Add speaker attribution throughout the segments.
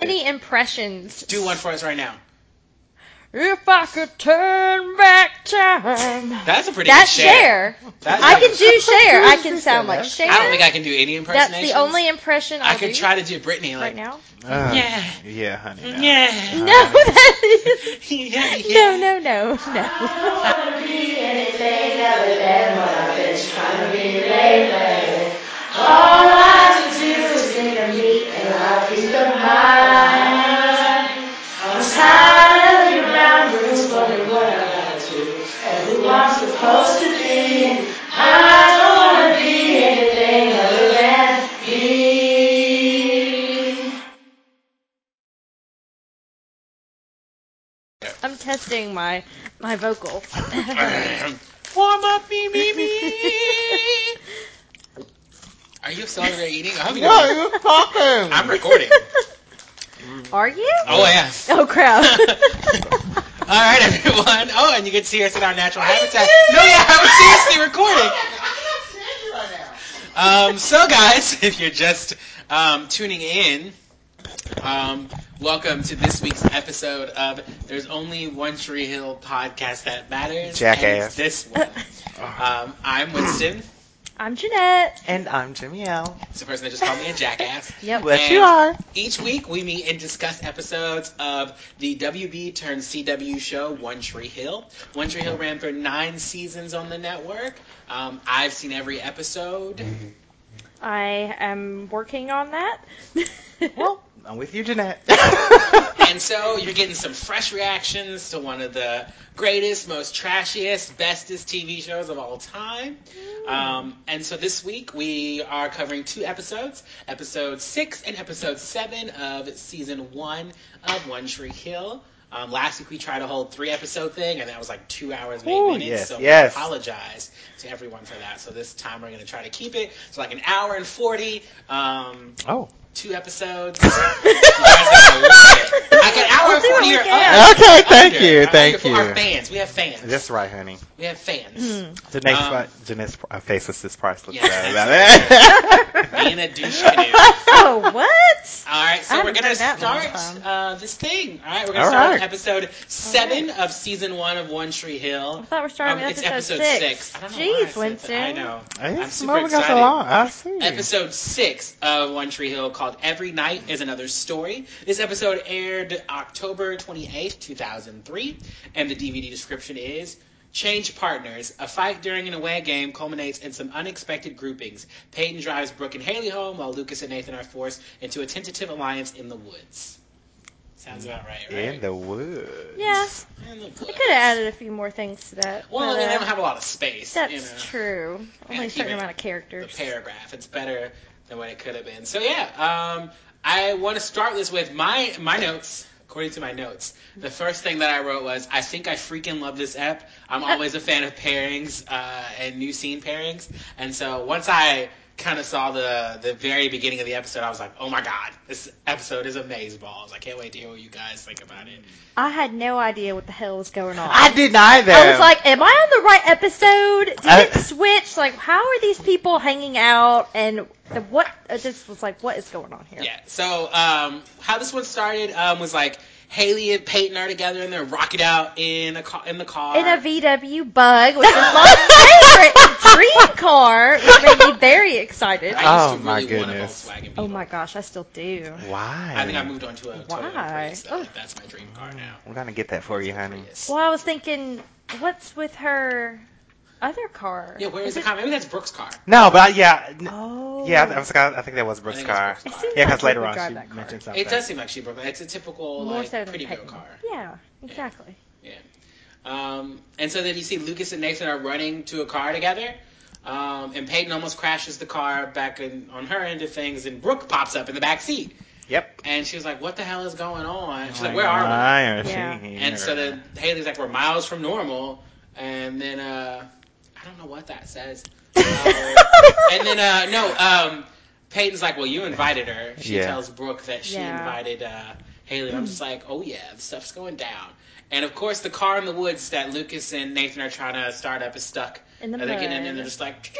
Speaker 1: many impressions.
Speaker 2: Do one for us right now.
Speaker 1: If I could turn back time.
Speaker 2: That's a pretty
Speaker 1: That's
Speaker 2: good
Speaker 1: Cher.
Speaker 2: share. That's
Speaker 1: I
Speaker 2: like-
Speaker 1: can do Cher. I can
Speaker 3: Who's
Speaker 1: sound
Speaker 3: this?
Speaker 1: like Cher.
Speaker 2: I don't think I can do any
Speaker 1: That's
Speaker 2: impersonation.
Speaker 1: the only impression
Speaker 2: I
Speaker 1: I'll
Speaker 2: could
Speaker 1: do
Speaker 2: try to do Britney like
Speaker 1: right now.
Speaker 3: Uh,
Speaker 2: Yeah.
Speaker 3: Yeah, honey. no.
Speaker 2: Yeah.
Speaker 1: No, that is
Speaker 2: yeah,
Speaker 1: no, no, no, no. I'm testing my my vocal.
Speaker 2: Warm up, me, me, me. Are you celebrating eating? I hope you
Speaker 3: What are
Speaker 2: don't.
Speaker 3: you talking?
Speaker 2: I'm recording.
Speaker 1: Are you?
Speaker 2: Oh, yeah.
Speaker 1: Oh crap!
Speaker 2: All right, everyone. Oh, and you can see us in our natural habitat. No, yeah, I was seriously recording. Um, so, guys, if you're just um, tuning in, um, welcome to this week's episode of There's Only One Tree Hill podcast that matters. And
Speaker 3: Jackass.
Speaker 2: it's this one. Um, I'm Winston.
Speaker 1: I'm Jeanette.
Speaker 3: And I'm Jimmy L.
Speaker 2: It's the person that just called me a jackass.
Speaker 1: Yep.
Speaker 3: What
Speaker 2: And
Speaker 3: you are.
Speaker 2: Each week, we meet and discuss episodes of the WB turned CW show One Tree Hill. One Tree Hill ran for nine seasons on the network. Um, I've seen every episode.
Speaker 1: I am working on that.
Speaker 3: Well, I'm with you, Jeanette.
Speaker 2: And so you're getting some fresh reactions to one of the greatest, most trashiest, bestest TV shows of all time. Um, and so this week we are covering two episodes, episode six and episode seven of season one of One Tree Hill. Um, last week we tried a whole three episode thing, and that was like two hours and eight
Speaker 3: Ooh,
Speaker 2: minutes.
Speaker 3: yes,
Speaker 2: so
Speaker 3: yes.
Speaker 2: we apologize to everyone for that. So this time we're going to try to keep it to like an hour and forty. Um,
Speaker 3: oh.
Speaker 2: two episodes. You guys are gonna love it. Like an hour
Speaker 1: We'll
Speaker 2: and
Speaker 1: do what
Speaker 2: forty
Speaker 1: we
Speaker 2: or
Speaker 1: can.
Speaker 2: under.
Speaker 3: Okay, thank
Speaker 2: Under.
Speaker 3: you,
Speaker 2: Under
Speaker 3: thank
Speaker 2: for Our
Speaker 3: you.
Speaker 2: fans, we have fans.
Speaker 3: That's right, honey.
Speaker 2: We have fans.
Speaker 1: Mm.
Speaker 3: Jeanette's,
Speaker 2: Um,
Speaker 3: fi- Jeanette's uh, face is this priceless.
Speaker 2: Yeah.
Speaker 1: Hmm.
Speaker 2: Being a douche canoe.
Speaker 1: oh what?
Speaker 2: All right,
Speaker 1: I
Speaker 2: so we're
Speaker 1: haven't
Speaker 2: gonna
Speaker 1: heard that in a long time.
Speaker 2: start uh, this thing. All right, we're gonna
Speaker 3: All
Speaker 2: start
Speaker 3: right.
Speaker 2: with episode seven of season one of One Tree
Speaker 1: I
Speaker 2: Hill.
Speaker 1: thought we're starting
Speaker 2: Um,
Speaker 1: with
Speaker 2: it's
Speaker 1: episode,
Speaker 2: episode
Speaker 1: six.
Speaker 2: I don't know why I said
Speaker 1: Jeez,
Speaker 2: that.
Speaker 1: Winston.
Speaker 2: I know. I'm super
Speaker 3: I'm super got
Speaker 2: excited.
Speaker 3: so long. I see.
Speaker 2: Episode six of One Tree Hill called Every Night is Another Story. This episode aired October 28th, 2003, and the DVD description is Change partners. A fight during an away game culminates in some unexpected groupings. Peyton drives Brooke and Haley home while Lucas and Nathan are forced into a tentative alliance in the woods. Sounds about right, right?
Speaker 3: In the woods.
Speaker 1: Yeah.
Speaker 2: In the woods.
Speaker 1: I could have added a few more things to that.
Speaker 2: Well, I
Speaker 1: but,
Speaker 2: mean, they
Speaker 1: uh,
Speaker 2: don't have a lot of space.
Speaker 1: that's
Speaker 2: you know.
Speaker 1: true.
Speaker 2: Yeah,
Speaker 1: Only a
Speaker 2: keep
Speaker 1: certain
Speaker 2: it-
Speaker 1: amount of
Speaker 2: the
Speaker 1: characters.
Speaker 2: paragraph. It's better than what it could have been. So yeah, um, I want to start this with my my notes. According to my notes, the first thing that I wrote was, "I think I freaking love this app. I'm always a fan of pairings uh, and new scene pairings." And so once I kind of saw the the very beginning of the episode, I was like, "Oh my god, this episode is amazing balls! I can't wait to hear what you guys think about it."
Speaker 1: I had no idea what the hell was going on.
Speaker 3: I deny that.
Speaker 1: I was like, am I on the right episode? Did
Speaker 3: I-
Speaker 1: it switch? Like, how are these people hanging out? And the, what? I just was like, what is going on here?
Speaker 2: Yeah. So um, how this one started um, was like Haley and Peyton are together and they're rocking out in a car, in the car
Speaker 1: In a VW Bug, which is my favorite dream car, which made me very excited.
Speaker 2: I used
Speaker 3: Oh,
Speaker 2: to
Speaker 3: my
Speaker 2: really want a
Speaker 3: goodness.
Speaker 2: Volkswagen Beetle.
Speaker 1: Oh my gosh, I still do.
Speaker 3: why?
Speaker 2: I think I moved on to a Toyota
Speaker 1: Why?
Speaker 2: Prius. though.
Speaker 1: Ugh.
Speaker 2: That's my dream car now.
Speaker 3: We're gonna get that for you, honey.
Speaker 2: Prius.
Speaker 1: Well, I was thinking, what's with her other car?
Speaker 2: Yeah, where is the car? Maybe that's Brooke's car.
Speaker 3: No, but I, yeah, n-
Speaker 1: Oh.
Speaker 3: yeah, I was. I think that was Brooke's
Speaker 2: think it's
Speaker 3: car.
Speaker 2: Brooke's
Speaker 1: It
Speaker 2: car.
Speaker 1: seems
Speaker 3: Yeah,
Speaker 1: like
Speaker 3: because
Speaker 1: they
Speaker 3: later
Speaker 1: would
Speaker 3: on
Speaker 1: drive
Speaker 3: she
Speaker 1: that car.
Speaker 3: mentioned something.
Speaker 2: It does seem like she broke it. It's a typical
Speaker 1: More
Speaker 2: like,
Speaker 1: so than
Speaker 2: pretty girl
Speaker 1: Peyton.
Speaker 2: car.
Speaker 1: Yeah, exactly.
Speaker 2: Um, and so then you see Lucas and Nathan are running to a car together. Um, and Peyton almost crashes the car back in, on her end of things, and Brooke pops up in the back seat.
Speaker 3: Yep.
Speaker 2: And she was like, What the hell is going on? She's
Speaker 3: Oh
Speaker 2: like,
Speaker 3: my
Speaker 2: Where are we?
Speaker 3: God, she
Speaker 1: Yeah.
Speaker 3: here.
Speaker 2: And so then Haley's like, we're miles from normal. And then, uh, I don't know what that says. Uh, and then, uh, no, um, Peyton's like, well, you invited her. She
Speaker 3: Yeah.
Speaker 2: tells Brooke that she
Speaker 1: Yeah.
Speaker 2: invited, uh, Haley. And I'm just like, oh yeah, the stuff's going down. And of course, the car in the woods that Lucas and Nathan are trying to start up is stuck.
Speaker 1: In the
Speaker 2: And they're getting in and they're
Speaker 1: mud.
Speaker 2: just like,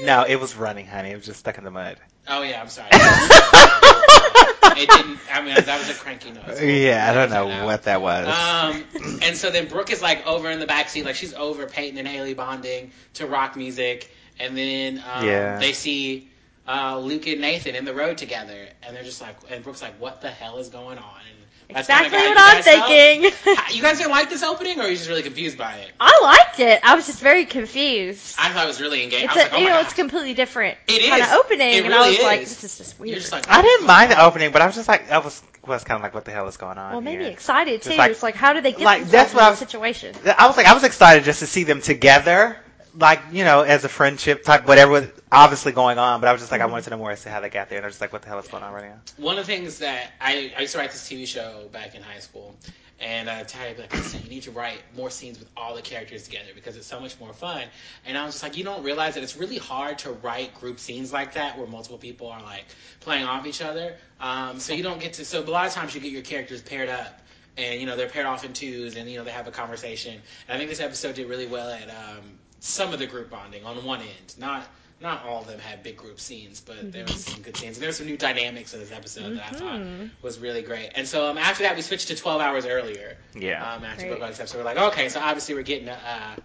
Speaker 3: No, it was running, honey. It was just stuck in the mud.
Speaker 2: oh yeah, I'm sorry. it didn't. I mean, that was a cranky noise.
Speaker 3: yeah, I don't know
Speaker 2: Now.
Speaker 3: what that was.
Speaker 2: Um, and so then Brooke is like over in the backseat, like she's over Peyton and Haley bonding to rock music, and then um,
Speaker 3: Yeah.
Speaker 2: they see uh, Luke and Nathan in the road together, and they're just like, and Brooke's like, "What the hell is going on?" And that's kinda
Speaker 1: exactly
Speaker 2: got
Speaker 1: what
Speaker 2: you
Speaker 1: I'm
Speaker 2: guys out.
Speaker 1: thinking.
Speaker 2: You guys didn't like this opening, or are you just really confused by it?
Speaker 1: I liked it. I was just very confused.
Speaker 2: I thought it was really engaging.
Speaker 1: It's
Speaker 2: I
Speaker 1: a,
Speaker 2: was like, oh
Speaker 1: you
Speaker 2: my
Speaker 1: know,
Speaker 2: God.
Speaker 1: it's completely different
Speaker 2: It
Speaker 1: kind
Speaker 2: is.
Speaker 1: of opening,
Speaker 2: It
Speaker 1: and I was
Speaker 2: really
Speaker 1: like,
Speaker 2: is.
Speaker 1: this is just
Speaker 2: You're
Speaker 1: weird.
Speaker 2: just like,
Speaker 3: I didn't mind the opening, but I was just like, I was was kind of like, what the hell is going
Speaker 2: oh,
Speaker 3: on?
Speaker 1: well, maybe
Speaker 3: here?
Speaker 1: excited
Speaker 3: Just
Speaker 1: too.
Speaker 3: like-
Speaker 1: it's like, how do they get
Speaker 3: like,
Speaker 1: themselves
Speaker 3: that's
Speaker 1: in
Speaker 3: what I
Speaker 1: that
Speaker 3: was-
Speaker 1: situation?
Speaker 3: I was like, I was excited just to see them together, like you know, as a friendship type, whatever was obviously going on. But I was just like,
Speaker 1: Mm-hmm.
Speaker 3: I wanted to know more as to how they got there, and I was just like, what the hell is going on right now?
Speaker 2: one of the things that I, I used to write this TV show back in high school, and uh, Tyler would be like, listen, you need to write more scenes with all the characters together because it's so much more fun. And I was just like, you don't realize that it's really hard to write group scenes like that where multiple people are like playing off each other. Um, so you don't get to. So a lot of times you get your characters paired up. And you know they're paired off in twos, and you know they have a conversation. And I think this episode did really well at um, some of the group bonding on one end, not not all of them had big group scenes, but there was some good scenes. And there were some new dynamics in this episode that I thought was really great. And so um, after that, we switched to 12 hours earlier.
Speaker 3: Yeah.
Speaker 2: Um, after
Speaker 1: Right.
Speaker 2: Book Book's episode, we're like, okay, so obviously we're getting a, uh,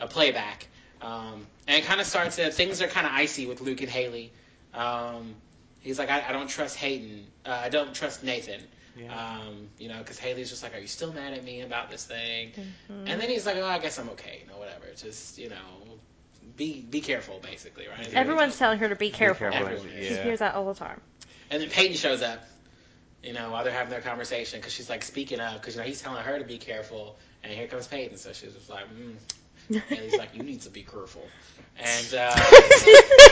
Speaker 2: a playback. Um, and it kind of starts that things are kind of icy with Luke and Haley. Um, he's like, I, I don't trust Hayden. Uh, I don't trust Nathan. Um, you know, because Haley's just like, "Are you still mad at me about this thing?" And then he's like, "Oh, I guess I'm okay. You know, whatever. Just you know, be be careful, basically, right?"
Speaker 1: Everyone's telling her to be careful.
Speaker 2: careful.
Speaker 1: She hears that all the time.
Speaker 2: And then Peyton shows up, you know, while they're having their conversation because she's like speaking up because you know he's telling her to be careful, and here comes Peyton. So she's just like, mm. and he's like, "You need to be careful." And uh,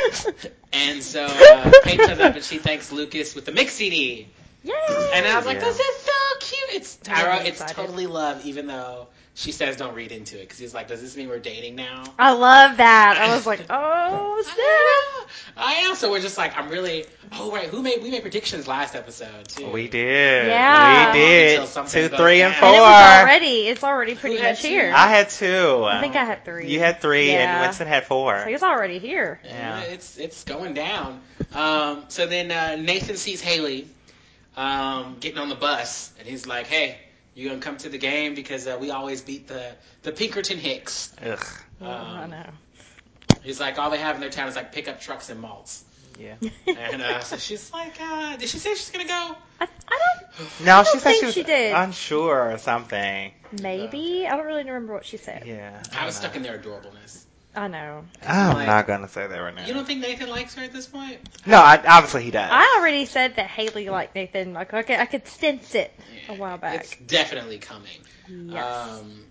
Speaker 2: and so uh, Peyton shows up and she thanks Lucas with the mix CD.
Speaker 1: Yay!
Speaker 2: And I was like,
Speaker 3: Yeah.
Speaker 2: this is so cute. It's Tyra.
Speaker 1: really
Speaker 2: It's
Speaker 1: excited.
Speaker 2: totally love, even though she says don't read into it because he's like, does this mean we're dating now?
Speaker 1: I love that. I was like, oh, snap.
Speaker 2: I am. So we're just like, I'm really. Oh right, who made we made predictions last episode too?
Speaker 3: We did.
Speaker 1: Yeah.
Speaker 3: We
Speaker 2: Until
Speaker 3: did.
Speaker 2: something
Speaker 3: Two,
Speaker 2: goes
Speaker 3: three, and
Speaker 2: down.
Speaker 1: And it
Speaker 3: four.
Speaker 1: was already, it's already pretty
Speaker 2: Who had
Speaker 1: much
Speaker 2: two?
Speaker 1: here.
Speaker 3: I had two.
Speaker 1: I think I had three.
Speaker 3: You had three,
Speaker 1: Yeah.
Speaker 3: and Winston had
Speaker 1: So
Speaker 3: four.
Speaker 1: it's already here.
Speaker 2: Yeah,
Speaker 3: Yeah.
Speaker 2: it's it's going down. Um, so then uh, Nathan sees Haley um, getting on the bus, and he's like, "Hey, you gonna come to the game because uh, we always beat the the Pinkerton Hicks."
Speaker 3: Ugh.
Speaker 2: Um,
Speaker 1: Oh, I know.
Speaker 2: He's like, "All they have in their town is like pickup trucks and malts."
Speaker 3: Yeah.
Speaker 2: And uh, so she's like, uh, "Did she say she's gonna go?"
Speaker 1: I, I
Speaker 3: No, she
Speaker 1: don't
Speaker 3: said
Speaker 1: think
Speaker 3: she was
Speaker 1: she did.
Speaker 3: unsure or something.
Speaker 1: don't, maybe. I don't really remember what she said.
Speaker 3: Yeah.
Speaker 2: I was stuck in their adorableness.
Speaker 1: I know.
Speaker 3: I'm
Speaker 2: Like-
Speaker 3: not gonna say that right now.
Speaker 2: You don't think Nathan likes her at this point?
Speaker 3: no, I, obviously he does.
Speaker 1: I already said that Haley liked Nathan. Like, I could, I could sense it a while
Speaker 2: It's
Speaker 1: back.
Speaker 2: definitely coming.
Speaker 1: Yes.
Speaker 2: Um,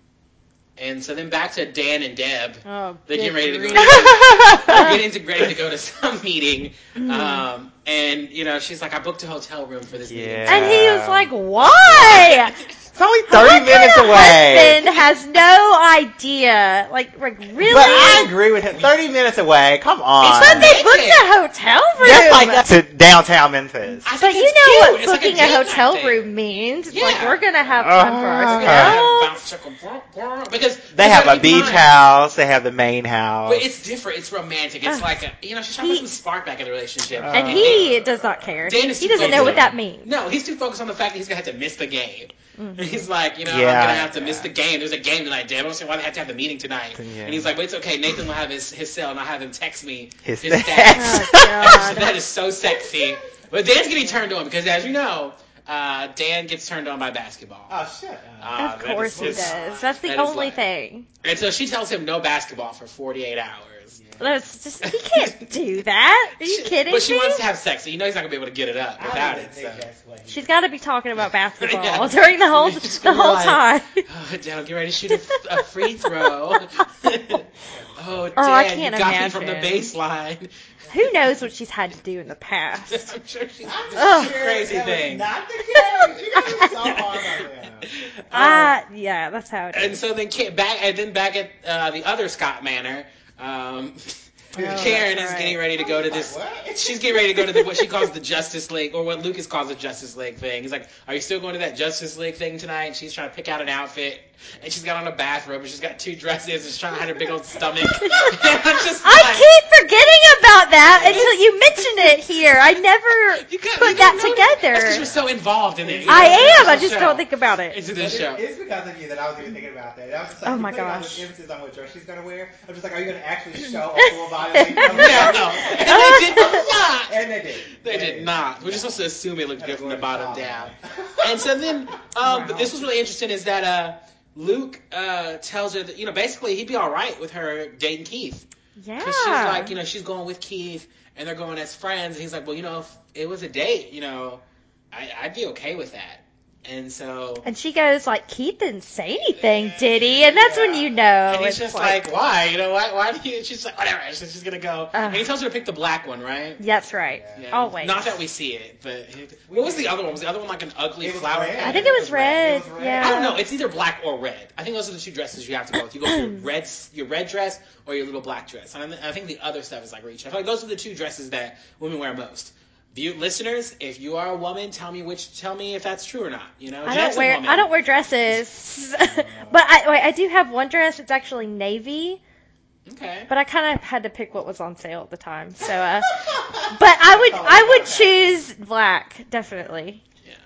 Speaker 2: and so then back to Dan and Deb.
Speaker 1: oh,
Speaker 2: They're getting
Speaker 1: good
Speaker 2: ready to go.
Speaker 1: grief.
Speaker 2: They're getting ready to go to some meeting. Um, and, you know, she's like, I booked a hotel room for this meeting.
Speaker 3: Yeah.
Speaker 1: And he was like, why?
Speaker 3: it's only
Speaker 1: How
Speaker 3: thirty
Speaker 1: come
Speaker 3: minutes
Speaker 1: your
Speaker 3: away.
Speaker 1: husband has no idea. Like, like really?
Speaker 3: But I agree with him. Thirty minutes away. Come on.
Speaker 1: but they
Speaker 2: Naked.
Speaker 1: booked a hotel room.
Speaker 3: That's like to downtown Memphis.
Speaker 2: I
Speaker 1: But
Speaker 2: think
Speaker 1: you know
Speaker 2: it's
Speaker 1: what
Speaker 2: cute. It's like
Speaker 1: booking
Speaker 2: date
Speaker 1: a,
Speaker 2: night
Speaker 1: hotel
Speaker 2: thing.
Speaker 1: room means? It's Like
Speaker 2: Yeah.
Speaker 1: we're gonna have fun for
Speaker 3: Uh,
Speaker 2: We're gonna have
Speaker 1: ourselves.
Speaker 2: bounce, chuckle, brr, brr, Because
Speaker 3: They have a
Speaker 2: because
Speaker 3: beach
Speaker 2: keep in mind-
Speaker 3: house. They have the main house.
Speaker 2: But it's different. It's romantic. It's
Speaker 1: Ugh.
Speaker 2: like, a, you know, she's trying to put
Speaker 1: He-
Speaker 2: some spark back in the relationship.
Speaker 3: Uh,
Speaker 1: and he does not care. He,
Speaker 2: Dennis
Speaker 1: he doesn't know what that means.
Speaker 2: No, he's too focused on the fact that he's gonna have to miss the game.
Speaker 1: Mm-hmm.
Speaker 2: He's like, you know,
Speaker 3: Yeah.
Speaker 2: I'm gonna have to miss the game. There's a game tonight, damn. I don't see why they have to have the meeting tonight.
Speaker 3: Yeah.
Speaker 2: And he's like, but it's okay. Nathan will have his, his cell, and I'll have him text me
Speaker 3: His
Speaker 2: stats.
Speaker 1: Oh god.
Speaker 2: Uh, that is so sexy. But Dan's getting turned on because, as you know, uh, Dan gets turned on by basketball.
Speaker 3: oh shit.
Speaker 2: Uh,
Speaker 1: Of
Speaker 2: that
Speaker 1: course
Speaker 2: is
Speaker 1: he
Speaker 2: his-
Speaker 1: does. That's the
Speaker 2: that is
Speaker 1: only
Speaker 2: life.
Speaker 1: thing.
Speaker 2: And so she tells him no basketball for 48 hours.
Speaker 1: That's just he can't do that. Are you
Speaker 2: She-
Speaker 1: kidding
Speaker 2: But she
Speaker 1: me?
Speaker 2: wants to have sex, so you know he's not gonna be able to get it up without it. So.
Speaker 1: She's got to be talking about basketball
Speaker 2: Yeah.
Speaker 1: during the whole
Speaker 2: She's
Speaker 1: the whole
Speaker 2: like-
Speaker 1: time.
Speaker 2: Oh, Dan, get ready to shoot a, a free throw. oh, Dan,
Speaker 1: Oh, I
Speaker 2: you
Speaker 1: can't
Speaker 2: got me from the
Speaker 1: imagine.
Speaker 2: baseline.
Speaker 1: Who knows what she's had to do in the past?
Speaker 2: I'm sure she's
Speaker 1: Ugh.
Speaker 2: Oh. crazy thing.
Speaker 4: Not the case. You guys are so hard on them.
Speaker 2: Oh,
Speaker 1: Ah, yeah, that's how it
Speaker 2: And
Speaker 1: is.
Speaker 2: so then Ka- back and then back at uh, the other Scott Manor, um,
Speaker 1: Oh, that's
Speaker 2: Karen is
Speaker 1: right.
Speaker 2: getting ready to go to this.
Speaker 4: What?
Speaker 2: She's getting ready to go to the, what she calls the Justice League, or what Lucas calls the Justice League thing. He's like, "Are you still going to that Justice League thing tonight?" And she's trying to pick out an outfit. and she's got on a bathrobe and she's got two dresses and she's trying to hide her big old stomach. and I'm just
Speaker 1: I
Speaker 2: like,
Speaker 1: keep forgetting about that until you mention it here. I never
Speaker 2: You got,
Speaker 1: put
Speaker 2: you
Speaker 1: that
Speaker 2: don't know
Speaker 1: together.
Speaker 2: That's 'cause you're so involved in it. you
Speaker 1: I
Speaker 2: know, it's
Speaker 1: am. I
Speaker 2: a
Speaker 1: just
Speaker 2: show.
Speaker 1: don't think about it.
Speaker 2: It's a this show.
Speaker 4: It's because of you that I was even thinking about that. I was just like,
Speaker 1: Oh
Speaker 4: you
Speaker 1: my
Speaker 4: put all
Speaker 1: gosh.
Speaker 4: this emphasis on what dress she's gonna wear. I'm just like, are you gonna actually show a full body? of makeup?
Speaker 2: Yeah, no. And they did not.
Speaker 4: And they did.
Speaker 2: They did not. We're just supposed to assume it looked good from the bottom down. And
Speaker 4: And
Speaker 2: so then, um,
Speaker 1: Wow.
Speaker 2: but this was really interesting is that uh, Luke uh, tells her that, you know, basically he'd be all right with her dating Keith.
Speaker 1: Yeah.
Speaker 2: Because she's like, you know, she's going with Keith and they're going as friends. And he's like, well, you know, if it was a date, you know, I, I'd be okay with that. And so.
Speaker 1: and she goes like, Keith didn't say anything, did he? And that's when you know.
Speaker 2: and he's
Speaker 1: it's
Speaker 2: just like, why? You know, why? Why do you? She's like, whatever. She's just gonna go. and he tells her to pick the black one, right?
Speaker 1: Yeah, that's right.
Speaker 2: Yeah.
Speaker 1: Always.
Speaker 2: Not that we see it, but what was the other one? Was the other one like an ugly
Speaker 4: It was
Speaker 2: flower?
Speaker 4: red.
Speaker 1: I think it was red.
Speaker 4: It was red.
Speaker 1: Yeah.
Speaker 2: I don't know. It's either black or red. I think those are the two dresses you have to go with. You go with your red, your red dress or your little black dress. And I think the other stuff is like reach. I feel like those are the two dresses that women wear most. View listeners, if you are a woman, tell me which. Tell me if that's true or not. You know,
Speaker 1: I don't
Speaker 2: Jen's a
Speaker 1: wear
Speaker 2: woman.
Speaker 1: I don't wear dresses, but I wait, I do have one dress. It's actually navy,
Speaker 2: Okay.
Speaker 1: but I kind of had to pick what was on sale at the time. So, uh, but I would
Speaker 2: Oh,
Speaker 1: I would choose black definitely.
Speaker 2: Yeah.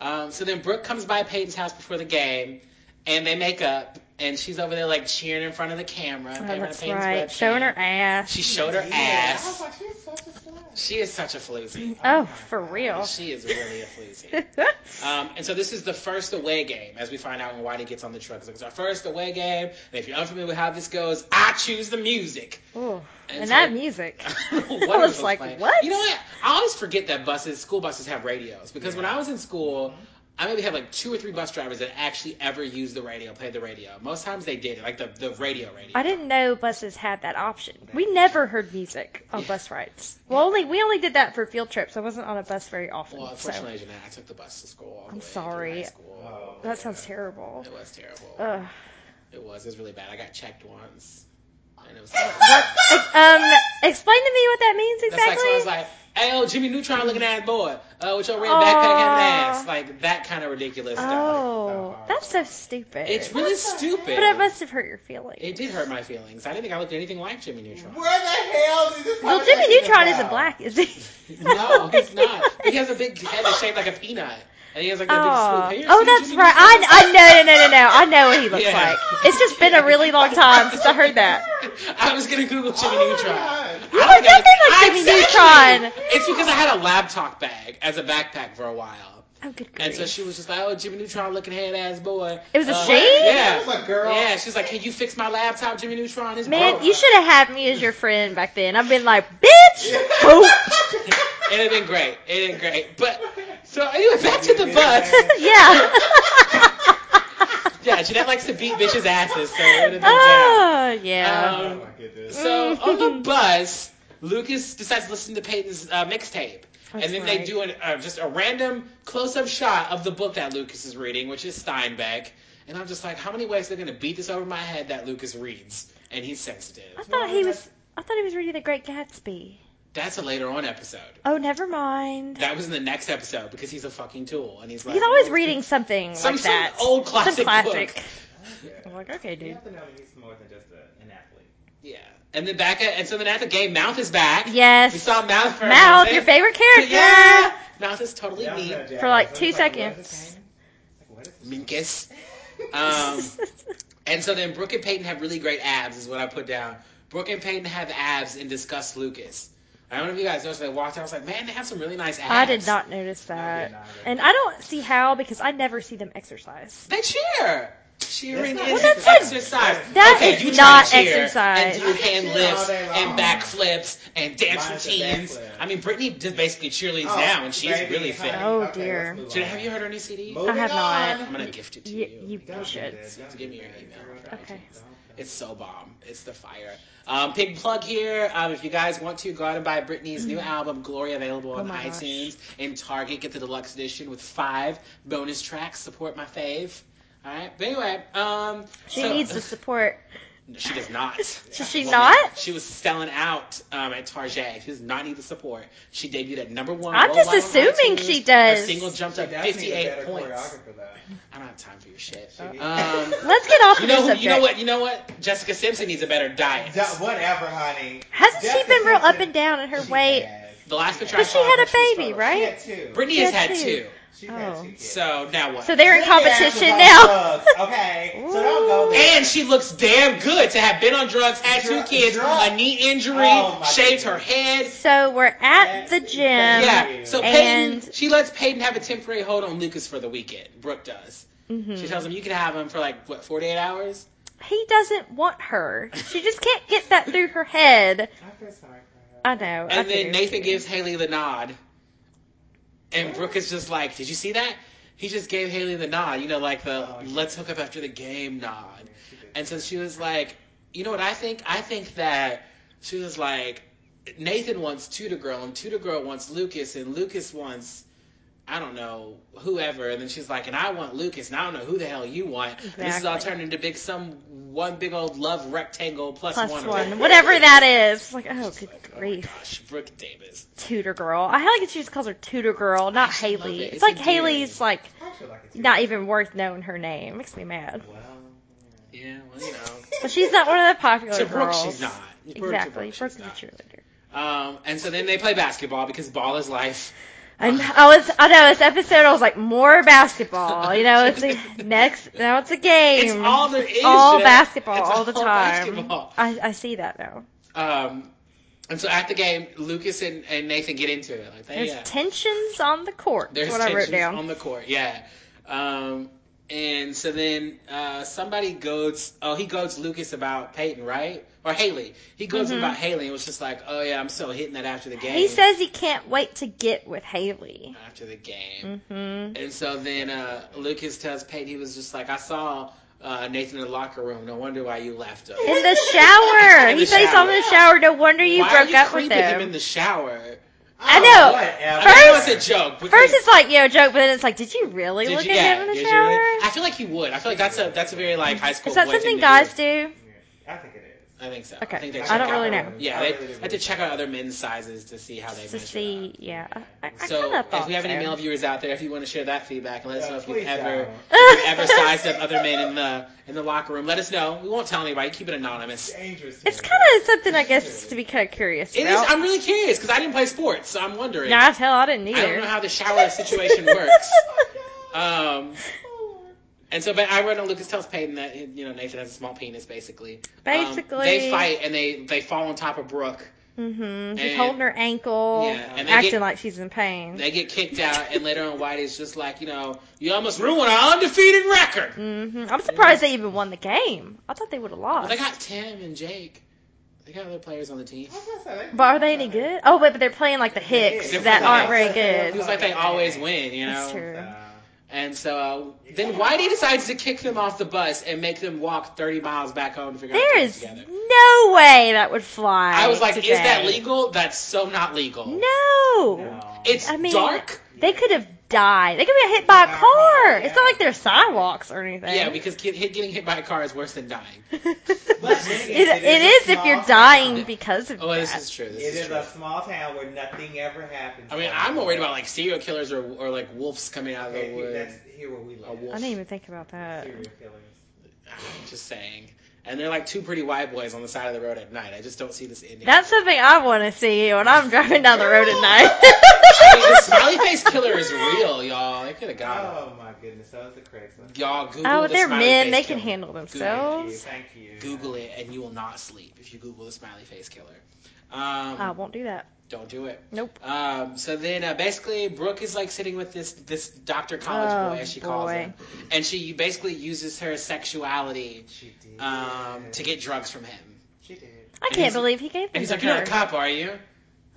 Speaker 2: Um, so then Brooke comes by Peyton's house before the game, and they make up, and she's over there like cheering in front of the camera. in
Speaker 1: Oh,
Speaker 2: front of
Speaker 1: that's
Speaker 2: Peyton's
Speaker 1: right,
Speaker 2: webcam.
Speaker 1: showing her ass.
Speaker 2: She showed her
Speaker 4: I was
Speaker 2: ass.
Speaker 4: like, she's such a slut.
Speaker 2: She is such a floozy.
Speaker 1: Oh, for real.
Speaker 2: She is really a floozy. Um, and so this is the first away game, as we find out when Whitey gets on the truck. So It's our first away game. And if you're unfamiliar with how this goes, I choose the music.
Speaker 1: Ooh,
Speaker 2: And
Speaker 1: and,
Speaker 2: so-
Speaker 1: that music.
Speaker 2: What
Speaker 1: I
Speaker 2: is
Speaker 1: was
Speaker 2: this
Speaker 1: like,
Speaker 2: playing?
Speaker 1: what?
Speaker 2: You know what? I always forget that buses, school buses, have radios because when I was in school, I maybe had like two or three bus drivers that actually ever used the radio, played the radio. Most times they did, like the the radio radio.
Speaker 1: I didn't know buses had that option. We never heard music on bus rides. Well, only we only did that for field trips. I wasn't on a bus very often.
Speaker 2: Well,
Speaker 1: so
Speaker 2: unfortunately, Jeanette, I took the bus to school. all the
Speaker 1: I'm
Speaker 2: way through
Speaker 1: sorry. Uh,
Speaker 2: high school.
Speaker 4: Oh.
Speaker 1: that sounds terrible.
Speaker 2: It was terrible.
Speaker 1: Ugh.
Speaker 2: It was. It was really bad. I got checked once, and it was.
Speaker 1: Ex- um, explain to me what that means
Speaker 2: That's like
Speaker 1: exactly.
Speaker 2: so I was like, "Hey, old Jimmy Neutron looking ass boy, uh, with your red
Speaker 1: Aw.
Speaker 2: backpack having ass," like that kind of ridiculous stuff.
Speaker 1: oh, that's so stupid.
Speaker 2: It's really stupid.
Speaker 1: but it must have hurt your feelings.
Speaker 2: It did hurt my feelings. I didn't think I looked anything like Jimmy Neutron.
Speaker 4: Where the hell did this?
Speaker 1: Well,
Speaker 4: conversation
Speaker 1: Jimmy Neutron
Speaker 4: go?
Speaker 1: isn't black, is he?
Speaker 2: No, he's not. He has a big head that's shaped like a peanut, and he has like a
Speaker 1: Oh,
Speaker 2: big swoop. Have you
Speaker 1: oh,
Speaker 2: seen
Speaker 1: that's
Speaker 2: Jimmy
Speaker 1: right. I, I know, no, no, no, no. I know what he looks
Speaker 2: Yeah.
Speaker 1: like. It's just been a really long time since I heard that.
Speaker 2: Neutron? I was gonna Google Jimmy
Speaker 4: Oh my
Speaker 2: Neutron.
Speaker 4: God.
Speaker 1: You look nothing like Jimmy
Speaker 2: Exactly.
Speaker 1: Neutron.
Speaker 2: It's because I had a laptop bag as a backpack for a while.
Speaker 1: Oh, good grief.
Speaker 2: And so she was just like, "Oh, Jimmy Neutron looking head ass boy."
Speaker 1: It was a
Speaker 2: Uh,
Speaker 1: shade?
Speaker 2: Yeah,
Speaker 4: That was a girl.
Speaker 2: Yeah, she's like, "Can you fix my laptop, Jimmy Neutron?" Is
Speaker 1: Man,
Speaker 2: broke."
Speaker 1: you should have had me as your friend back then. I've been like, bitch. boop.
Speaker 2: It'd have been great. It'd have been great. But so anyway, back to the bus.
Speaker 1: yeah.
Speaker 2: Yeah, Jeanette likes to beat bitches' asses, so it would have been Um,
Speaker 1: Oh,
Speaker 2: down.
Speaker 1: yeah.
Speaker 4: Oh my goodness.
Speaker 2: So on
Speaker 1: Mm-hmm.
Speaker 2: the bus, Lucas decides to listen to Peyton's uh, mixtape.
Speaker 1: That's
Speaker 2: And then they
Speaker 1: right.
Speaker 2: do an, uh, just a random close up shot of the book that Lucas is reading, which is Steinbeck. And I'm just like, how many ways are they going to beat this over my head that Lucas reads? And he's
Speaker 1: I
Speaker 2: sensitive.
Speaker 1: thought he was. I thought he was reading The Great Gatsby.
Speaker 2: That's a later on episode.
Speaker 1: Oh, never mind.
Speaker 2: That was in the next episode because he's a fucking tool. And he's like,
Speaker 1: He's always reading something
Speaker 2: some,
Speaker 1: like
Speaker 2: some
Speaker 1: that.
Speaker 2: old classic,
Speaker 1: Some classic.
Speaker 2: book.
Speaker 1: I'm like, okay,
Speaker 4: You
Speaker 1: dude.
Speaker 4: have to know that he's more than just a, an athlete.
Speaker 2: Yeah. And then back at, and so then at the game, Mouth is back.
Speaker 1: Yes.
Speaker 2: We saw Mouth for a
Speaker 1: Mouth,
Speaker 2: moment.
Speaker 1: your favorite character.
Speaker 2: Yeah. Mouth is totally
Speaker 4: Yeah, I was
Speaker 2: me.
Speaker 4: gonna jazz.
Speaker 1: For like
Speaker 4: I was
Speaker 1: two
Speaker 4: like,
Speaker 1: seconds.
Speaker 4: What is this?
Speaker 2: Minkus. Um, and so then Brooke and Peyton have really great abs, is what I put down. Brooke and Peyton have abs and discuss Lucas. I don't know if you guys noticed. I walked out. I was like, man, they have some really nice abs.
Speaker 1: I did not notice that. Uh, And I don't see how because I never see them exercise.
Speaker 2: They cheer. Cheering
Speaker 4: That's not-
Speaker 2: is
Speaker 4: Well,
Speaker 1: that's like-
Speaker 2: exercise.
Speaker 1: That
Speaker 2: okay,
Speaker 1: is
Speaker 2: you
Speaker 1: not
Speaker 2: try to cheer
Speaker 1: exercise.
Speaker 2: And do hand
Speaker 4: Cheer all
Speaker 2: lifts
Speaker 4: day long.
Speaker 2: and back flips and dance
Speaker 4: Mine's a
Speaker 2: routines.
Speaker 4: backflip.
Speaker 2: I mean, Brittany just basically cheerleads
Speaker 4: Oh,
Speaker 2: now, and she's
Speaker 4: baby,
Speaker 2: really
Speaker 4: honey,
Speaker 2: fit.
Speaker 1: Oh,
Speaker 4: okay,
Speaker 1: dear.
Speaker 4: let's move
Speaker 2: Jen,
Speaker 4: on.
Speaker 2: have you heard her new CD?
Speaker 4: Moving
Speaker 1: have not.
Speaker 4: on.
Speaker 2: I'm gonna gift it to
Speaker 1: You,
Speaker 2: you.
Speaker 1: you,
Speaker 4: Gotta
Speaker 1: you
Speaker 4: do
Speaker 1: should.
Speaker 4: this. Gotta
Speaker 2: Give
Speaker 4: do
Speaker 2: me your
Speaker 4: this.
Speaker 2: email.
Speaker 1: Okay.
Speaker 2: It's so bomb. It's the fire. Um, big plug here. Um, if you guys want to, go out and buy Britney's new album, Glory, available on
Speaker 1: Mm-hmm. Oh my gosh.
Speaker 2: iTunes and Target. Get the deluxe edition with five bonus tracks. Support my fave. All right. But anyway, um,
Speaker 1: She
Speaker 2: so-
Speaker 1: needs the support.
Speaker 2: She does not.
Speaker 1: Does she
Speaker 2: Woman.
Speaker 1: not?
Speaker 2: She was selling out um, at Target. She does not need the support. She debuted at number one.
Speaker 1: I'm just
Speaker 2: worldwide on
Speaker 1: assuming
Speaker 2: iTunes.
Speaker 1: she does.
Speaker 2: Her single jumped
Speaker 4: She
Speaker 2: up
Speaker 4: does need a
Speaker 2: 58
Speaker 4: better
Speaker 2: points.
Speaker 4: choreographer, though.
Speaker 2: I don't have time for your
Speaker 1: Uh,
Speaker 2: shit.
Speaker 4: Should be-
Speaker 2: Um,
Speaker 1: Let's get off
Speaker 2: you
Speaker 1: of
Speaker 2: know,
Speaker 1: this
Speaker 2: who,
Speaker 1: subject.
Speaker 2: you know what? You know what? Jessica Simpson needs a better diet.
Speaker 4: Da- whatever, honey.
Speaker 1: Hasn't she
Speaker 4: Jessica
Speaker 1: been real up
Speaker 4: Simpson-
Speaker 1: and down in her
Speaker 4: She
Speaker 1: weight?
Speaker 4: has.
Speaker 2: The last picture I
Speaker 1: But she
Speaker 2: saw of
Speaker 1: had
Speaker 2: her,
Speaker 1: a
Speaker 2: she was
Speaker 1: baby,
Speaker 2: photo-
Speaker 4: She
Speaker 1: right?
Speaker 4: had two.
Speaker 2: Brittany has
Speaker 1: Yeah,
Speaker 2: had
Speaker 1: she-
Speaker 2: two.
Speaker 4: She had
Speaker 1: Oh.
Speaker 4: two kids.
Speaker 2: So now what?
Speaker 1: So they're in
Speaker 4: They asked
Speaker 1: competition
Speaker 4: about
Speaker 1: now.
Speaker 4: drugs, okay, so don't go there.
Speaker 2: and she looks damn good to have been on drugs, had
Speaker 4: Dr-
Speaker 2: two kids,
Speaker 4: drugs.
Speaker 2: a knee injury,
Speaker 4: Oh, my
Speaker 2: shaved
Speaker 4: goodness.
Speaker 2: her head.
Speaker 1: So we're at
Speaker 4: That's
Speaker 1: the gym.
Speaker 2: Yeah. So
Speaker 1: and-
Speaker 2: Peyton, she lets Peyton have a temporary hold on Lucas for the weekend. Brooke does.
Speaker 1: Mm-hmm. Hmm.
Speaker 2: She tells him you can have him for like what 48 hours.
Speaker 1: He doesn't want her. She just can't get that through her head.
Speaker 4: I feel sorry for her.
Speaker 1: I know. I
Speaker 2: And then
Speaker 1: do.
Speaker 2: Nathan gives Haley the nod. And Brooke is just like, Did you see that? He just gave Haley the nod, you know, like the
Speaker 4: Oh, yeah.
Speaker 2: let's hook up after the game nod.
Speaker 4: She did.
Speaker 2: And so she was like, You know what I think? I think that she was like, Nathan wants Tudor Girl, and Tudor Girl wants Lucas, and Lucas wants. I don't know whoever, and then she's like, and I want Lucas, and I don't know who the hell you want. And this is all
Speaker 1: Exactly.
Speaker 2: turned into big some one big old love rectangle plus,
Speaker 1: plus
Speaker 2: one,
Speaker 1: one,
Speaker 2: or whatever.
Speaker 1: whatever that is. Like, oh,
Speaker 2: It's
Speaker 1: good
Speaker 2: like, oh my
Speaker 1: grief,
Speaker 2: gosh, Brooke Davis.
Speaker 1: Tudor girl. I like that she just calls her Tudor girl, not
Speaker 2: actually love
Speaker 1: Haley.
Speaker 2: it.
Speaker 1: It's,
Speaker 2: It's
Speaker 1: like
Speaker 2: endearing.
Speaker 1: Haley's like
Speaker 4: I actually like it too.
Speaker 1: not even worth knowing her name. Makes me mad.
Speaker 4: Well,
Speaker 2: Yeah, well, you know.
Speaker 1: But she's not one of the popular
Speaker 2: to Brooke,
Speaker 1: girls.
Speaker 2: she's not. Brooke, to
Speaker 1: Exactly,
Speaker 2: Brooke,
Speaker 1: Brooke's
Speaker 2: she's
Speaker 1: a
Speaker 2: not.
Speaker 1: cheerleader.
Speaker 2: Um, and so then they play basketball because ball is life.
Speaker 1: And I was, I know this episode. I was like, more basketball. You know, it's the next. Now it's a game.
Speaker 2: It's all there is.
Speaker 1: all
Speaker 2: Jeanette.
Speaker 1: basketball
Speaker 2: It's
Speaker 1: all the
Speaker 2: all
Speaker 1: time.
Speaker 2: basketball.
Speaker 1: I, I see that now.
Speaker 2: Um, and so at the game, Lucas and, and Nathan get into it. Like they,
Speaker 1: There's
Speaker 2: yeah.
Speaker 1: tensions on the court.
Speaker 2: There's
Speaker 1: That's what I wrote
Speaker 2: tensions
Speaker 1: down.
Speaker 2: on the court. Yeah. Um, and so then uh, somebody goats. Oh, he goats Lucas about Peyton, right? Or Haley. He goats him about Haley and was just like, "Oh yeah, I'm so hitting that after the game."
Speaker 1: Mm-hmm. He says he can't wait to get with Haley.
Speaker 2: after the game.
Speaker 1: hmm
Speaker 2: And so then uh, Lucas tells Peyton, he was just like, I saw uh, Nathan in the locker room. No wonder why you left him.
Speaker 1: In the shower.
Speaker 2: In the
Speaker 1: he says on the shower. No wonder you
Speaker 2: why
Speaker 1: broke
Speaker 2: are you
Speaker 1: up with
Speaker 2: creeping
Speaker 1: him.
Speaker 2: in the shower?
Speaker 1: I know.
Speaker 4: Whatever.
Speaker 2: I know
Speaker 1: First-
Speaker 2: it's a joke. but
Speaker 1: First,
Speaker 2: then-
Speaker 1: it's like, you know, joke, but then it's like, did you really
Speaker 2: did
Speaker 1: look
Speaker 2: you-
Speaker 1: at
Speaker 2: yeah,
Speaker 1: him in
Speaker 2: did
Speaker 1: the
Speaker 2: you
Speaker 1: shower?
Speaker 2: really- I feel like he would. I feel like that's a that's a very like high school.
Speaker 1: Is that
Speaker 2: boy
Speaker 1: something
Speaker 2: thing to
Speaker 1: guys
Speaker 2: do.
Speaker 1: do?
Speaker 4: I think it is.
Speaker 2: I think so.
Speaker 1: Okay.
Speaker 2: I, think they
Speaker 1: I
Speaker 2: check
Speaker 1: don't
Speaker 2: out-
Speaker 1: really know.
Speaker 4: I
Speaker 2: Yeah, they
Speaker 4: really do.
Speaker 2: have to check out other men's sizes to see how they
Speaker 1: To
Speaker 2: measure
Speaker 1: see,
Speaker 2: up.
Speaker 1: yeah. I, I
Speaker 2: So,
Speaker 1: kind of thought
Speaker 2: if we have any
Speaker 1: so.
Speaker 2: male viewers out there, if you want to share that feedback and let us
Speaker 4: Yeah,
Speaker 2: know if you've
Speaker 4: please
Speaker 2: ever
Speaker 4: don't.
Speaker 2: if you've ever sized up other men in the in the locker room, let us know. We won't tell anybody. Keep it anonymous.
Speaker 4: It's dangerous.
Speaker 1: It's kind of something I guess to be kind of curious
Speaker 2: It is.
Speaker 1: about.
Speaker 2: I'm really curious because I didn't play sports, so I'm wondering.
Speaker 1: Nah, hell, I didn't
Speaker 2: I
Speaker 1: either.
Speaker 2: don't know how the shower situation works. Um, and so, but I read on Lucas tells Peyton that you know Nathan has a small penis, basically. Um,
Speaker 1: Basically.
Speaker 2: they fight and they they fall on top of Brooke.
Speaker 1: hmm She's
Speaker 2: And-
Speaker 1: holding her ankle,
Speaker 2: Yeah, and they
Speaker 1: acting
Speaker 2: get-
Speaker 1: like she's in pain.
Speaker 2: They get kicked out, and later on, Whitey's just like, you know, you almost ruined our undefeated record.
Speaker 1: hmm I'm surprised they even won the game. I thought they would have
Speaker 2: Well,
Speaker 1: lost.
Speaker 2: they got Tim and Jake. They got other players on the team.
Speaker 1: but are they any good? Oh wait, but they're playing like the Hicks
Speaker 2: They're
Speaker 1: that aren't very
Speaker 2: playing-
Speaker 1: good.
Speaker 2: Feels like they always win, you know.
Speaker 1: That's true.
Speaker 4: uh,
Speaker 2: And so uh, then Whitey decides to kick them off the bus and make them walk 30 miles back home to figure out how
Speaker 1: There
Speaker 2: to get
Speaker 1: is
Speaker 2: together.
Speaker 1: no way that would fly.
Speaker 2: I was like,
Speaker 1: today.
Speaker 2: is that legal? That's so not legal.
Speaker 1: No.
Speaker 2: It's
Speaker 1: I mean,
Speaker 2: dark.
Speaker 1: They could have died. They could have been hit by a
Speaker 4: Yeah.
Speaker 1: car. It's not like there's sidewalks or anything.
Speaker 2: Yeah, because get, hit, getting hit by a car is worse than dying.
Speaker 1: it, it is if you're dying because of
Speaker 2: Oh,
Speaker 1: that.
Speaker 2: this is true. This
Speaker 4: It
Speaker 2: is
Speaker 4: is
Speaker 2: true.
Speaker 4: a small town where nothing ever happens.
Speaker 2: I mean, I'm more worried about like serial killers or, or like wolves coming out of the
Speaker 4: Okay,
Speaker 2: woods.
Speaker 4: that's here where we live.
Speaker 2: A wolf.
Speaker 1: I didn't even think about that.
Speaker 4: Serial killers.
Speaker 2: I'm just saying. And they're like two pretty white boys on the side of the road at night. I just don't see this ending.
Speaker 1: That's something I want to see when I'm driving down the road at
Speaker 2: I mean, the smiley
Speaker 1: night.
Speaker 2: face killer is real, y'all. They could have got him.
Speaker 4: Oh my goodness, that was a Craigslist.
Speaker 2: Y'all Google
Speaker 1: Oh,
Speaker 2: the
Speaker 1: they're
Speaker 2: smiley
Speaker 1: men.
Speaker 2: face
Speaker 1: They can
Speaker 2: killer.
Speaker 1: handle
Speaker 4: Thank you.
Speaker 1: themselves.
Speaker 4: Thank you.
Speaker 2: Google it and you will not sleep if you Google the smiley face killer. Um,
Speaker 1: I won't do that.
Speaker 2: don't do it.
Speaker 1: Nope.
Speaker 2: Um, so then, uh, basically, Brooke is like sitting with this this Dr. College
Speaker 1: Oh,
Speaker 2: boy, as she calls
Speaker 1: boy.
Speaker 2: him, and she basically uses her sexuality
Speaker 4: She did.
Speaker 2: um, to get drugs from him.
Speaker 4: She did.
Speaker 1: I
Speaker 2: And
Speaker 1: can't
Speaker 2: he's-
Speaker 1: believe he gave
Speaker 2: And
Speaker 1: them
Speaker 2: he's
Speaker 1: to
Speaker 2: like, "You're not a
Speaker 1: her.
Speaker 2: cop, are you?"
Speaker 4: I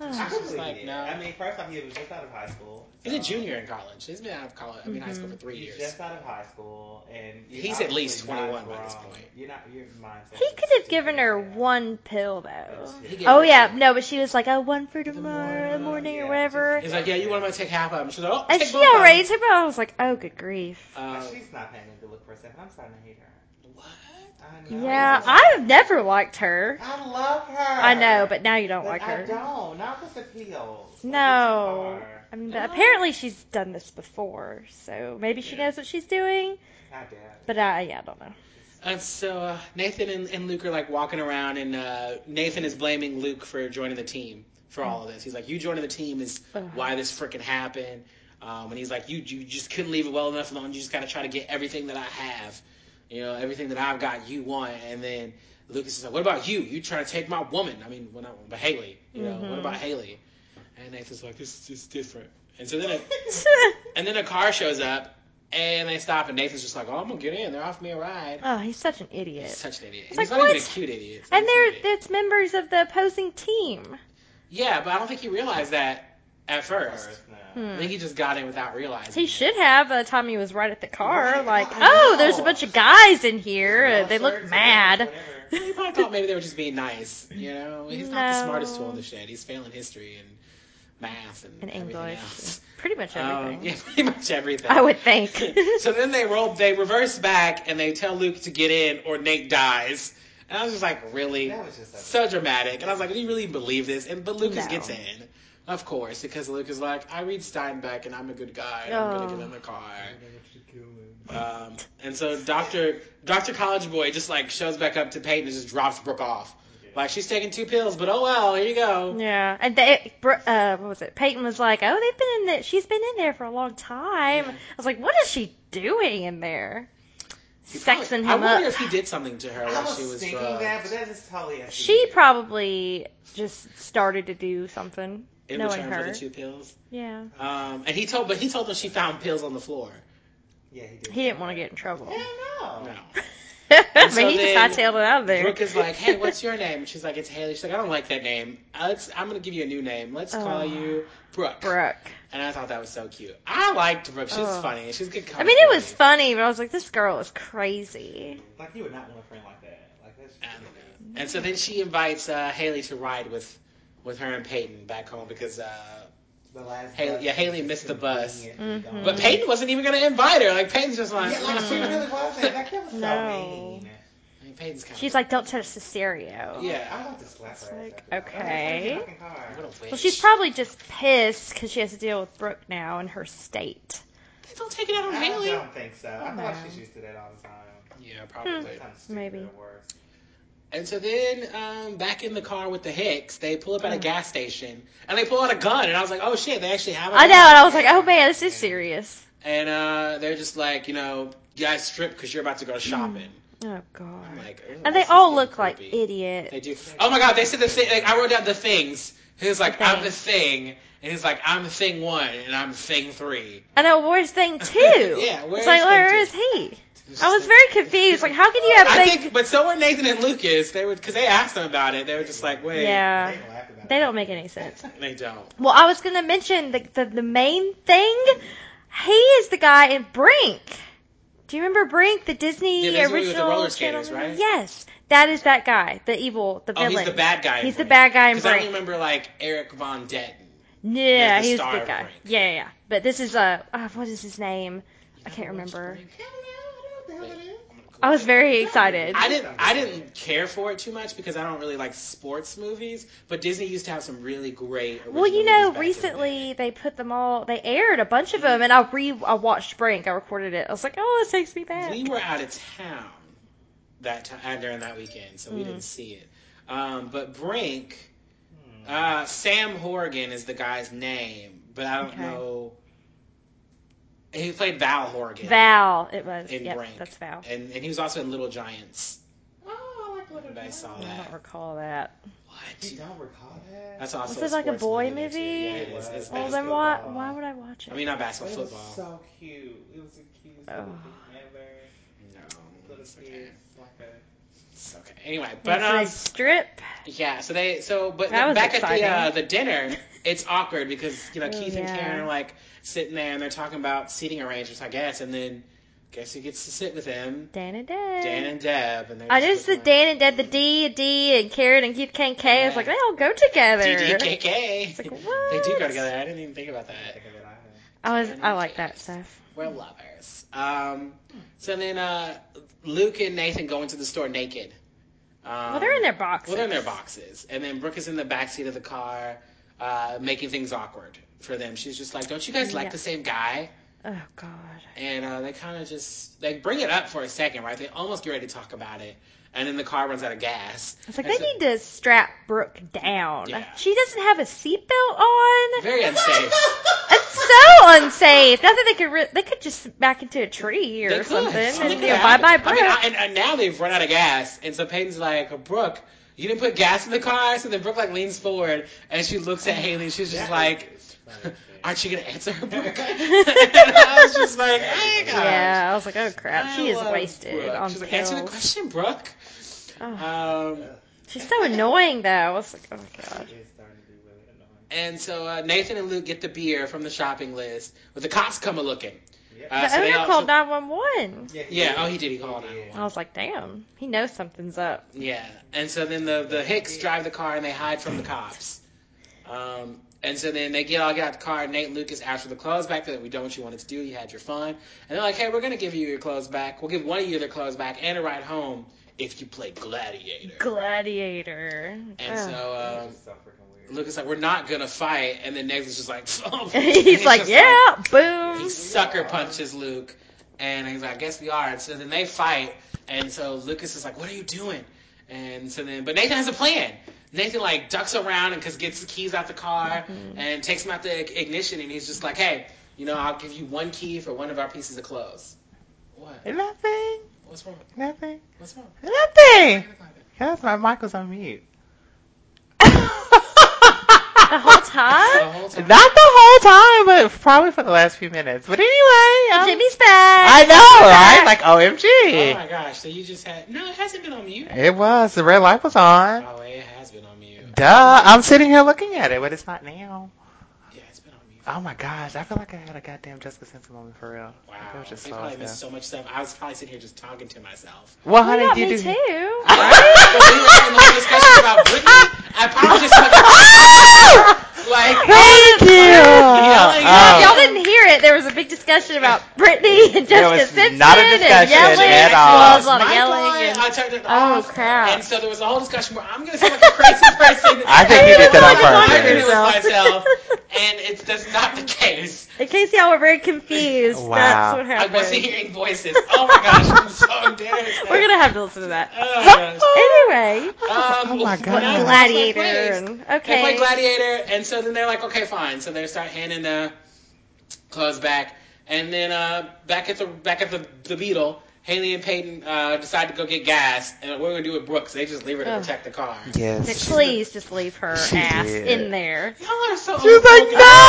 Speaker 1: Oh.
Speaker 2: She's
Speaker 4: believe
Speaker 2: like,
Speaker 4: it.
Speaker 2: no.
Speaker 4: I mean, first off, he was just out of high school.
Speaker 2: He's a
Speaker 3: Uh-huh.
Speaker 4: so-
Speaker 2: junior in college. He's been out of college. I mean, high school
Speaker 1: Mm-hmm.
Speaker 2: for three
Speaker 4: He's
Speaker 2: years.
Speaker 4: just out of high school, and you're
Speaker 2: He's at
Speaker 4: obviously
Speaker 2: least
Speaker 4: not
Speaker 2: 21 by this
Speaker 4: wrong.
Speaker 2: point.
Speaker 4: You're not. Your mindset.
Speaker 1: He
Speaker 4: is
Speaker 1: could have given her
Speaker 4: ridiculous.
Speaker 1: one pill though.
Speaker 4: He
Speaker 2: gave
Speaker 1: Oh
Speaker 2: her
Speaker 1: yeah,
Speaker 2: two.
Speaker 1: no, but she was like, "Oh, one for tomorrow morning
Speaker 4: yeah,
Speaker 1: or whatever."
Speaker 2: He's like, "Yeah, you want me to take half of them?" She's like, "Oh,
Speaker 1: And
Speaker 2: take
Speaker 1: she
Speaker 2: both of 'em."
Speaker 1: already took. I was like, "Oh, good grief."
Speaker 2: Uh,
Speaker 4: She's not paying a good look for herself. I'm starting to hate her.
Speaker 2: What?
Speaker 4: I know.
Speaker 1: Yeah, I've never liked her.
Speaker 4: I love her.
Speaker 1: I know, but now you don't
Speaker 4: But
Speaker 1: like
Speaker 4: I
Speaker 1: her.
Speaker 4: don't. Not this appeal.
Speaker 1: No. I mean, but
Speaker 2: No.
Speaker 1: apparently she's done this before, so maybe she
Speaker 2: Yeah.
Speaker 1: knows what she's doing.
Speaker 4: Not that.
Speaker 1: But I, yeah, I don't know.
Speaker 2: And so uh, Nathan and, and Luke are like walking around, and uh, Nathan is blaming Luke for joining the team for all of this. He's like, "You joining the team is
Speaker 1: Ugh.
Speaker 2: why this freaking happened," um, and he's like, "You you just couldn't leave it well enough alone. You just gotta try to get everything that I have, you know, everything that I've got. You want." And then Lucas is like, "What about you? You trying to take my woman? I mean, well, not woman, but Haley. You know, what
Speaker 1: Mhm.
Speaker 2: about Haley?" And Nathan's like, "This is different." And so then. It, and then a car shows up, and they stop, and Nathan's just like, "Oh, I'm gonna get in. They're offering me a ride."
Speaker 1: oh, he's such an
Speaker 2: He's
Speaker 1: idiot.
Speaker 2: such an idiot.
Speaker 1: It's like,
Speaker 2: He's not even a
Speaker 1: what?
Speaker 2: cute idiot.
Speaker 1: And
Speaker 2: He's an
Speaker 1: they're
Speaker 2: idiot.
Speaker 1: it's members of the opposing team.
Speaker 2: yeah, but I don't think he realized that at first.
Speaker 4: First, no.
Speaker 2: I
Speaker 1: Hmm.
Speaker 2: think he just got in without realizing.
Speaker 1: He
Speaker 2: it.
Speaker 1: should have by the time he was right at the car.
Speaker 4: Right,
Speaker 1: Like,
Speaker 4: I
Speaker 1: oh,
Speaker 4: know.
Speaker 1: there's a bunch of guys in here.
Speaker 4: Yellow
Speaker 1: Uh, they
Speaker 4: shirts
Speaker 1: look
Speaker 4: and
Speaker 1: mad.
Speaker 4: whatever.
Speaker 2: He probably thought maybe they were just being nice. You know, he's not the
Speaker 1: No.
Speaker 2: smartest tool in the shed. He's failing history and math and,
Speaker 1: In
Speaker 2: everything
Speaker 1: English,
Speaker 2: else.
Speaker 1: pretty much everything.
Speaker 2: Um, yeah, pretty much everything.
Speaker 1: I would think.
Speaker 2: so then they roll, they reverse back, and they tell Luke to get in, or Nate dies. And I was just like, really,
Speaker 4: That was just
Speaker 2: so dramatic. And I was like, do you really believe this? And but Lucas
Speaker 1: No.
Speaker 2: gets in, of course, because Luke is like, I read Steinbeck, and I'm a good guy. and I'm gonna
Speaker 1: Oh.
Speaker 2: get in the car.
Speaker 4: a-
Speaker 2: Um, and so Doctor Doctor College Boy just like shows back up to Peyton and just drops Brooke off. Like she's taking two pills, but oh well, here you go.
Speaker 1: yeah, and they, Br- uh, what was it? Peyton was like, "Oh, they've been in there. She's been in there for a long time."
Speaker 2: Yeah.
Speaker 1: I was like, "What is she doing in there?"
Speaker 2: He probably-
Speaker 1: Sexing
Speaker 2: I
Speaker 1: him
Speaker 2: wonder
Speaker 1: up.
Speaker 2: if he did something to her
Speaker 4: I
Speaker 2: while
Speaker 4: was,
Speaker 2: she was
Speaker 4: thinking
Speaker 2: drugged.
Speaker 4: that, but that is totally.
Speaker 1: She
Speaker 4: SVU.
Speaker 1: probably just started to do something,
Speaker 2: in
Speaker 1: knowing
Speaker 2: return for
Speaker 1: her.
Speaker 2: the two pills.
Speaker 1: Yeah,
Speaker 2: Um, and he told, but he told them she found pills on the floor.
Speaker 4: Yeah, he did.
Speaker 1: he didn't want to get in trouble.
Speaker 4: Hell
Speaker 3: Oh.
Speaker 4: no.
Speaker 2: No.
Speaker 1: I mean,
Speaker 2: so
Speaker 1: he just
Speaker 2: then
Speaker 1: hightailed it out of there.
Speaker 2: Brooke is like, "Hey, what's your name?" And she's like, "It's Haley." She's like, "I don't like that name. Uh, Let's, I'm gonna give you a new name. Let's
Speaker 1: Oh.
Speaker 2: call you Brooke."
Speaker 1: Brooke.
Speaker 2: And I thought that was so cute. I liked Brooke. She was
Speaker 1: Oh.
Speaker 2: funny. She was good.
Speaker 1: I mean, it
Speaker 2: company.
Speaker 1: was funny, but I was like, this girl is crazy.
Speaker 4: Like you would not want a friend like that. Like that's.
Speaker 2: I don't know. And so then she invites uh, Haley to ride with with her and Peyton back home because. Uh,
Speaker 4: The last.
Speaker 2: Haley-
Speaker 4: bus
Speaker 2: yeah,
Speaker 4: was
Speaker 2: Haley
Speaker 4: just
Speaker 2: missed the bus.
Speaker 4: convenient.
Speaker 1: Mhm.
Speaker 2: but Peyton wasn't even gonna invite her. Like Peyton's just like,
Speaker 4: Yeah, like she
Speaker 2: "Mm."
Speaker 4: really wasn't. Like that was so
Speaker 1: No.
Speaker 4: mean.
Speaker 2: I mean, Peyton's kind
Speaker 1: She's oh.
Speaker 2: of
Speaker 1: like, don't touch the stereo.
Speaker 4: I
Speaker 2: yeah.
Speaker 4: want to slap her.
Speaker 1: It's like,
Speaker 4: ass after that.
Speaker 1: okay.
Speaker 4: Fucking hard.
Speaker 2: What a witch.
Speaker 1: Well, she's probably just pissed because she has to deal with Brooke now in her state.
Speaker 2: don't take it out on
Speaker 4: I
Speaker 2: Haley.
Speaker 4: don't think so. I
Speaker 1: Oh, No.
Speaker 4: thought she's used to that all the time.
Speaker 1: Hmm.
Speaker 2: Yeah, probably.
Speaker 4: Sometimes stupid
Speaker 1: Maybe.
Speaker 4: or worse.
Speaker 2: And so then, um, back in the car with the Hicks, they pull up at a
Speaker 1: Mm.
Speaker 2: gas station and they pull out a gun. And I was like, oh shit, they actually have a
Speaker 1: I know,
Speaker 2: gun.
Speaker 1: and I was like, oh man, this is serious.
Speaker 2: And uh, they're just like, you know, you guys strip because you're about to go shopping.
Speaker 1: Oh
Speaker 2: I'm
Speaker 1: god.
Speaker 2: like, "Ooh,
Speaker 1: And they
Speaker 2: this is
Speaker 1: all
Speaker 2: getting
Speaker 1: look like
Speaker 2: creepy." They
Speaker 1: idiots.
Speaker 2: do. Oh my god, they said the thing. Like, I wrote down the things. He's like,
Speaker 1: The
Speaker 2: I'm the thing. And he's like, I'm thing one and I'm thing three.
Speaker 1: I know, where's thing two?
Speaker 2: Yeah, where
Speaker 1: It's
Speaker 2: is
Speaker 1: like,
Speaker 2: thing
Speaker 1: where
Speaker 2: two?
Speaker 1: is he?
Speaker 2: It's
Speaker 1: I was
Speaker 2: just
Speaker 1: very confused. Like, how can you have
Speaker 2: I
Speaker 1: thing?
Speaker 2: think, but so were Nathan and Lucas. They were, because they asked them about it. They were just like, wait.
Speaker 1: Yeah,
Speaker 4: They laugh about
Speaker 1: Uh, they
Speaker 4: it.
Speaker 1: don't make any sense.
Speaker 2: They don't.
Speaker 1: Well, I was gonna mention the the, the main thing. He is the guy in Brink. Do you remember Brink, the Disney
Speaker 2: Yeah, that's the one with the
Speaker 1: original?
Speaker 2: roller
Speaker 1: channel
Speaker 2: skaters,
Speaker 1: movie?
Speaker 2: right?
Speaker 1: Yes, that is that guy, the evil, the
Speaker 2: Oh,
Speaker 1: villain.
Speaker 2: he's the bad guy. in
Speaker 1: He's the
Speaker 2: Brink.
Speaker 1: bad guy in
Speaker 2: 'Cause I
Speaker 1: Brink.
Speaker 2: don't remember like Eric Von Detten.
Speaker 1: Yeah,
Speaker 2: the
Speaker 1: he's the
Speaker 2: star
Speaker 1: big
Speaker 2: of
Speaker 1: guy.
Speaker 2: Brink.
Speaker 1: Yeah, yeah, yeah. But this is uh, uh, what is his name? I can't remember.
Speaker 4: Hell no, I don't know what the hell it is.
Speaker 1: I was very excited.
Speaker 2: I didn't. I didn't care for it too much because I don't really like sports movies. But Disney used to have some really great. Original
Speaker 1: Well, you know,
Speaker 2: movies back in the day.
Speaker 1: recently they put them all. They aired a bunch of them, and I re I watched Brink. I recorded it. I was like, oh, this takes me back.
Speaker 2: we were out of town that time during that weekend, so we
Speaker 1: Mm.
Speaker 2: didn't see it. Um, but Brink, uh, Sam Horgan is the guy's name, but I don't
Speaker 1: Okay.
Speaker 2: know. He played Val Horgan,
Speaker 1: Val, it was.
Speaker 2: In
Speaker 1: Yep,
Speaker 2: Brink.
Speaker 1: that's Val.
Speaker 2: and and he was also in Little Giants.
Speaker 4: Oh, I like Little
Speaker 2: Everybody saw
Speaker 1: I
Speaker 2: that.
Speaker 1: don't recall that.
Speaker 2: What?
Speaker 4: You don't recall that?
Speaker 2: That's also
Speaker 1: Was it like a
Speaker 2: sports
Speaker 1: boy
Speaker 2: movie, too.
Speaker 1: movie?
Speaker 2: Yeah, it is.
Speaker 4: Well,
Speaker 2: It's
Speaker 1: Well, then
Speaker 2: basketball.
Speaker 1: why
Speaker 4: basketball.
Speaker 1: why would I watch it?
Speaker 2: I mean, not basketball,
Speaker 4: It was
Speaker 2: football.
Speaker 4: so cute. It was the cutest little
Speaker 1: Oh.
Speaker 4: thing ever.
Speaker 2: no,
Speaker 4: Little
Speaker 2: it's okay.
Speaker 4: kids, like a.
Speaker 2: It's okay. Anyway,
Speaker 1: But
Speaker 2: but um,
Speaker 1: strip.
Speaker 2: yeah. So they, so but
Speaker 1: That was
Speaker 2: back
Speaker 1: exciting.
Speaker 2: at the uh, the dinner, it's awkward because you know
Speaker 1: Oh,
Speaker 2: Keith and
Speaker 1: yeah.
Speaker 2: Karen are like sitting there and they're talking about seating arrangements, I guess, and then guess who gets to sit with them?
Speaker 1: Dan and Deb.
Speaker 2: Dan and Deb, and they're
Speaker 1: I noticed
Speaker 2: just
Speaker 1: the
Speaker 2: looking
Speaker 1: Dan and Deb, the D, D, and Karen and Keith Kane K. I was
Speaker 2: Yeah.
Speaker 1: like, they all go together.
Speaker 2: like,
Speaker 1: It's
Speaker 2: DDKK.
Speaker 1: like,
Speaker 2: They do
Speaker 1: what?
Speaker 2: go together. I didn't even think about that.
Speaker 4: Think of it, I
Speaker 1: I was
Speaker 2: And
Speaker 1: I
Speaker 2: we
Speaker 1: like
Speaker 2: can't.
Speaker 1: that stuff.
Speaker 2: We're lovers. Um, so then uh, Luke and Nathan go into the store naked. Um,
Speaker 1: Well, they're in their boxes.
Speaker 2: Well, they're in their boxes. And then Brooke is in the backseat of the car, uh, making things awkward for them. She's just like, don't you guys like
Speaker 1: Yeah.
Speaker 2: the same guy?
Speaker 1: Oh God.
Speaker 2: And uh, they kind of just, they bring it up for a second, right? They almost get ready to talk about it. And then the car runs out of gas.
Speaker 1: It's like
Speaker 2: And
Speaker 1: they
Speaker 2: so-
Speaker 1: need to strap Brooke down.
Speaker 2: Yeah.
Speaker 1: She doesn't have a seatbelt on.
Speaker 2: Very unsafe.
Speaker 1: It's so unsafe. Not that they could. Re- they could just smack into a tree or
Speaker 2: They could.
Speaker 1: something
Speaker 2: Something
Speaker 1: and
Speaker 2: could
Speaker 1: you know, bye
Speaker 2: happen.
Speaker 1: bye
Speaker 2: I
Speaker 1: Brooke.
Speaker 2: mean, I- and, and now they've run out of gas, and so Peyton's like, Brooke, you didn't put gas in the car. So then Brooke like leans forward and she looks at Haley. and She's just like, Aren't you gonna answer her, Brooke? and I was just like, Oh gosh.
Speaker 1: yeah, I was like, oh crap,
Speaker 2: I
Speaker 1: she is
Speaker 2: love
Speaker 1: wasted
Speaker 2: Brooke.
Speaker 1: on
Speaker 2: She's like,
Speaker 1: pills.
Speaker 2: Answer the question, Brooke.
Speaker 1: Oh,
Speaker 2: Um,
Speaker 1: she's so annoying though. I was like, oh god.
Speaker 2: and so uh, Nathan and Luke get the beer from the shopping list, but the cops come a looking. Uh,
Speaker 1: The
Speaker 2: so they
Speaker 1: owner
Speaker 2: all-
Speaker 1: called nine one one.
Speaker 2: Yeah. Oh, he did. He called. Yeah.
Speaker 1: I was like, damn, he knows something's up.
Speaker 2: Yeah, and so then the the Hicks drive the car and they hide from the cops. Um, and so then they get all get out the car. Nate and Lucas ask for the clothes back. They're like, "We done what you wanted to do. You had your fun." And they're like, "Hey, we're gonna give you your clothes back. We'll give one of you their clothes back and a ride home if you play Gladiator."
Speaker 1: Gladiator. Oh.
Speaker 2: and so um, Lucas like, "We're not gonna fight." And then Nate is just like, and
Speaker 1: he's like,
Speaker 2: just
Speaker 1: yeah,
Speaker 2: he
Speaker 1: boom.
Speaker 2: sucker punches Luke, and he's like, I guess we are. And so then they fight, and so Lucas is like, What are you doing? And so then, but Nathan has a plan. Nathan like ducks around and cause gets the keys out the car
Speaker 3: Mm-hmm.
Speaker 2: and takes them out the ig- ignition, and he's just like, Hey, you know, I'll give you one key for one of our pieces of clothes. What?
Speaker 3: Nothing.
Speaker 2: What's wrong?
Speaker 3: Nothing.
Speaker 2: What's wrong?
Speaker 3: Nothing. Yes, my mic was on mute.
Speaker 1: The whole
Speaker 2: The
Speaker 1: time,
Speaker 2: whole time.
Speaker 3: Not the whole time, but probably for the last few minutes. But anyway, um,
Speaker 1: Jimmy's back.
Speaker 3: I know, right? Like, OMG.
Speaker 2: Oh my gosh! So you just had no. It hasn't been on mute.
Speaker 3: It was. The red light was on.
Speaker 2: Oh, it has been on mute.
Speaker 3: Duh. I'm sitting here looking at it, but it's not now.
Speaker 2: Yeah, it's been on mute.
Speaker 3: Oh my gosh. I feel like I had a goddamn Jessica Simpson moment for real.
Speaker 2: Wow.
Speaker 3: It was just
Speaker 2: I
Speaker 3: so
Speaker 2: probably
Speaker 3: good.
Speaker 2: missed so much stuff. I was probably sitting here just talking to myself.
Speaker 3: Well,
Speaker 1: Well,
Speaker 3: honey,
Speaker 1: yeah,
Speaker 3: you
Speaker 1: me
Speaker 3: do.
Speaker 1: too.
Speaker 2: But we were having a whole discussion about Britney. I probably just like, like
Speaker 3: Thank you.
Speaker 2: yelling at
Speaker 1: If y'all
Speaker 3: Oh.
Speaker 1: didn't hear it, there was a big discussion about Brittany and
Speaker 3: There
Speaker 1: Jessica
Speaker 3: was
Speaker 1: Simpson
Speaker 3: not a
Speaker 1: and
Speaker 3: discussion
Speaker 1: yelling.
Speaker 3: at
Speaker 1: Well,
Speaker 3: all.
Speaker 1: it was a lot of
Speaker 2: my
Speaker 1: yelling.
Speaker 2: boy,
Speaker 1: and-
Speaker 2: I turned it
Speaker 1: Oh,
Speaker 2: off.
Speaker 1: crap.
Speaker 2: And so there was a whole discussion where I'm going to sound like a crazy person.
Speaker 3: I think you did that
Speaker 2: I'm
Speaker 3: on
Speaker 1: purpose.
Speaker 2: arguing with myself,
Speaker 1: Yourself.
Speaker 2: and it's that's not the case.
Speaker 1: In case y'all were very confused,
Speaker 3: Wow.
Speaker 1: that's what
Speaker 2: I
Speaker 1: happened.
Speaker 2: wasn't hearing voices. Oh my gosh, I'm so embarrassed.
Speaker 1: We're gonna have to listen to that.
Speaker 2: Oh, gosh.
Speaker 1: Anyway,
Speaker 2: Um,
Speaker 3: Oh my
Speaker 2: well,
Speaker 3: God.
Speaker 2: now-
Speaker 1: Gladiator.
Speaker 2: Place.
Speaker 1: and-
Speaker 2: They play
Speaker 1: Okay.
Speaker 2: Gladiator, and so then they're like, okay, fine. So they start handing the clothes back, and then uh, back at the back at the, the Beetle, Haley and Peyton uh, decide to go get gas, and what are we gonna do with Brooks? They just leave her to
Speaker 1: Ugh.
Speaker 2: protect the car.
Speaker 3: Yes.
Speaker 1: Please just leave her
Speaker 3: She
Speaker 1: ass
Speaker 3: did.
Speaker 1: in there.
Speaker 2: Y'all are so Oh,
Speaker 3: She's like,
Speaker 2: overconfident.
Speaker 3: no.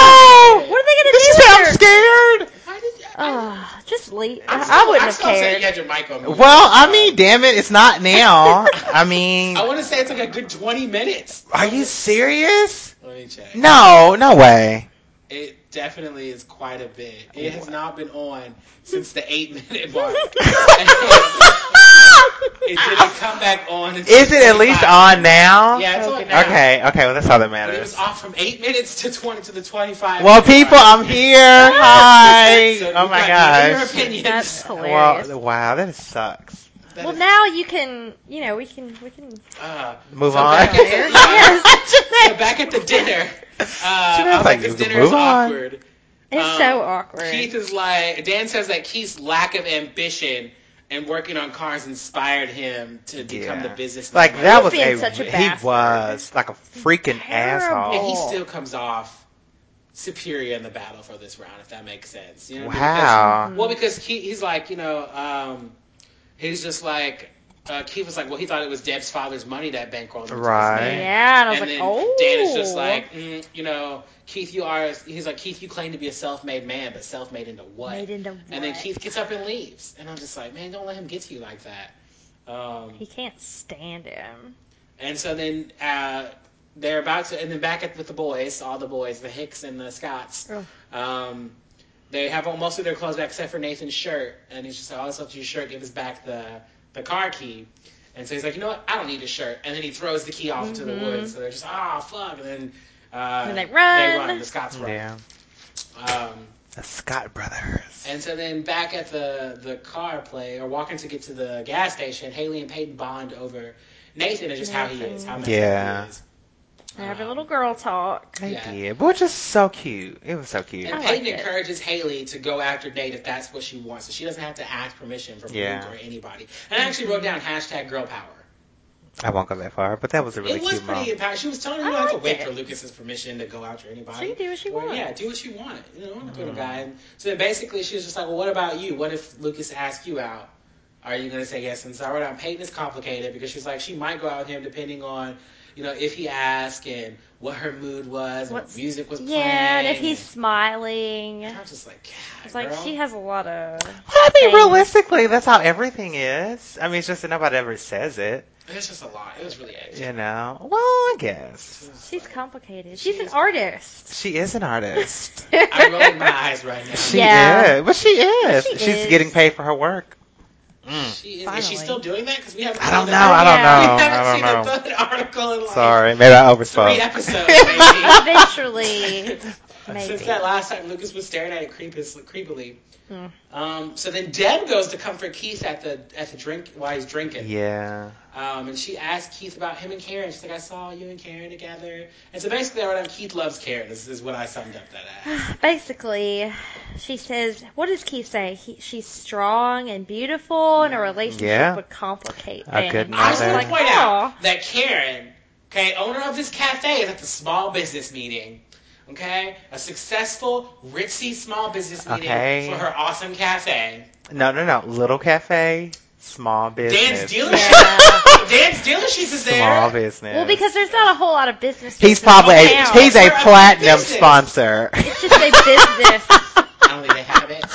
Speaker 1: Oh What are they
Speaker 3: She said,
Speaker 1: gonna do
Speaker 3: I'm
Speaker 1: with her?
Speaker 3: scared.
Speaker 2: Why did you- I-
Speaker 1: Oh, just leave.
Speaker 2: I'm
Speaker 1: I,
Speaker 2: still-
Speaker 1: I wouldn't
Speaker 2: I'm
Speaker 1: have
Speaker 2: still saying
Speaker 1: cared.
Speaker 2: You had your mic on. Uh,
Speaker 3: Well, I mean, damn it, it's not now. I mean,
Speaker 2: I want to say it's like a good 20 minutes.
Speaker 3: are you serious?
Speaker 2: Let me check.
Speaker 3: No, no way.
Speaker 2: It definitely is quite a bit. It has not been on since the eight minute mark. It didn't come back on. until
Speaker 3: Is it at least
Speaker 2: 25.
Speaker 3: on now?
Speaker 2: Yeah, it's on
Speaker 1: Okay.
Speaker 2: now.
Speaker 3: Okay, okay, well that's all that
Speaker 2: But it was
Speaker 3: matters.
Speaker 2: off from eight minutes to twenty to the twenty-five.
Speaker 3: Well,
Speaker 2: minute
Speaker 3: people,
Speaker 2: mark.
Speaker 3: I'm here. Hi.
Speaker 2: So
Speaker 3: Oh
Speaker 2: we've
Speaker 3: my
Speaker 2: got your
Speaker 3: gosh.
Speaker 2: opinions.
Speaker 1: That's hilarious.
Speaker 3: Well, wow, that sucks.
Speaker 2: That
Speaker 1: well,
Speaker 2: is-
Speaker 1: now you can, you know, we can, we can.
Speaker 2: uh,
Speaker 3: Move
Speaker 2: so
Speaker 3: on.
Speaker 2: Back at the,
Speaker 1: Yes,
Speaker 2: so back at the dinner, uh, I was
Speaker 3: like,
Speaker 2: like, "This
Speaker 3: you can
Speaker 2: dinner
Speaker 3: move
Speaker 2: is
Speaker 3: on.
Speaker 2: awkward."
Speaker 1: it's
Speaker 2: Um,
Speaker 1: so awkward.
Speaker 2: Keith is like, Dan says that Keith's lack of ambition and working on cars inspired him to become
Speaker 3: Yeah.
Speaker 2: the businessman.
Speaker 3: Like that
Speaker 1: He's
Speaker 3: was
Speaker 1: being
Speaker 3: a,
Speaker 1: such a
Speaker 3: he
Speaker 1: bastard.
Speaker 3: was like a freaking
Speaker 1: Terrible.
Speaker 2: And he
Speaker 3: asshole.
Speaker 2: still comes off superior in the battle for this round, if that makes sense. You know what I mean?
Speaker 3: Wow.
Speaker 2: Because- well, because he, he's like, you know, um, he's just like, uh, Keith was like, well, he thought it was Deb's father's money that bankrolled him.
Speaker 3: Right.
Speaker 1: yeah, and I was
Speaker 2: and
Speaker 1: like,
Speaker 2: then
Speaker 1: oh.
Speaker 2: Dan is just like, mm, you know, Keith, you are. He's like, Keith, you claim to be a self-made man, but self-made into what?
Speaker 1: Made into
Speaker 2: And then
Speaker 1: what?
Speaker 2: Keith gets up and leaves, and I'm just like, man, don't let him get to you like that. Um,
Speaker 1: He can't stand him.
Speaker 2: and so then uh, they're about to, and then back at with the boys, all the boys, the Hicks and the Scots.
Speaker 1: Ugh.
Speaker 2: Um, they have all, most of their clothes back except for Nathan's shirt, and he's just like, "All that's left is your shirt. Give us back the the car key." And so he's like, "You know what? I don't need a shirt." And then he throws the key off into the woods. So they're just, "Ah, fuck!" And then uh,
Speaker 1: And they run.
Speaker 2: They run. The Scots run.
Speaker 3: Yeah.
Speaker 2: Um,
Speaker 3: The Scott Brothers.
Speaker 2: And so then back at the, the car play or walking to get to the gas station, Haley and Peyton bond over Nathan and just how he is, how messed up
Speaker 3: Yeah.
Speaker 2: he is.
Speaker 1: They
Speaker 2: Um,
Speaker 1: have a little girl talk.
Speaker 3: They
Speaker 2: Yeah.
Speaker 3: did, but just so cute. It was so cute.
Speaker 2: And
Speaker 1: I
Speaker 2: Peyton
Speaker 1: like it.
Speaker 2: encourages Haley to go after Nate if that's what she wants. So she doesn't have to ask permission from
Speaker 3: Yeah.
Speaker 2: Luke or anybody. And I actually wrote down hashtag girl power.
Speaker 3: I won't go that far, but that was a really
Speaker 2: it was
Speaker 3: cute
Speaker 2: pretty
Speaker 3: moment.
Speaker 2: empowering. She was telling her
Speaker 1: I
Speaker 2: you don't have to
Speaker 1: liked it.
Speaker 2: wait for Lucas's permission to go after anybody.
Speaker 1: She can do what she
Speaker 2: Well,
Speaker 1: wants. Mm-hmm.
Speaker 2: Yeah, do what you want. You know, I'm not gonna guide. So then basically she was just like, Well, what about you? What if Lucas asks you out? Are you gonna say yes? And so I wrote down Peyton is complicated because she's like she might go out with him depending on, you know, if he asked and what her mood was, and what
Speaker 1: What's-
Speaker 2: music was playing.
Speaker 1: Yeah, and if he's smiling.
Speaker 2: and I'm just like, God,
Speaker 1: It's like
Speaker 2: girl.
Speaker 1: she has a lot of.
Speaker 3: Well, I mean,
Speaker 1: Thanks.
Speaker 3: realistically, that's how everything is. I mean, it's just that nobody ever says it,
Speaker 2: It's just a lot. It was really extra.
Speaker 3: you know. Well, I guess
Speaker 1: She's complicated. She's an artist.
Speaker 3: she is an artist.
Speaker 2: I'm rolling my eyes right now.
Speaker 3: She
Speaker 2: She,
Speaker 1: Yeah.
Speaker 3: is, but she is.
Speaker 1: She
Speaker 3: She's
Speaker 1: is.
Speaker 3: getting paid for her work. Mm.
Speaker 2: is. Is she
Speaker 1: Finally.
Speaker 2: still doing that? Because we haven't.
Speaker 3: I don't
Speaker 2: seen
Speaker 3: know.
Speaker 2: the-
Speaker 3: I don't
Speaker 1: Yeah.
Speaker 3: know.
Speaker 2: We haven't
Speaker 3: I
Speaker 2: seen
Speaker 3: don't
Speaker 2: the
Speaker 3: know.
Speaker 2: third article in like
Speaker 3: Sorry, maybe I
Speaker 2: three
Speaker 3: overspoke.
Speaker 2: episodes.
Speaker 1: Eventually,
Speaker 2: Maybe. Since
Speaker 1: maybe.
Speaker 2: that last time, Lucas was staring at it creepis- creepily.
Speaker 1: Hmm.
Speaker 2: Um, so then Deb goes to comfort Keith at the at the drink while he's drinking.
Speaker 3: Yeah.
Speaker 2: Um, and she asks Keith about him and Karen. She's like, "I saw you and Karen together." And so basically, I wrote down Keith loves Karen. This is what I summed up that as.
Speaker 1: Basically, she says, "What does Keith say? He, she's strong and beautiful, and a relationship
Speaker 3: Yeah.
Speaker 1: would complicate
Speaker 3: A
Speaker 1: things."
Speaker 3: good
Speaker 2: I just
Speaker 3: Mother.
Speaker 2: want
Speaker 1: like,
Speaker 2: to point
Speaker 1: "Aw."
Speaker 2: out that Karen, okay, owner of this cafe, is at the small business meeting. Okay, a successful, ritzy small business meeting
Speaker 3: Okay.
Speaker 2: for her awesome cafe.
Speaker 3: No, no, no. Little cafe, small
Speaker 2: Dan's
Speaker 3: business.
Speaker 2: dealership.
Speaker 1: Yeah.
Speaker 2: Dan's dealership is there.
Speaker 3: Small business.
Speaker 1: oh. well, because there's not a whole lot of business.
Speaker 3: he's probably
Speaker 1: going
Speaker 3: a,
Speaker 1: on.
Speaker 3: he's a
Speaker 2: We're a
Speaker 3: platinum
Speaker 2: business.
Speaker 3: sponsor.
Speaker 1: It's just a business.
Speaker 2: I don't think they have it.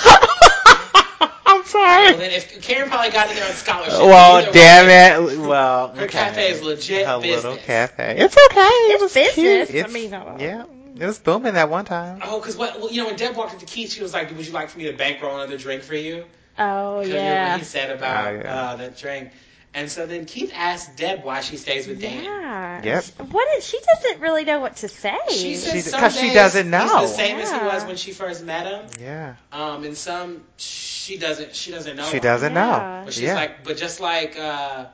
Speaker 3: I'm
Speaker 2: Well,
Speaker 3: sorry.
Speaker 2: then if Karen probably got in there on scholarship.
Speaker 3: Well, damn it. Well,
Speaker 2: Her
Speaker 3: okay.
Speaker 2: cafe is legit
Speaker 3: Her
Speaker 2: business.
Speaker 3: little cafe. It's okay. It
Speaker 1: It's
Speaker 3: was
Speaker 1: business.
Speaker 3: Cute. It's,
Speaker 1: I mean, uh, I don't know.
Speaker 3: yeah, it was booming that one time.
Speaker 2: Oh, because what? Well, you know, when Deb walked into Keith, she was like, "Would you like for me to bankroll another drink for you?"
Speaker 1: Oh
Speaker 2: Because
Speaker 1: yeah.
Speaker 2: What he said about
Speaker 3: Oh, yeah.
Speaker 2: uh, that drink. And so then Keith asked Deb why she stays with Dan.
Speaker 1: Yeah.
Speaker 3: Yep.
Speaker 1: What is she doesn't really know what to say.
Speaker 2: She says
Speaker 3: She-
Speaker 2: some
Speaker 3: 'cause she
Speaker 2: days
Speaker 3: doesn't know.
Speaker 2: He's the same as he
Speaker 1: Yeah.
Speaker 2: was when she first met him.
Speaker 3: Yeah,
Speaker 2: Um, and some she doesn't. She doesn't know.
Speaker 3: she
Speaker 2: him.
Speaker 3: doesn't
Speaker 1: Yeah.
Speaker 3: know.
Speaker 2: But she's
Speaker 3: yeah,
Speaker 2: like, but just like uh,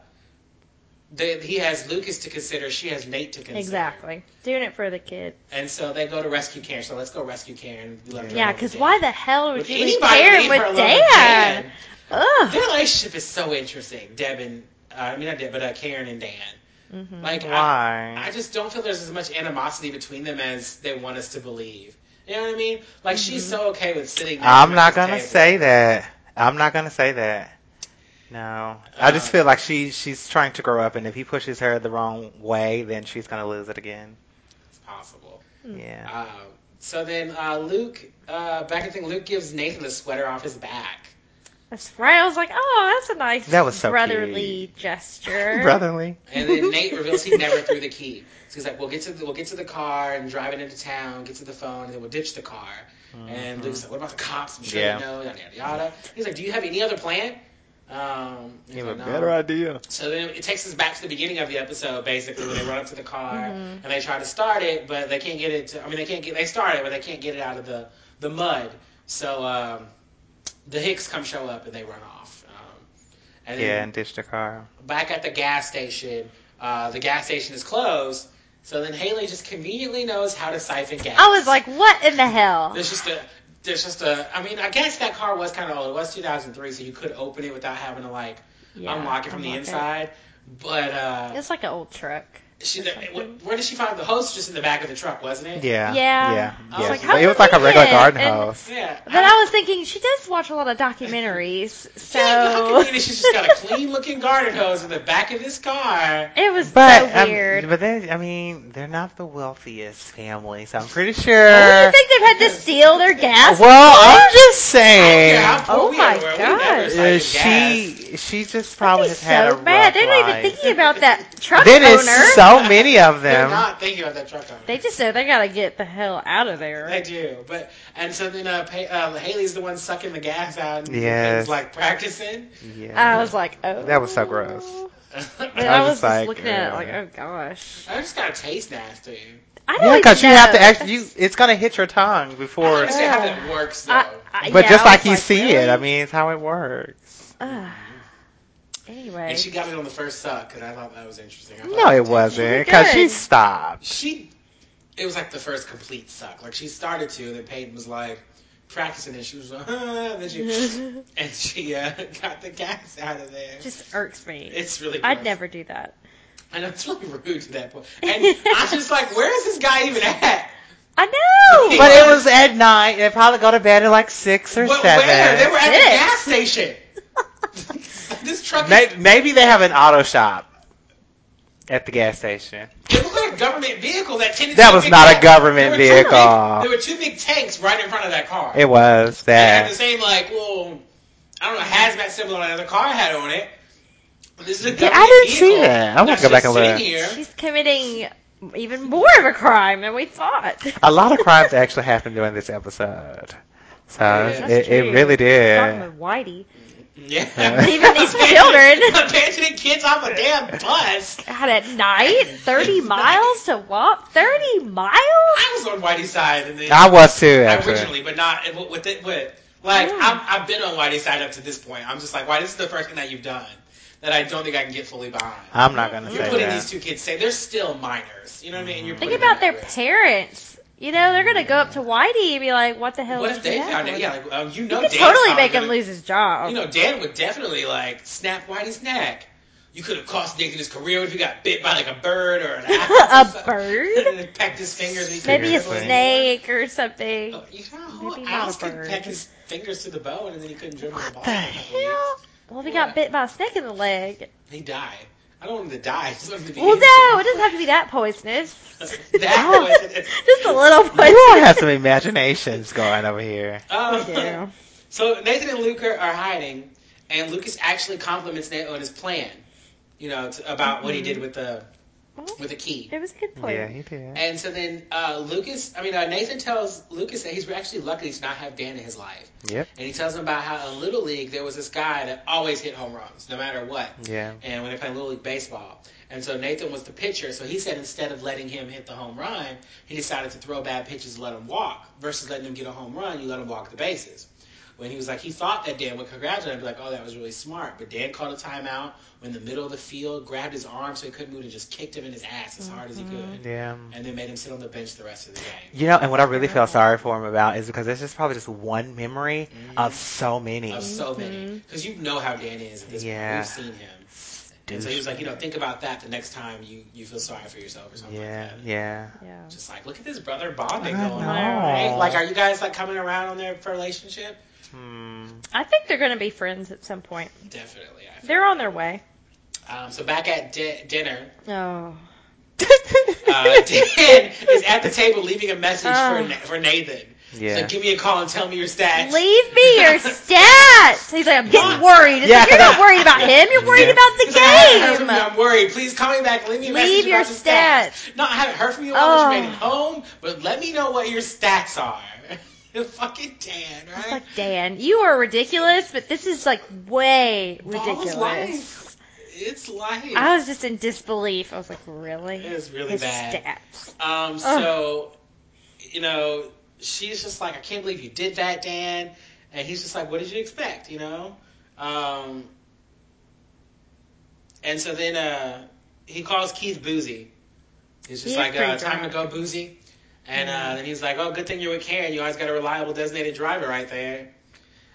Speaker 2: they, he has Lucas to consider, she has Nate to consider.
Speaker 1: Exactly. Doing it for the kid.
Speaker 2: And so they go to rescue Karen. So let's go rescue Karen. We love her
Speaker 1: Yeah,
Speaker 2: alone
Speaker 1: because
Speaker 2: with
Speaker 1: why
Speaker 2: Dan.
Speaker 1: the hell would,
Speaker 2: Would
Speaker 1: you leave
Speaker 2: anybody
Speaker 1: Karen
Speaker 2: leave her
Speaker 1: with
Speaker 2: alone
Speaker 1: Dan?
Speaker 2: Dan?
Speaker 1: Ugh.
Speaker 2: Their relationship is so interesting. Deb and uh, I mean not Deb, but uh, Karen and Dan.
Speaker 1: Mm-hmm.
Speaker 2: Like I,
Speaker 3: why?
Speaker 2: I just don't feel there's as much animosity between them as they want us to believe. You know what I mean? Like she's so okay with sitting. next
Speaker 3: I'm
Speaker 2: to Lucas's
Speaker 3: not gonna
Speaker 2: table.
Speaker 3: say that. I'm not gonna say that. No, I just
Speaker 2: Uh,
Speaker 3: feel like she she's trying to grow up, and if he pushes her the wrong way, then she's gonna lose it again.
Speaker 2: it's possible.
Speaker 1: Mm.
Speaker 3: Yeah.
Speaker 2: Uh, so then uh, Luke, uh, back I think Luke gives Nathan the sweater off his back.
Speaker 1: That's right. I was like, oh, that's a nice
Speaker 3: That was so
Speaker 1: brotherly gesture.
Speaker 3: Brotherly.
Speaker 2: And then Nate reveals he never threw the key. So he's like, "We'll get to the, we'll get to the car and drive it into town, get to the phone, and then we'll ditch the car."
Speaker 3: Mm-hmm.
Speaker 2: And Luke's like, "What about the cops? I'm sure
Speaker 3: Yeah.
Speaker 2: they know." Yada yada yada. He's like, "Do you have any other plan?" Um, he's
Speaker 3: You
Speaker 2: like,
Speaker 3: have
Speaker 2: "No."
Speaker 3: a better idea.
Speaker 2: So then it takes us back to the beginning of the episode, basically, when they run up to the car
Speaker 1: Mm-hmm.
Speaker 2: and they try to start it, but they can't get it. To, I mean, they can't get. They start it, but they can't get it out of the the mud. So um, the Hicks come show up and they run off. Um, and then
Speaker 3: Yeah, and ditch the car.
Speaker 2: back at the gas station. Uh, the gas station is closed, so then Haley just conveniently knows how to siphon gas.
Speaker 1: I was like, what in the hell?
Speaker 2: there's just a, there's just a. I mean, I guess that car was kind of old. It was 2003, so you could open it without having to like
Speaker 1: Yeah,
Speaker 2: unlock it from the
Speaker 1: unlock it.
Speaker 2: inside. But uh,
Speaker 1: It's like an old truck.
Speaker 2: she,
Speaker 1: or something.
Speaker 2: where, where did she find the hose? Just in the back of the truck, wasn't it?
Speaker 3: Yeah.
Speaker 1: Yeah.
Speaker 3: Yeah.
Speaker 2: I was
Speaker 3: yeah.
Speaker 2: like,
Speaker 1: how
Speaker 3: it was like a regular
Speaker 1: convenient,
Speaker 3: garden
Speaker 1: and-
Speaker 3: hose.
Speaker 2: Yeah.
Speaker 1: But I was thinking, she does watch a lot of documentaries,
Speaker 2: Yeah, how
Speaker 1: so
Speaker 2: convenient. She's just got a clean looking garden hose in the back of this car.
Speaker 1: it was
Speaker 3: But
Speaker 1: so weird.
Speaker 3: Um, but they, I mean, they're not the wealthiest family, so I'm pretty
Speaker 1: Don't
Speaker 3: sure.
Speaker 1: you think they've had to steal their gas?
Speaker 3: well, I'm
Speaker 1: before?
Speaker 3: just
Speaker 2: Yeah,
Speaker 3: saying.
Speaker 2: how poor
Speaker 1: Oh
Speaker 2: we
Speaker 1: my
Speaker 2: were.
Speaker 1: God.
Speaker 2: We never siphoned gas.
Speaker 3: Uh, she she just probably
Speaker 1: That'd
Speaker 3: has
Speaker 1: be
Speaker 3: had a
Speaker 1: so bad.
Speaker 3: rough
Speaker 1: They're not even
Speaker 3: life.
Speaker 1: thinking about that truck
Speaker 3: There is
Speaker 1: owner.
Speaker 3: so many of
Speaker 2: They're
Speaker 3: them.
Speaker 2: not thinking about that truck owner.
Speaker 1: They just know they gotta get the hell out of there.
Speaker 2: They do, but and so then uh, Pay, uh, Haley's the one sucking the gas out and
Speaker 3: Yes.
Speaker 2: things like practicing.
Speaker 1: I
Speaker 3: Yeah.
Speaker 1: was like, oh.
Speaker 3: That was so gross.
Speaker 1: But
Speaker 2: I
Speaker 1: I
Speaker 3: was
Speaker 1: was,
Speaker 3: like,
Speaker 1: just looking at it like,
Speaker 3: uh,
Speaker 1: oh gosh.
Speaker 2: just gotta taste nasty.
Speaker 1: I don't
Speaker 3: Yeah, because you
Speaker 1: even
Speaker 3: have to
Speaker 1: know.
Speaker 3: actually. You, it's gonna hit your tongue
Speaker 2: I don't
Speaker 3: before.
Speaker 2: understand how
Speaker 1: Yeah.
Speaker 2: that works though.
Speaker 1: I- I-
Speaker 3: But
Speaker 1: yeah,
Speaker 3: just
Speaker 1: I
Speaker 3: like
Speaker 1: was
Speaker 3: you see it,
Speaker 1: really?
Speaker 3: I mean, it's how it works.
Speaker 1: Ugh. anyway,
Speaker 2: and she got it on the first suck, and I thought that was interesting. I
Speaker 3: No,
Speaker 2: thought-
Speaker 3: it wasn't,
Speaker 1: She
Speaker 3: because she
Speaker 1: did.
Speaker 3: stopped.
Speaker 2: She, it was like the first complete suck. Like she started to, and then Peyton was like practicing, and she was like, and then she, and she uh, got the gas out of there.
Speaker 1: just irks me.
Speaker 2: It's really.
Speaker 1: I'd
Speaker 2: gross.
Speaker 1: never do that.
Speaker 2: I know it's really rude to that point. And I'm just like, where is this guy even at?
Speaker 1: I know.
Speaker 3: But it was at night, and probably go to bed at like six or
Speaker 2: But where? They
Speaker 3: seven.
Speaker 2: were at
Speaker 1: Six.
Speaker 2: the gas station. this truck. Is,
Speaker 3: May- Maybe they have an auto shop at the gas station.
Speaker 2: it looked like a government vehicle that tended
Speaker 3: That
Speaker 2: to
Speaker 3: was
Speaker 2: pick
Speaker 3: not a
Speaker 2: up. There
Speaker 3: government
Speaker 2: were two big-
Speaker 3: vehicle.
Speaker 2: there were two big tanks right in front of that car.
Speaker 3: It was
Speaker 2: They had the
Speaker 3: that.
Speaker 2: same like, well, I don't know, hazmat symbol on the other car had on it. But This is a
Speaker 3: Yeah, I
Speaker 2: government
Speaker 3: didn't see
Speaker 2: vehicle
Speaker 3: that. I wanna
Speaker 2: that's
Speaker 3: go back
Speaker 2: just
Speaker 3: and look.
Speaker 2: sitting here.
Speaker 1: She's committing even more of a crime than we thought.
Speaker 3: A lot of crimes actually happened during this episode. So
Speaker 2: Yeah.
Speaker 3: it,
Speaker 1: That's true.
Speaker 3: it really
Speaker 1: Talking
Speaker 3: did.
Speaker 1: with Whitey.
Speaker 2: Yeah.
Speaker 1: Even these children.
Speaker 2: Abandoning kids off a damn bus.
Speaker 1: God, at night, 30 miles to walk? 30 miles?
Speaker 2: I was on Whitey's side, and then
Speaker 3: I was too, actually.
Speaker 2: originally, but not with- with it. With like,
Speaker 1: Yeah.
Speaker 2: I'm, I've been on Whitey's side up to this point. I'm just like, why? This is the first thing that you've done that I don't think I can get fully behind.
Speaker 3: I'm not going to
Speaker 2: You're
Speaker 3: say
Speaker 2: putting these
Speaker 3: that. Mm-hmm.
Speaker 2: two kids safe. They're still minors. You know what I mean? You're
Speaker 1: Think
Speaker 2: putting
Speaker 1: about
Speaker 2: them
Speaker 1: their
Speaker 2: at risk.
Speaker 1: parents. You know, they're going to go up to Whitey and be like, what the hell
Speaker 2: What
Speaker 1: did
Speaker 2: if they
Speaker 1: you
Speaker 2: found
Speaker 1: have?
Speaker 2: it? Yeah, like, um, you
Speaker 1: You
Speaker 2: know,
Speaker 1: could
Speaker 2: Dan's
Speaker 1: totally
Speaker 2: probably
Speaker 1: make him
Speaker 2: gonna-
Speaker 1: lose his job.
Speaker 2: You know, Dan would definitely like snap Whitey's neck. You could have cost Dick in his career if you got bit by like a bird or an owl. or
Speaker 1: A
Speaker 2: something.
Speaker 1: bird?
Speaker 2: pecked his fingers. and he couldn't
Speaker 1: Maybe a
Speaker 2: dribble anymore.
Speaker 1: snake or something.
Speaker 2: You know, who
Speaker 1: Maybe not
Speaker 2: else
Speaker 1: a
Speaker 2: could
Speaker 1: bird.
Speaker 2: peck his fingers to the bone and then he couldn't dribble the ball?
Speaker 3: the
Speaker 1: Well, if he got bit by a snake in the leg.
Speaker 2: He died. I don't want him to die. I just want him to be
Speaker 1: Well,
Speaker 2: injured.
Speaker 1: no, it doesn't have to be that poisonous.
Speaker 2: That poisonous.
Speaker 1: Just a little
Speaker 3: You all
Speaker 1: poisonous.
Speaker 3: have some imaginations going over here.
Speaker 2: Um,
Speaker 1: We do.
Speaker 2: So Nathan and Luke are, are hiding, and Lucas actually compliments Nate on his plan. You know, to, about what he
Speaker 1: Mm-hmm.
Speaker 2: did with the with the key.
Speaker 1: It was a good point.
Speaker 3: Yeah, he did.
Speaker 2: And so then uh, Lucas, I mean uh, Nathan tells Lucas that he's actually lucky to not have Dan in his life,
Speaker 3: Yep.
Speaker 2: and he tells him about how in little league there was this guy that always hit home runs no matter what,
Speaker 3: Yeah.
Speaker 2: and when they played little league baseball. And so Nathan was the pitcher, so he said instead of letting him hit the home run, he decided to throw bad pitches and let him walk versus letting him get a home run. You let him walk the bases. When he was like, he thought that Dan would congratulate him, and be like, oh, that was really smart. But Dan called a timeout, went in the middle of the field, grabbed his arm so he couldn't move, and just kicked him in his ass as hard as he could
Speaker 3: Yeah.
Speaker 2: and they made him sit on the bench the rest of the game.
Speaker 3: You know, and what I really feel sorry for him about is because this is probably just one memory of so many.
Speaker 2: Of so many, because you know how Dan is at this
Speaker 3: Mm-hmm. Yeah.
Speaker 2: point. We've seen him, and so he was like, you know, think about that the next time you you feel sorry for yourself or something
Speaker 3: Yeah,
Speaker 2: like that.
Speaker 3: yeah.
Speaker 1: Yeah.
Speaker 2: Just like look at this brother bonding
Speaker 3: I
Speaker 2: going on.
Speaker 1: know.
Speaker 2: Right? Like, are you guys like coming around on their relationship?
Speaker 3: Hmm.
Speaker 1: I think they're going to be friends at some point.
Speaker 2: Definitely. I think.
Speaker 1: They're on their way.
Speaker 2: Um, so back at di- dinner,
Speaker 1: Oh.
Speaker 2: uh, Dan is at the table leaving a message
Speaker 1: Oh.
Speaker 2: for Na- for Nathan. Yeah.
Speaker 3: Uh. Yeah.
Speaker 2: give me a call and tell me your stats.
Speaker 1: Leave me your stats. He's like, I'm getting worried. It's
Speaker 3: Yeah,
Speaker 1: like, you're
Speaker 3: 'cause
Speaker 1: not
Speaker 3: I-
Speaker 1: worried about him. You're worried
Speaker 3: Yeah.
Speaker 2: He's like, I haven't heard
Speaker 1: about
Speaker 2: from
Speaker 1: the
Speaker 2: you.
Speaker 1: game.
Speaker 2: I'm worried. Please call me back. Leave me a
Speaker 1: Leave
Speaker 2: message
Speaker 1: your
Speaker 2: about your stats. No, I haven't heard from you. I
Speaker 1: Oh.
Speaker 2: made it home, but let me know what your stats are. Fucking Dan,
Speaker 1: It's
Speaker 2: right?
Speaker 1: like, Dan, you are ridiculous, but this is like way
Speaker 2: Ball's
Speaker 1: ridiculous.
Speaker 2: life. It's life.
Speaker 1: I was just in disbelief. I was like, really?
Speaker 2: It was really
Speaker 1: His
Speaker 2: bad.
Speaker 1: stats.
Speaker 2: Um, so, you know, she's just like, I can't believe you did that, Dan. And he's just like, what did you expect, you know? Um, and so then uh, he calls Keith Boozy. He's
Speaker 1: He's
Speaker 2: just like,
Speaker 1: pretty Mm-hmm.
Speaker 2: uh, time to
Speaker 1: drunk.
Speaker 2: go, Boozy. And uh, then he's like, oh, good thing you're with Karen. You always got a reliable designated driver right there.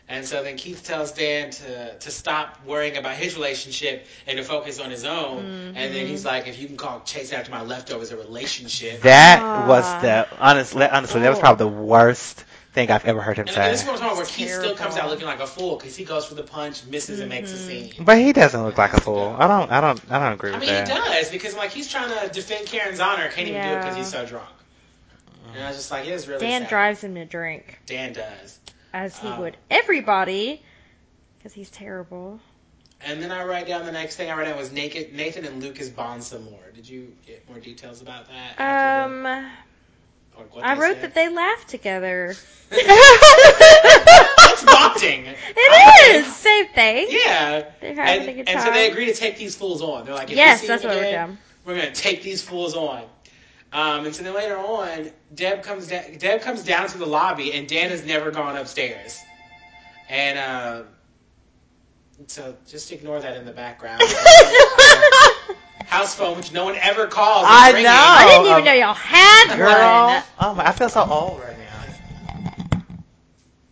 Speaker 2: And so then Keith tells Dan to, to stop worrying about his relationship and to focus on his own.
Speaker 1: Mm-hmm.
Speaker 2: And then he's like, if you can call chase after my leftovers a relationship.
Speaker 3: That
Speaker 1: Ah.
Speaker 3: was the honestly, honestly, that was
Speaker 1: Oh.
Speaker 3: probably the worst thing I've ever heard him
Speaker 2: and, and this
Speaker 3: say.
Speaker 2: is what I'm talking about where Keith still comes
Speaker 1: Terrible.
Speaker 2: out
Speaker 1: Mm-hmm.
Speaker 2: looking like a fool because he goes for the punch, misses, and makes a scene.
Speaker 3: But he doesn't look like a fool. I don't, I don't, I don't agree
Speaker 2: I
Speaker 3: with
Speaker 2: mean, he
Speaker 3: that.
Speaker 2: does because like he's trying to defend Karen's honor, can't even do it because he's so drunk. And I was just like, it is really
Speaker 1: Dan
Speaker 2: sad.
Speaker 1: drives him to drink,
Speaker 2: Dan does.
Speaker 1: as he
Speaker 2: Oh.
Speaker 1: would everybody, because he's terrible.
Speaker 2: And then I write down the next thing I write down was naked Nathan and Lucas bond some more. Did you get more details about that? after
Speaker 1: Um,
Speaker 2: the- or what
Speaker 1: I
Speaker 2: they
Speaker 1: wrote
Speaker 2: said?
Speaker 1: that they laugh together.
Speaker 2: That's bonding.
Speaker 1: It is same thing.
Speaker 2: Yeah.
Speaker 1: They're having a
Speaker 2: And,
Speaker 1: good
Speaker 2: and
Speaker 1: time.
Speaker 2: so they agree to take these fools on. They're like, if we
Speaker 1: yes,
Speaker 2: see
Speaker 1: that's
Speaker 2: them
Speaker 1: what I wrote
Speaker 2: again,
Speaker 1: down.
Speaker 2: We're gonna take these fools on. Um, and so then later on, Deb comes da- Deb comes down to the lobby, and Dan has never gone upstairs. And uh, so just ignore that in the background. House phone, which no one ever calls. is
Speaker 3: I
Speaker 2: ringing.
Speaker 3: know.
Speaker 1: I didn't
Speaker 2: Oh,
Speaker 1: even
Speaker 3: um,
Speaker 1: know y'all had
Speaker 3: Girl,
Speaker 2: Um,
Speaker 1: one.
Speaker 3: oh my, I feel so old right now.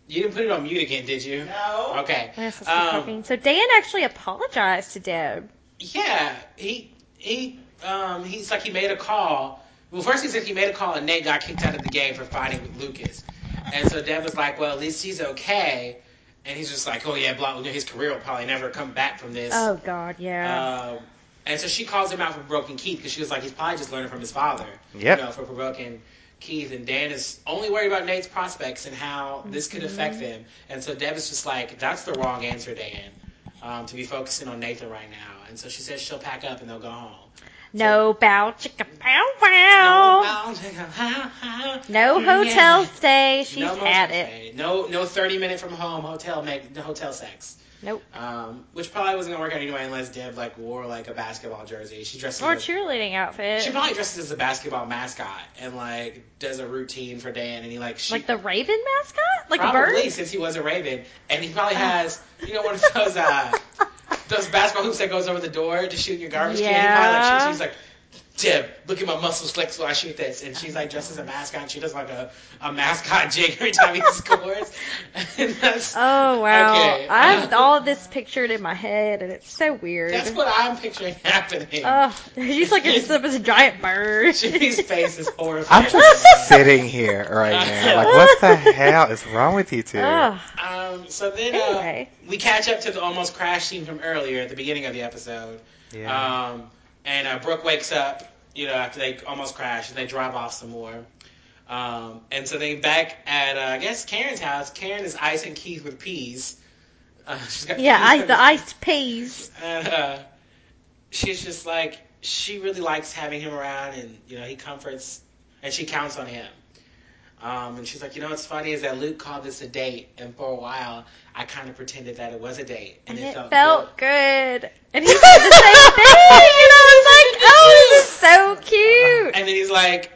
Speaker 2: You didn't put it on mute again, did you?
Speaker 4: No.
Speaker 2: Okay.
Speaker 1: Yes, that's
Speaker 2: Um,
Speaker 1: fucking- so Dan actually apologized to Deb.
Speaker 2: Yeah, he he um he's like he made a call. Well, first he said he made a call and Nate got kicked out of the game for fighting with Lucas, and so Deb was like, "Well, at least he's okay," and he's just like, "Oh yeah, blah, you know, his career will probably never come back from this."
Speaker 1: Oh God, yeah.
Speaker 2: Um, and so she calls him out for broken Keith because she was like, he's probably just learning from his father.
Speaker 3: Yep.
Speaker 2: You know, for provoking Keith. And Dan is only worried about Nate's prospects and how this could
Speaker 1: Mm-hmm.
Speaker 2: affect them. And so Deb is just like, that's the wrong answer, Dan, um, to be focusing on Nathan right now. And so she says she'll pack up and they'll go home.
Speaker 1: no bow chicka pow wow. No, hotel stay. She's
Speaker 2: no,
Speaker 1: had it.
Speaker 2: No, no 30 minute from home hotel make the hotel sex.
Speaker 1: Nope.
Speaker 2: Um, which probably wasn't gonna work out anyway unless Deb like wore like a basketball jersey. She dressed
Speaker 1: Or
Speaker 2: as a-
Speaker 1: cheerleading outfit.
Speaker 2: she probably dresses as a basketball mascot and like does a routine for Dan and he like she
Speaker 1: like the Raven mascot, like Oh.
Speaker 2: probably
Speaker 1: a bird.
Speaker 2: since he was a Raven and he probably has you know one of those uh those basketball hoops that goes over the door to shoot in your garbage
Speaker 1: Yeah.
Speaker 2: can. He probably like shoots, he's like Deb, look at my muscles flex while I shoot this and she's like
Speaker 1: Oh.
Speaker 2: dressed as a mascot and she does like a, a mascot jig every time he scores. and that's
Speaker 1: Oh wow!
Speaker 2: Okay.
Speaker 1: I have all this pictured in my head, and it's so weird.
Speaker 2: that's what I'm picturing happening.
Speaker 1: Oh, he's like it's up as a giant bird.
Speaker 2: Jimmy's face is horrified.
Speaker 3: I'm just sitting here right now. Like, what the hell is wrong with you two?
Speaker 1: Ugh.
Speaker 2: Um, so then uh,
Speaker 1: Anyway.
Speaker 2: we catch up to the almost crash scene from earlier at the beginning of the episode.
Speaker 3: yeah.
Speaker 2: Um, and uh, Brooke wakes up, you know, after they almost crash and they drive off some more. Um, and so they back at, uh, I guess, Karen's house. Karen is icing Keith with peas. Uh, she's got
Speaker 1: yeah,
Speaker 2: peas
Speaker 1: I,
Speaker 2: on
Speaker 1: the iced peas.
Speaker 2: and uh, she's just like she really likes having him around, and you know he comforts, and she counts on him. Um, and she's like, you know what's funny is that Luke called this a date, and for a while I kind of pretended that it was a date,
Speaker 1: And it felt,
Speaker 2: good.
Speaker 1: good. And he said the same thing. And I was like, oh, this is so cute.
Speaker 2: And then he's like,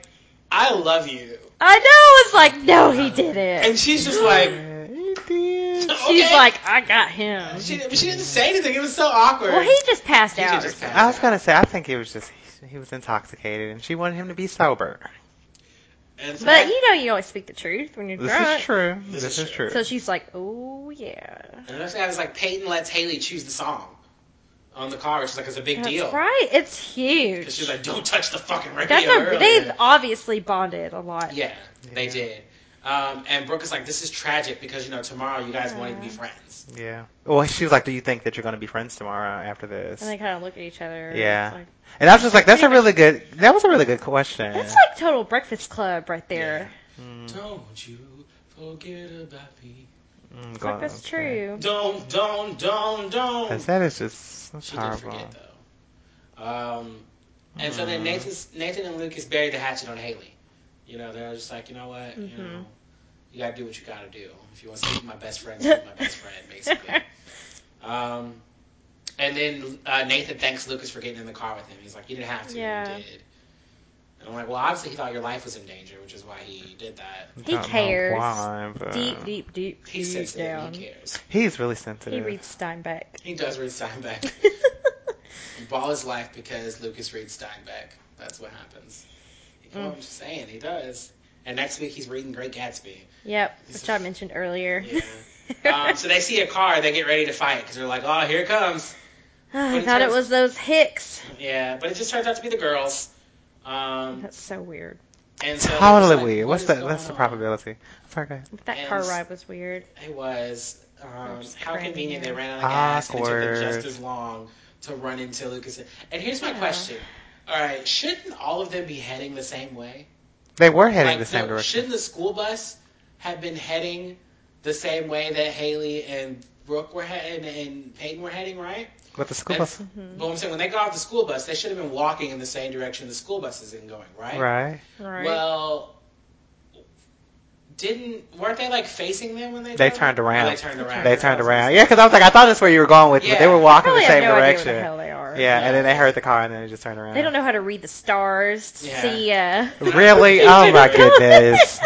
Speaker 2: I love you,
Speaker 1: I know. I was like, no, he didn't.
Speaker 2: and she's just like,
Speaker 1: She's
Speaker 2: okay.
Speaker 1: like, I got him.
Speaker 2: she, but she didn't say anything. It was so awkward.
Speaker 1: Well, he just passed
Speaker 2: He
Speaker 1: out.
Speaker 2: just passed
Speaker 3: I was
Speaker 2: out.
Speaker 3: gonna say, I think he was just he was intoxicated, and she wanted him to be sober.
Speaker 2: And so
Speaker 1: But you know, you always speak the truth when you're
Speaker 3: This
Speaker 1: drunk.
Speaker 3: is true.
Speaker 2: This
Speaker 3: This,
Speaker 2: is
Speaker 3: is true.
Speaker 1: So she's like, oh yeah.
Speaker 2: and the next thing I was like, Peyton lets Haley choose the song on the car, which is like it's a big
Speaker 1: That's
Speaker 2: deal.
Speaker 1: right. It's
Speaker 2: 'Cause
Speaker 1: huge.
Speaker 2: She's like, don't touch the fucking radio.
Speaker 1: That's a,
Speaker 2: earlier."
Speaker 1: they've obviously bonded a lot.
Speaker 2: Yeah, they
Speaker 3: Yeah.
Speaker 2: did. Um, and Brooke is like, this is tragic because, you know, tomorrow you guys
Speaker 1: Yeah.
Speaker 2: wanted to be friends.
Speaker 3: Yeah. Well, she was like, "Do you think that you're gonna be friends tomorrow after this?"
Speaker 1: And they kind of look at each other.
Speaker 3: Yeah.
Speaker 1: It's like-
Speaker 3: And I was just like, "That's a really good. That was a really good question."
Speaker 1: That's like total breakfast club right there.
Speaker 3: Mm,
Speaker 2: Don't you forget about me.
Speaker 3: mm,
Speaker 1: Like,
Speaker 3: God,
Speaker 1: that's
Speaker 3: okay.
Speaker 1: true.
Speaker 2: Don't, don't, don't, don't.
Speaker 3: 'Cause That is just that's
Speaker 2: she didn't
Speaker 3: horrible.
Speaker 2: forget, though. Um, and so then Nathan's, Nathan and Lucas buried the hatchet on Haley. You know, they're just like, you know what? You know,
Speaker 1: Mhm.
Speaker 2: you got to do what you got to do. If you want to be my best friend, be my best friend, basically. Um, and then uh, Nathan thanks Lucas for getting in the car with him. He's like, you didn't have to,
Speaker 1: Yeah.
Speaker 2: you did. And I'm like, well, obviously he thought your life was in danger, which is why he did that.
Speaker 1: He
Speaker 3: Don't know
Speaker 1: cares.
Speaker 3: why, but-
Speaker 1: deep, deep, deep,
Speaker 2: He's
Speaker 1: deep
Speaker 2: sensitive.
Speaker 1: down.
Speaker 2: He cares.
Speaker 3: He's really
Speaker 1: He
Speaker 3: sensitive.
Speaker 1: reads Steinbeck.
Speaker 2: He does read Steinbeck. Ball his life because Lucas reads Steinbeck. That's what happens. You know what I'm saying? He does. And next week he's reading Great Gatsby.
Speaker 1: yep, which I mentioned earlier.
Speaker 2: Yeah. Um, so they see a car, they get ready to fight because they're like, oh, here it comes.
Speaker 1: I thought it was those Hicks.
Speaker 2: Yeah, but it just turns out to be the girls. Um,
Speaker 1: That's so weird.
Speaker 2: and so they're just
Speaker 3: Totally
Speaker 2: like,
Speaker 3: weird.
Speaker 2: what
Speaker 3: What's
Speaker 2: is
Speaker 3: the
Speaker 2: going
Speaker 3: What's the
Speaker 2: on?
Speaker 3: probability? Sorry, go ahead.
Speaker 1: That car
Speaker 2: And-
Speaker 1: ride was weird.
Speaker 2: It was. Um,
Speaker 1: Just
Speaker 2: how
Speaker 1: ran
Speaker 2: convenient
Speaker 1: in.
Speaker 2: they ran out of gas and it took them
Speaker 3: Awkward.
Speaker 2: just as long to run into Lucas. And here's my
Speaker 1: Yeah.
Speaker 2: question. All right, shouldn't all of them be heading the same way?
Speaker 3: They were heading
Speaker 2: Like,
Speaker 3: the same
Speaker 2: the-
Speaker 3: direction.
Speaker 2: Shouldn't the school bus have been heading the same way that Haley and Brooke were heading and Peyton were heading, right?
Speaker 3: With the school
Speaker 2: And-
Speaker 3: bus,
Speaker 1: Mm-hmm.
Speaker 2: But I'm saying when they got off the school bus, they should have been walking in the same direction the school bus is in going, right?
Speaker 3: right?
Speaker 1: Right.
Speaker 2: Well, didn't weren't they like facing them when they
Speaker 3: They
Speaker 2: drove?
Speaker 3: turned
Speaker 2: Oh,
Speaker 3: around.
Speaker 2: They turned around.
Speaker 3: They turned around. Yeah, because I was like, I thought that's where you were going with, it, but
Speaker 2: Yeah.
Speaker 3: they were walking
Speaker 1: Probably
Speaker 3: the
Speaker 1: have
Speaker 3: same
Speaker 1: no idea where
Speaker 3: direction.
Speaker 1: the hell they are. car.
Speaker 3: Yeah, and then they heard the car and then they just turned around.
Speaker 1: They don't know how to read the stars to
Speaker 2: Yeah.
Speaker 1: see. Uh,
Speaker 3: Really? Oh my goodness.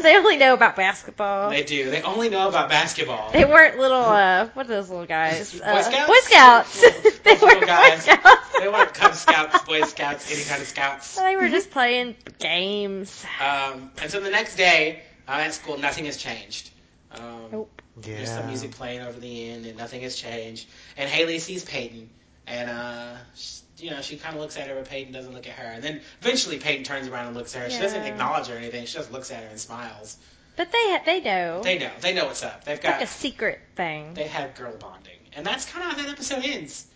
Speaker 1: they only know about basketball.
Speaker 2: They
Speaker 1: They,
Speaker 2: do. They only know about basketball.
Speaker 1: weren't little. Uh, what are those little guys?
Speaker 2: Boy
Speaker 1: Uh,
Speaker 2: Scouts?
Speaker 1: Boy Scouts. they
Speaker 2: Little
Speaker 1: weren't Boy
Speaker 2: guys.
Speaker 1: Scouts.
Speaker 2: They weren't Cub Scouts, Boy Scouts, any kind of Scouts.
Speaker 1: They were just playing games.
Speaker 2: Um, and so the next day uh, at school, nothing has changed. Um,
Speaker 1: Nope.
Speaker 3: Yeah.
Speaker 2: There's some music playing over the end, and nothing has changed. And Haley sees Peyton, and uh, sh you know she kind of looks at her, but Peyton doesn't look at her. And then eventually Peyton turns around and looks at her. She doesn't
Speaker 1: Yeah.
Speaker 2: acknowledge her or anything. She just looks at her and smiles.
Speaker 1: But they they know.
Speaker 2: They know. They know what's up. They've
Speaker 1: it's like a
Speaker 2: got.
Speaker 1: secret thing.
Speaker 2: They have girl bonding, and that's kind of how that episode ends.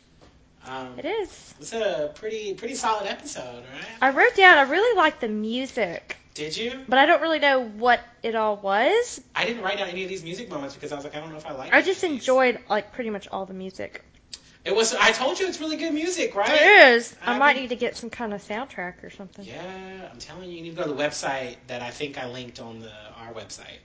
Speaker 2: Um,
Speaker 1: It is.
Speaker 2: it's a pretty pretty solid episode, right?
Speaker 1: I wrote down. I really like the music,
Speaker 2: Did you?
Speaker 1: but I don't really know what it all was.
Speaker 2: I didn't write down any of these music moments because I was like, I don't know if I like.
Speaker 1: I just
Speaker 2: these.
Speaker 1: enjoyed like pretty much all the music.
Speaker 2: It was. I told you it's really good music, right?
Speaker 1: It is. I
Speaker 2: I
Speaker 1: might
Speaker 2: mean-
Speaker 1: need to get some kind of soundtrack or something.
Speaker 2: Yeah, I'm telling you, you need to go to the website that I think I linked on the our website.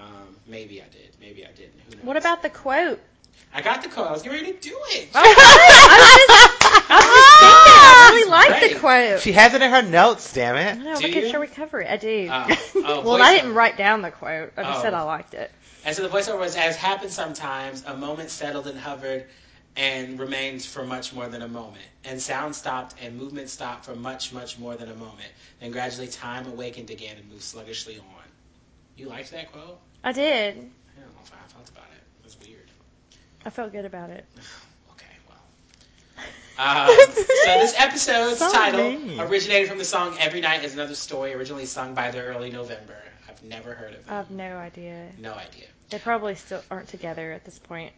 Speaker 2: Um, maybe I did, maybe I didn't. Who knows?
Speaker 1: What about the quote?
Speaker 2: I got the call. I was getting ready to do it.
Speaker 1: I was just- I was just thinking, I really like the
Speaker 2: Right.
Speaker 1: quote.
Speaker 3: She has it in her notes, damn
Speaker 1: I
Speaker 3: it.
Speaker 1: know, I'm
Speaker 2: Do
Speaker 1: making
Speaker 2: you?
Speaker 1: sure we cover it. I do.
Speaker 2: Oh. Oh,
Speaker 1: well,
Speaker 2: voiceover.
Speaker 1: I didn't write down the quote. I just
Speaker 2: Oh.
Speaker 1: said I liked it.
Speaker 2: And so the voiceover was, as happens sometimes, a moment settled and hovered and remains for much more than a moment. And sound stopped and movement stopped for much, much more than a moment. Then gradually time awakened again and moved sluggishly on. You liked that quote?
Speaker 1: I did.
Speaker 2: I don't know if I felt about it. It was weird.
Speaker 1: I felt good about it.
Speaker 2: Okay, well. Um, so this episode's
Speaker 3: So
Speaker 2: title
Speaker 3: mean.
Speaker 2: originated from the song "Every Night Is Another Story," originally sung by the Early November. I've never heard
Speaker 1: I
Speaker 2: of them.
Speaker 1: have no idea.
Speaker 2: no idea.
Speaker 1: They probably still aren't together at this point.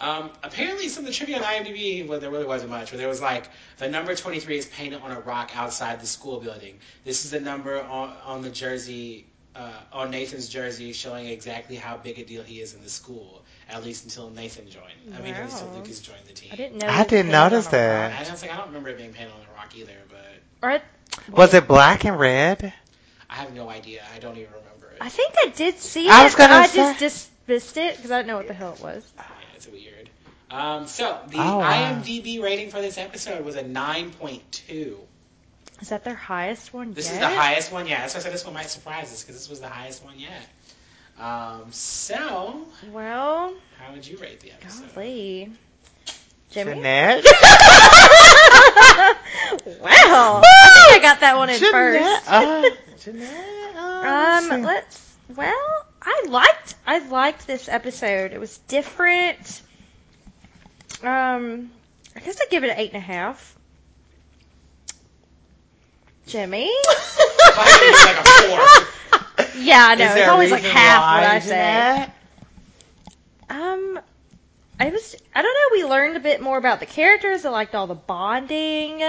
Speaker 2: Um, apparently, some of the trivia on IMDb, well, there really wasn't much, but there was like the number 23 is painted on a rock outside the school building. This is the number on, on the jersey, uh, on Nathan's jersey, showing exactly how big a deal he is in the school, at least until Nathan joined. I mean, at least until
Speaker 1: Wow.
Speaker 2: Lucas joined the team.
Speaker 1: I didn't know.
Speaker 3: I
Speaker 1: it was
Speaker 3: didn't
Speaker 1: painted on
Speaker 3: notice
Speaker 1: a
Speaker 3: that.
Speaker 2: I, don't think, I don't remember it being painted on a rock either, but.
Speaker 1: rock. Or I-
Speaker 3: Was it black and red?
Speaker 2: I have no idea. I don't even remember it.
Speaker 1: I think I did see
Speaker 3: I
Speaker 1: it,
Speaker 3: was
Speaker 1: but
Speaker 3: gonna
Speaker 1: I
Speaker 3: say-
Speaker 1: just dismissed it because I didn't know what the hell it was.
Speaker 2: Yeah, it's weird. Um, so the
Speaker 3: Oh, wow.
Speaker 2: IMDb rating for this episode was a 9.2.
Speaker 1: Is that their highest one
Speaker 2: This
Speaker 1: yet?
Speaker 2: is the highest one yet. That's why I said this one might surprise us because this was the highest one yet. Um, so
Speaker 1: Well,
Speaker 2: how would you rate the episode?
Speaker 1: golly. Jimmy?
Speaker 3: Jeanette?
Speaker 1: wow. I think I got that one in
Speaker 3: Jeanette,
Speaker 1: first.
Speaker 3: uh, Jeanette, uh,
Speaker 1: um,
Speaker 3: let's
Speaker 1: let's. Well, I liked. I liked this episode. It was different. Um, I guess I give it an eight and a half. Jimmy.
Speaker 2: it's like a
Speaker 1: Yeah, I know.
Speaker 3: Is
Speaker 1: It's
Speaker 3: there a
Speaker 1: always like
Speaker 3: reason
Speaker 1: half what
Speaker 3: why,
Speaker 1: I say.
Speaker 3: Jeanette?
Speaker 1: Um, I was. I don't know. We learned a bit more about the characters. I liked all the bonding.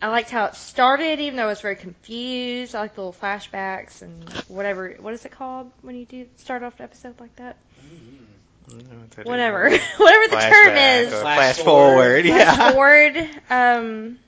Speaker 1: I liked how it started, even though I was very confused. I liked the little flashbacks and whatever. What is it called when you do start off an episode like that?
Speaker 2: Mm-hmm.
Speaker 3: Mm,
Speaker 1: Whatever, whatever the term
Speaker 3: Flashback
Speaker 1: is.
Speaker 3: or
Speaker 2: Flash
Speaker 3: Flash
Speaker 2: forward.
Speaker 3: forward.
Speaker 1: Flash
Speaker 3: Yeah.
Speaker 1: forward. Um,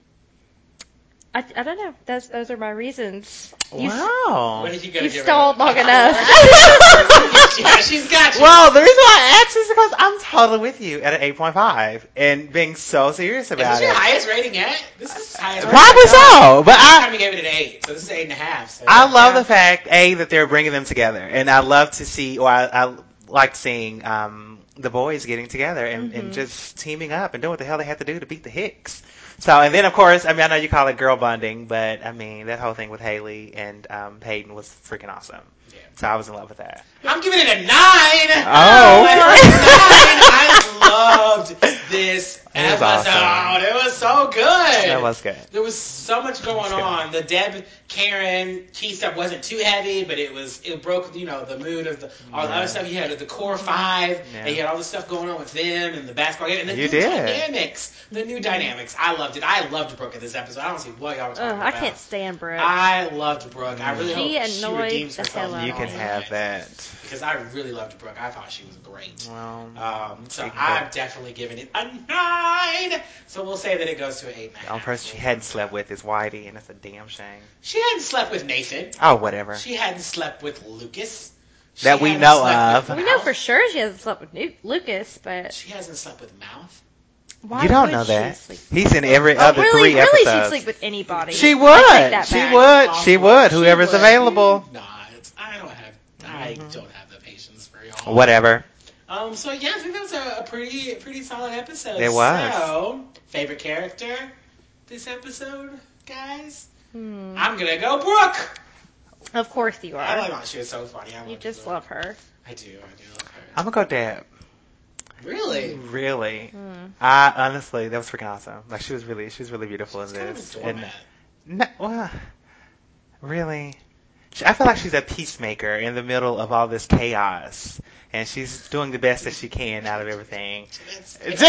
Speaker 1: I, I don't know. Those those are my reasons. You, s-
Speaker 2: What
Speaker 3: Wow.
Speaker 2: did you go
Speaker 1: you
Speaker 2: give it?
Speaker 1: stalled long enough.
Speaker 2: yeah, she's got you.
Speaker 3: Well, the reason why I asked is because I'm totally with you at an 8.5 and being so serious
Speaker 2: is this
Speaker 3: about
Speaker 2: your
Speaker 3: it.
Speaker 2: highest rating yet? This is the highest. rating.
Speaker 1: Oh
Speaker 3: Probably so, but
Speaker 2: Last
Speaker 3: I,
Speaker 2: time you gave it an eight, so this is eight and a half. So
Speaker 3: I love
Speaker 1: Yeah.
Speaker 3: the fact a that they're bringing them together, and I love to see, or I, I like seeing um, the boys getting together and,
Speaker 1: Mm-hmm.
Speaker 3: and just teaming up and doing what the hell they had to do to beat the Hicks. So, and then of course, I mean, I know you call it girl bonding, but I mean that whole thing with Haley and um, Peyton was freaking awesome.
Speaker 2: Yeah.
Speaker 3: So I was in love with that.
Speaker 2: I'm giving it a nine.
Speaker 3: Oh.
Speaker 2: I loved this
Speaker 3: It was
Speaker 2: episode.
Speaker 3: awesome.
Speaker 2: It was so good.
Speaker 3: That was good.
Speaker 2: There was so much going
Speaker 3: good.
Speaker 2: on. The Deb, Karen, Key stuff wasn't too heavy, but it was it broke you know the mood of the all the
Speaker 3: Yeah.
Speaker 2: other stuff. You had the core five,
Speaker 3: Yeah.
Speaker 2: and you had all the stuff going on with them and the basketball game and the
Speaker 3: You
Speaker 2: new
Speaker 3: did.
Speaker 2: dynamics. The new dynamics. I loved it. I loved Brooke in this episode. I don't see what y'all were talking
Speaker 1: Ugh, I
Speaker 2: about.
Speaker 1: can't stand Brooke.
Speaker 2: I loved Brooke. I really
Speaker 1: She
Speaker 2: hope she
Speaker 1: annoyed
Speaker 2: redeems
Speaker 1: the
Speaker 2: herself.
Speaker 1: hell out
Speaker 3: You
Speaker 1: Oh,
Speaker 3: can
Speaker 1: yeah.
Speaker 3: have that.
Speaker 2: because I really loved Brooke. I thought she was great.
Speaker 3: Well,
Speaker 1: Uh,
Speaker 2: Um, so
Speaker 3: Mm-hmm. she can
Speaker 2: I'm
Speaker 3: go.
Speaker 2: definitely giving it a nine. So we'll say that it goes to an eight and a
Speaker 3: the
Speaker 2: half.
Speaker 3: only person she hadn't slept with is Whitey, and that's a damn shame.
Speaker 2: She hadn't slept with Nathan.
Speaker 3: Oh, whatever.
Speaker 2: She hadn't slept with Lucas. She
Speaker 3: That we
Speaker 2: hadn't
Speaker 3: know
Speaker 2: slept
Speaker 3: of.
Speaker 2: with
Speaker 1: we know
Speaker 2: Mouth.
Speaker 1: for sure she hasn't slept with Nu- Lucas, but
Speaker 2: She hasn't slept with Mouth.
Speaker 1: Why
Speaker 3: you don't
Speaker 1: would
Speaker 3: know
Speaker 1: she
Speaker 3: that.
Speaker 1: sleep-
Speaker 3: He's in every
Speaker 1: Oh,
Speaker 3: other
Speaker 1: really,
Speaker 3: three
Speaker 1: really, she'd
Speaker 3: episodes.
Speaker 1: sleep with anybody.
Speaker 3: She
Speaker 1: I take
Speaker 3: would.
Speaker 1: that
Speaker 3: She
Speaker 1: back.
Speaker 3: would. She would.
Speaker 1: She
Speaker 3: Whoever's
Speaker 1: would.
Speaker 3: available. Mm-hmm.
Speaker 2: Nah, it's, I don't have. I don't have the patience for y'all.
Speaker 3: Whatever.
Speaker 2: Um. So yeah, I think that was a, a pretty, pretty solid episode.
Speaker 3: It was.
Speaker 2: So, favorite character this episode, guys.
Speaker 3: Mm-hmm.
Speaker 1: Hmm.
Speaker 2: I'm gonna go Brooke.
Speaker 1: Of course you
Speaker 2: I
Speaker 1: are.
Speaker 2: love her. She was so funny. I
Speaker 1: You
Speaker 2: love
Speaker 1: just
Speaker 2: her.
Speaker 1: love her.
Speaker 2: I do. I do love her.
Speaker 3: I'm gonna go Deb.
Speaker 1: Mm.
Speaker 2: Really?
Speaker 3: Really.
Speaker 1: Hmm.
Speaker 3: I honestly, that was freaking awesome. Like she was really, she was really beautiful
Speaker 2: She's
Speaker 3: in
Speaker 2: kind of
Speaker 3: this.
Speaker 2: a
Speaker 3: and
Speaker 2: doormat.
Speaker 3: no, well, really, she, I feel like she's a peacemaker in the middle of all this chaos, and she's doing the best that she can out of everything.
Speaker 2: It's-
Speaker 3: That's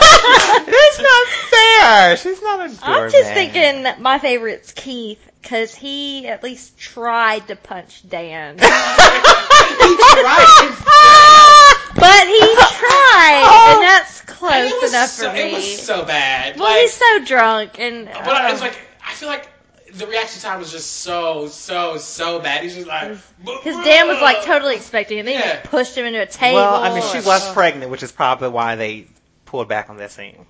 Speaker 3: not fair. She's not a
Speaker 1: I'm just
Speaker 3: doormat.
Speaker 1: thinking that my favorite's Keith because he at least tried to punch Dan,
Speaker 2: he tried.
Speaker 1: but he tried,
Speaker 3: Oh.
Speaker 1: and that's
Speaker 2: And
Speaker 1: close
Speaker 2: it was
Speaker 1: enough
Speaker 2: so,
Speaker 1: for me.
Speaker 2: It was so bad.
Speaker 1: well,
Speaker 2: like,
Speaker 1: he's so drunk, and
Speaker 2: but
Speaker 1: uh,
Speaker 2: it was like I feel like the reaction time was just so, so, so bad. He's just like
Speaker 1: his Dan was like totally expecting, it, and then he
Speaker 2: Yeah.
Speaker 1: just pushed him into a table.
Speaker 3: Well, I mean, she
Speaker 1: and-
Speaker 3: was pregnant, which is probably why they pulled back on that scene.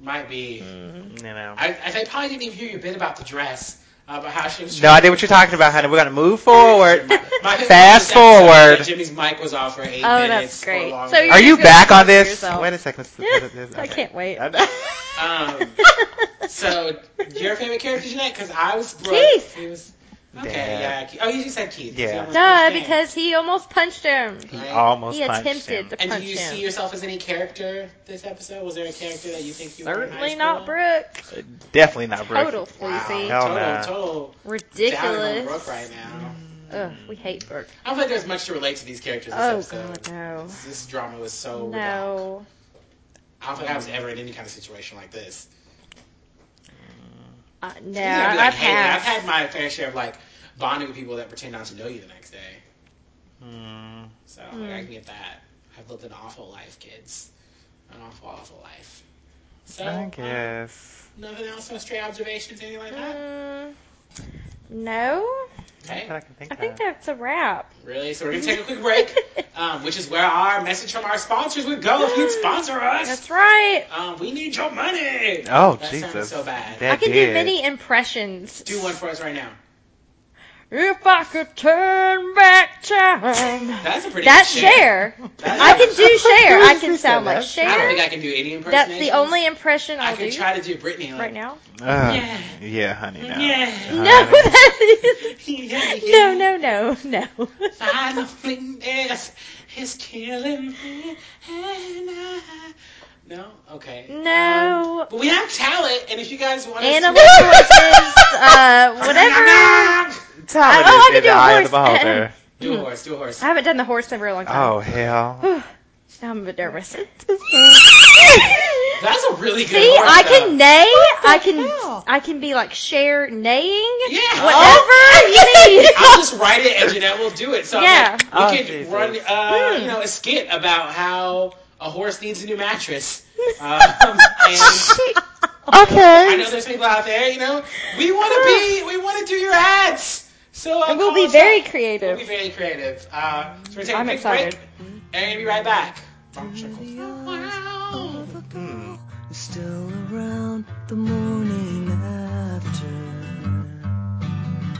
Speaker 2: might be.
Speaker 1: Hmm.
Speaker 3: You know.
Speaker 2: I, I they probably didn't even hear your bit about the dress, uh, about how she was.
Speaker 3: No idea what you're talking about, honey. We're gonna move forward.
Speaker 2: My- my-
Speaker 3: Fast
Speaker 2: this episode,
Speaker 3: forward.
Speaker 2: that Jimmy's mic was off for eight
Speaker 1: Oh, that's
Speaker 2: minutes. or
Speaker 1: great.
Speaker 2: longer.
Speaker 1: So you're
Speaker 3: Are you
Speaker 1: just gonna
Speaker 3: back on
Speaker 1: talk to
Speaker 3: this?
Speaker 1: yourself.
Speaker 3: Wait a second.
Speaker 1: I can't wait.
Speaker 2: Um, so your favorite character Jeanette? Because I was Brooke.
Speaker 1: Keith.
Speaker 2: It was okay.
Speaker 3: Dad.
Speaker 2: Yeah. Keith. Oh, you just said Keith. 'cause
Speaker 3: Yeah.
Speaker 2: that was
Speaker 1: Duh,
Speaker 2: his name.
Speaker 1: because he almost punched him.
Speaker 3: He
Speaker 2: Right.
Speaker 3: almost
Speaker 1: he
Speaker 3: punched
Speaker 1: attempted
Speaker 3: him.
Speaker 1: to punch
Speaker 2: And do you
Speaker 1: him.
Speaker 2: see yourself as any character this episode? Was there a character that you think you were in high
Speaker 1: Certainly
Speaker 2: school?
Speaker 1: not Brooke.
Speaker 3: Definitely not Brooke.
Speaker 1: Total
Speaker 2: Wow.
Speaker 1: floozy.
Speaker 3: Hell
Speaker 2: Total,
Speaker 3: nah.
Speaker 2: total down on Brooke
Speaker 1: Ridiculous.
Speaker 2: right now.
Speaker 1: Ugh, we hate Brooke.
Speaker 2: I don't think there's much to relate to these characters this
Speaker 1: Oh
Speaker 2: episode.
Speaker 1: god, no.
Speaker 2: This drama was so redonk.
Speaker 1: No.
Speaker 2: I don't think I was ever in any kind of situation like this.
Speaker 1: Uh, no,
Speaker 2: You're gonna be
Speaker 1: I've
Speaker 2: like, "Hey, I've
Speaker 1: had.
Speaker 2: had my fair share of like bonding with people that pretend not to know you the next day.
Speaker 3: Hmm.
Speaker 2: So like,
Speaker 1: Mm.
Speaker 2: I can get that. I've lived an awful life, kids. An awful, awful life. So
Speaker 3: I
Speaker 2: um,
Speaker 3: guess.
Speaker 2: nothing else, no stray observations, anything like that.
Speaker 1: Mm, no.
Speaker 3: That's
Speaker 2: Okay.
Speaker 3: what I can think
Speaker 1: I think
Speaker 3: of.
Speaker 1: that's a wrap.
Speaker 2: Really? So we're gonna take a quick break. um, which is where our message from our sponsors would go if you'd sponsor us.
Speaker 1: That's right.
Speaker 2: Um, we need your money.
Speaker 3: Oh,
Speaker 2: that sounded
Speaker 3: Jesus.
Speaker 2: so bad.
Speaker 3: That
Speaker 1: I can
Speaker 3: did.
Speaker 1: do many impressions.
Speaker 2: Do one for us right now.
Speaker 1: If I could turn back time.
Speaker 2: That's a pretty.
Speaker 1: That's
Speaker 2: good share.
Speaker 1: Cher.
Speaker 2: That's
Speaker 1: I can do Cher. I can
Speaker 3: That's
Speaker 1: sound like
Speaker 3: Cher.
Speaker 2: I don't think
Speaker 1: Cher.
Speaker 2: I can do any impersonation.
Speaker 1: That's the only impression
Speaker 2: I
Speaker 1: I'll
Speaker 2: can
Speaker 1: do
Speaker 2: try to do Britney like,
Speaker 1: right now.
Speaker 3: Ugh.
Speaker 2: Yeah.
Speaker 3: Uh, Yeah, honey. No. Uh-huh.
Speaker 2: Yeah.
Speaker 1: No,
Speaker 3: Honey.
Speaker 1: that
Speaker 2: Yeah,
Speaker 1: is.
Speaker 2: yeah.
Speaker 1: No, no, no, no.
Speaker 2: Loneliness is killing me, and I- No, okay. Um,
Speaker 1: No.
Speaker 2: but we have talent, and if you guys want
Speaker 1: Animal
Speaker 2: to,
Speaker 1: sources, uh, whatever.
Speaker 3: Talent
Speaker 1: Oh, I
Speaker 3: is
Speaker 1: can
Speaker 3: in
Speaker 1: do
Speaker 3: the
Speaker 1: a
Speaker 3: eye of the
Speaker 1: horse.
Speaker 3: beholder.
Speaker 2: do a horse, do a horse.
Speaker 1: I haven't done the horse in a really long time.
Speaker 3: oh, hell.
Speaker 1: Oh. now I'm a bit nervous. See,
Speaker 2: That's a really good. horse,
Speaker 1: I
Speaker 2: though.
Speaker 1: can neigh. I can.
Speaker 3: hell?
Speaker 1: I can be like share neighing.
Speaker 2: Yeah. Oh.
Speaker 1: Whatever you need.
Speaker 2: I'll just write it and Jeanette will do it. So I'm
Speaker 1: Yeah.
Speaker 2: like, we
Speaker 3: Oh,
Speaker 2: could
Speaker 3: Jesus.
Speaker 2: run, uh,
Speaker 1: Hmm.
Speaker 2: you know, a skit about how a horse needs a new mattress. Um,
Speaker 1: Uh.
Speaker 2: and I know
Speaker 3: Okay.
Speaker 2: there's people out there, you know, we want to be, we want to do your ads. So uh,
Speaker 1: And we'll
Speaker 2: call
Speaker 1: be
Speaker 2: us
Speaker 1: very
Speaker 2: up. We'll be
Speaker 1: creative.
Speaker 2: very creative. Uh, so we're taking
Speaker 1: I'm
Speaker 2: a quick
Speaker 1: excited.
Speaker 2: break, and we're gonna be right back.
Speaker 5: Wow. The
Speaker 3: Hmm.
Speaker 5: girl is still around the morning after.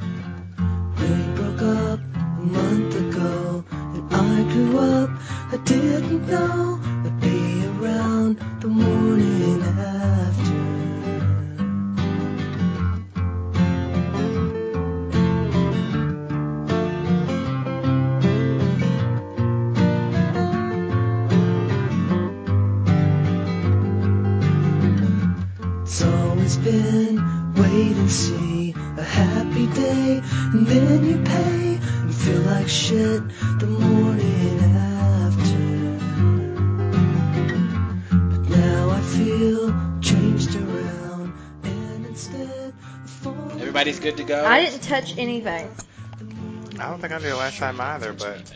Speaker 5: We broke up a month ago, and I grew up. I didn't know I'd be around the morning after. It's always been wait and see a happy day, and then you pay and feel like shit the morning after. But now I feel changed around, and instead I fall.
Speaker 2: Everybody's good to go.
Speaker 1: I didn't touch anything.
Speaker 3: I don't think I did last time either, but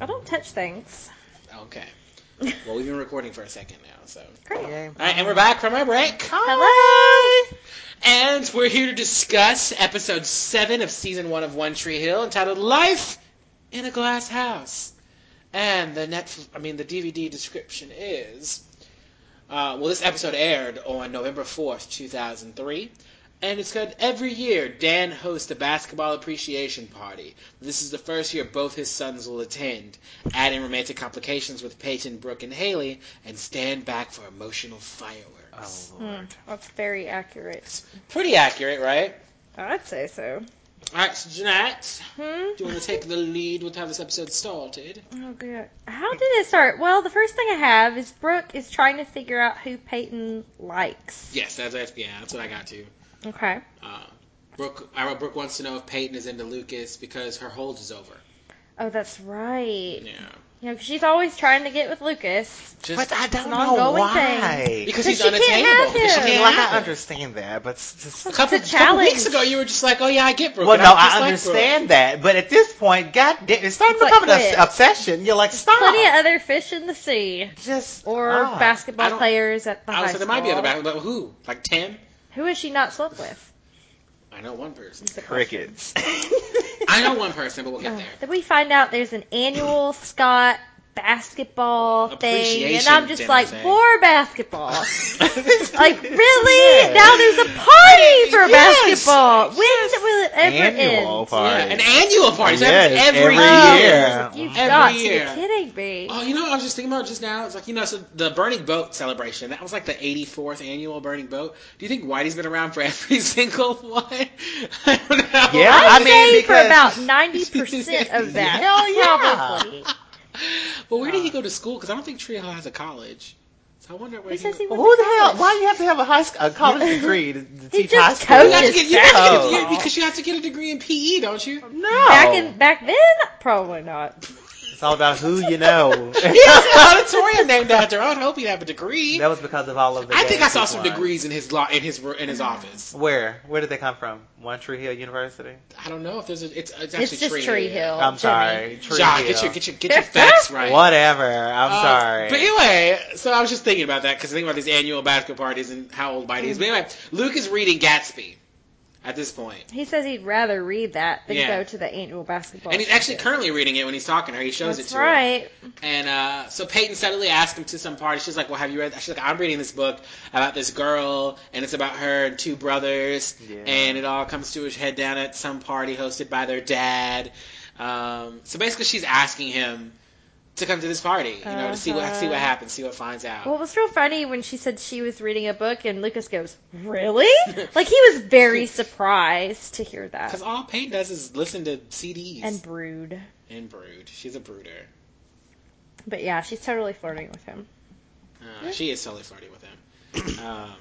Speaker 1: I don't touch things.
Speaker 2: Okay. Well, we've been recording for a second now, so.
Speaker 1: Great.
Speaker 3: Yay.
Speaker 2: All right, and we're back from our break.
Speaker 1: Hello.
Speaker 2: And we're here to discuss episode seven of season one of One Tree Hill, entitled "Life in a Glass House." And the Netflix, I mean, the DVD description is: Uh, well, this episode aired on November 4th, 2003. And it's good. Every year, Dan hosts a basketball appreciation party. This is the first year both his sons will attend. Add in romantic complications with Peyton, Brooke, and Haley, and stand back for emotional fireworks.
Speaker 1: Hmm, that's very accurate.
Speaker 2: Pretty accurate, right?
Speaker 1: I'd say so.
Speaker 2: All right, so Jeanette,
Speaker 1: Hmm?
Speaker 2: do you want to take the lead with how this episode started?
Speaker 1: Oh, good. How did it start? Well, the first thing I have is Brooke is trying to figure out who Peyton likes.
Speaker 2: Yes, that's, that's yeah, that's what I got to.
Speaker 1: Okay.
Speaker 2: Uh, Brooke, I wrote Brooke wants to know if Peyton is into Lucas because her hold is over.
Speaker 1: Oh, that's right.
Speaker 2: Yeah,
Speaker 1: You know, 'cause she's always trying to get with Lucas.
Speaker 2: just
Speaker 3: But I don't
Speaker 1: an
Speaker 3: know
Speaker 1: ongoing
Speaker 3: why.
Speaker 2: because
Speaker 1: 'Cause
Speaker 2: he's
Speaker 1: she can't
Speaker 2: unattainable.
Speaker 1: have
Speaker 2: Because she
Speaker 1: him.
Speaker 3: I mean,
Speaker 2: can't
Speaker 3: like
Speaker 2: have
Speaker 3: I
Speaker 2: him.
Speaker 3: understand that, but it's just-
Speaker 2: A couple,
Speaker 1: It's a
Speaker 2: couple
Speaker 1: challenge.
Speaker 2: weeks ago, you were just like, "Oh yeah, I get Brooke."
Speaker 3: well,
Speaker 2: and
Speaker 3: no,
Speaker 2: I'm just
Speaker 3: I
Speaker 2: like,
Speaker 3: understand that, but at this point, God, damn, it's starting to
Speaker 1: It's like
Speaker 3: become an obs-
Speaker 1: quit.
Speaker 3: obsession. You're like,
Speaker 2: Ah!
Speaker 3: stop.
Speaker 1: Plenty of other fish in the sea.
Speaker 3: just
Speaker 1: Or
Speaker 3: stop.
Speaker 2: I
Speaker 1: basketball
Speaker 2: don't-
Speaker 1: players at the
Speaker 2: Brooke. I
Speaker 1: high
Speaker 2: was like,
Speaker 1: school.
Speaker 2: there might be other back, but who? Like Tim?
Speaker 1: Who has she not slept with?
Speaker 2: I know one person.
Speaker 3: crickets.
Speaker 2: I know one person, but we'll get
Speaker 1: Uh,
Speaker 2: there.
Speaker 1: then we find out there's an annual Scott basketball thing, and
Speaker 2: Appreciation
Speaker 1: I'm just
Speaker 2: dinner
Speaker 1: like,
Speaker 2: thing.
Speaker 1: more basketball. like,
Speaker 3: Yeah.
Speaker 1: really? Now there's a party for
Speaker 3: Yes.
Speaker 1: basketball. When will it ever
Speaker 3: Annual
Speaker 1: end? Oh,
Speaker 2: Yeah,
Speaker 3: party.
Speaker 2: an annual party. So
Speaker 3: Yes,
Speaker 2: happens every,
Speaker 3: every
Speaker 2: year.
Speaker 1: I
Speaker 3: year.
Speaker 1: was like, You've
Speaker 2: Every
Speaker 1: got
Speaker 2: year.
Speaker 1: to be kidding me.
Speaker 2: Oh, you know, what I was just thinking about just now. It's like you know, so the Burning Boat celebration. That was like the 84th annual Burning Boat. Do you think Whitey's been around for every single one? I don't know.
Speaker 3: Yeah,
Speaker 1: I'd
Speaker 3: I mean,
Speaker 1: say
Speaker 3: because-
Speaker 1: for about 90% of that.
Speaker 3: Hell yeah.
Speaker 1: Probably.
Speaker 2: Well, where did
Speaker 3: Uh.
Speaker 2: he go to school? Because I don't think Tree Hill has a college. So I wonder where
Speaker 1: He
Speaker 2: he.
Speaker 1: says he
Speaker 3: Who
Speaker 1: went
Speaker 3: the
Speaker 1: to
Speaker 3: hell?
Speaker 1: college.
Speaker 3: Why do you have to have a high school, a college degree to, to teach high
Speaker 1: just
Speaker 3: school?
Speaker 2: You have to
Speaker 1: coaches.
Speaker 2: get, you have to get a-
Speaker 3: Oh.
Speaker 2: yeah, because you have to get a degree in PE, don't you?
Speaker 3: No,
Speaker 1: Back in back then, probably not.
Speaker 3: Oh. it's all about who you know.
Speaker 2: He has an auditorium named after. I would hope he'd have a degree.
Speaker 3: that was because of all of the.
Speaker 2: I think I
Speaker 3: games
Speaker 2: saw
Speaker 3: he
Speaker 2: some
Speaker 3: won.
Speaker 2: degrees in his law in his in his office.
Speaker 3: Where? Where did they come from? One Tree Hill University.
Speaker 2: I don't know if there's a. It's, it's actually
Speaker 1: It's just
Speaker 2: Tree,
Speaker 1: Tree Hill.
Speaker 3: I'm
Speaker 1: Jimmy.
Speaker 3: sorry, Tree
Speaker 2: John,
Speaker 3: Hill.
Speaker 2: get your get your get your facts right.
Speaker 3: Whatever. I'm
Speaker 2: Uh,
Speaker 3: sorry.
Speaker 2: But anyway, so I was just thinking about that because thinking about these annual basketball parties and how old Bitey
Speaker 1: Hmm.
Speaker 2: is. But anyway, Luke is reading Gatsby at this point,
Speaker 1: He says he'd rather read that than
Speaker 2: Yeah.
Speaker 1: go to the annual basketball.
Speaker 2: and he's actually
Speaker 1: Oh, shit.
Speaker 2: currently reading it when he's talking to her. He shows
Speaker 1: That's
Speaker 2: it to her.
Speaker 1: right.
Speaker 2: And uh, so Peyton suddenly asked him to some party. She's like, "Well, have you read?" That? She's like, "I'm reading this book about this girl, and it's about her and two brothers,
Speaker 3: Yeah.
Speaker 2: and it all comes to his head down at some party hosted by their dad." Um, so basically, she's asking him to come to this party, you know, to see what
Speaker 1: Uh-huh.
Speaker 2: see what happens, see what finds out.
Speaker 1: Well, it was real funny when she said she was reading a book, and Lucas goes, "Really?" like he was very surprised to hear that
Speaker 2: Because all Peyton does is listen to CDs
Speaker 1: and
Speaker 2: and,
Speaker 1: brood.
Speaker 2: brood. She's a brooder.
Speaker 1: But yeah, she's totally flirting with him.
Speaker 2: Uh, she is totally flirting with him. Um,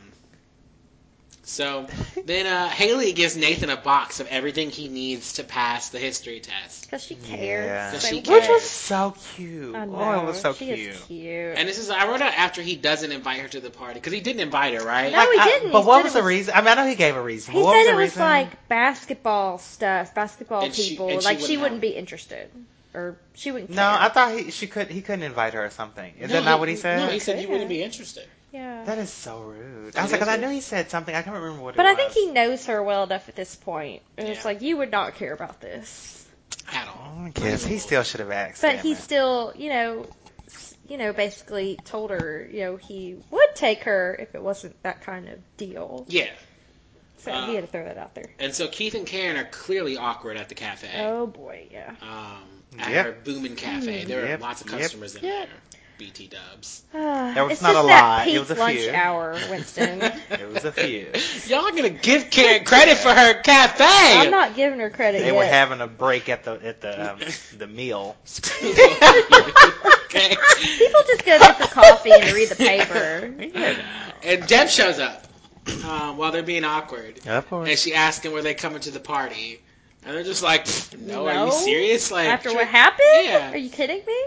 Speaker 2: so then uh, Haley gives Nathan a box of everything he needs to pass the history test.
Speaker 1: Cause she cares.
Speaker 3: Yeah.
Speaker 2: 'Cause she
Speaker 1: Which
Speaker 3: Which was
Speaker 2: cares.
Speaker 1: was
Speaker 3: so cute.
Speaker 1: I
Speaker 3: Oh,
Speaker 1: know.
Speaker 3: it was so
Speaker 1: she
Speaker 3: cute.
Speaker 1: Is cute.
Speaker 2: And this is I wrote out after he doesn't invite her to the party because he didn't invite her, right?
Speaker 1: No, he
Speaker 3: I-
Speaker 1: didn't.
Speaker 3: but
Speaker 1: He
Speaker 3: what
Speaker 1: said
Speaker 3: was
Speaker 1: it
Speaker 3: the
Speaker 1: was-
Speaker 3: reason? I mean, I know he gave a reason.
Speaker 1: he
Speaker 3: what
Speaker 1: said
Speaker 3: was the
Speaker 1: it was
Speaker 3: reason?
Speaker 1: like basketball stuff, basketball
Speaker 2: And she-
Speaker 1: people.
Speaker 2: and she
Speaker 1: like she
Speaker 2: wouldn't
Speaker 1: wouldn't
Speaker 2: know.
Speaker 1: be interested, or she wouldn't.
Speaker 3: No,
Speaker 1: care.
Speaker 3: I thought he she could he couldn't invite her or something. Is
Speaker 2: No,
Speaker 3: that not what he said?
Speaker 2: No, he said you
Speaker 1: Could have.
Speaker 2: wouldn't be interested.
Speaker 1: yeah.
Speaker 3: That is so rude.
Speaker 2: That
Speaker 3: I was like,
Speaker 2: is
Speaker 3: 'cause I
Speaker 2: rude.
Speaker 3: knew he said something. I can't remember what
Speaker 1: But
Speaker 3: it
Speaker 1: I think
Speaker 3: was.
Speaker 1: he knows her well enough at this point. And
Speaker 2: Yeah.
Speaker 1: It's like you would not care about this,
Speaker 2: At all.
Speaker 3: I guess Oh, he still should have asked.
Speaker 1: but
Speaker 3: damn
Speaker 1: he
Speaker 3: it.
Speaker 1: still, you know, s- you know, basically told her, you know, he would take her if it wasn't that kind of deal.
Speaker 2: Yeah.
Speaker 1: So
Speaker 2: Uh,
Speaker 1: he had to throw that out there.
Speaker 2: And so Keith and Karen are clearly awkward at the cafe.
Speaker 1: Oh boy, yeah.
Speaker 2: Um, at
Speaker 3: Yep.
Speaker 2: her Boomin' Cafe. There
Speaker 3: Yep,
Speaker 2: are lots of
Speaker 3: yep.
Speaker 2: customers in
Speaker 1: Yep.
Speaker 2: there. BT dubs.
Speaker 1: There
Speaker 3: was
Speaker 1: Ah, it's
Speaker 3: not
Speaker 1: just
Speaker 3: a
Speaker 1: that
Speaker 3: lot. It
Speaker 1: peak
Speaker 3: was a
Speaker 1: lunch
Speaker 3: few.
Speaker 1: hour, Winston.
Speaker 3: It was a few.
Speaker 2: Y'all gonna give Karen credit for her cafe?
Speaker 1: I'm not giving her credit
Speaker 3: They
Speaker 1: yet.
Speaker 3: were having a break at the at the um, the meal.
Speaker 2: okay.
Speaker 1: People just go there for coffee and read the paper.
Speaker 2: And Deb shows up um, while they're being awkward,
Speaker 3: Of course.
Speaker 2: and she asks them where they coming to the party, and they're just like, "No, are you
Speaker 1: No?
Speaker 2: serious?" Like,
Speaker 1: After what happened?
Speaker 2: Yeah.
Speaker 1: Are you kidding me?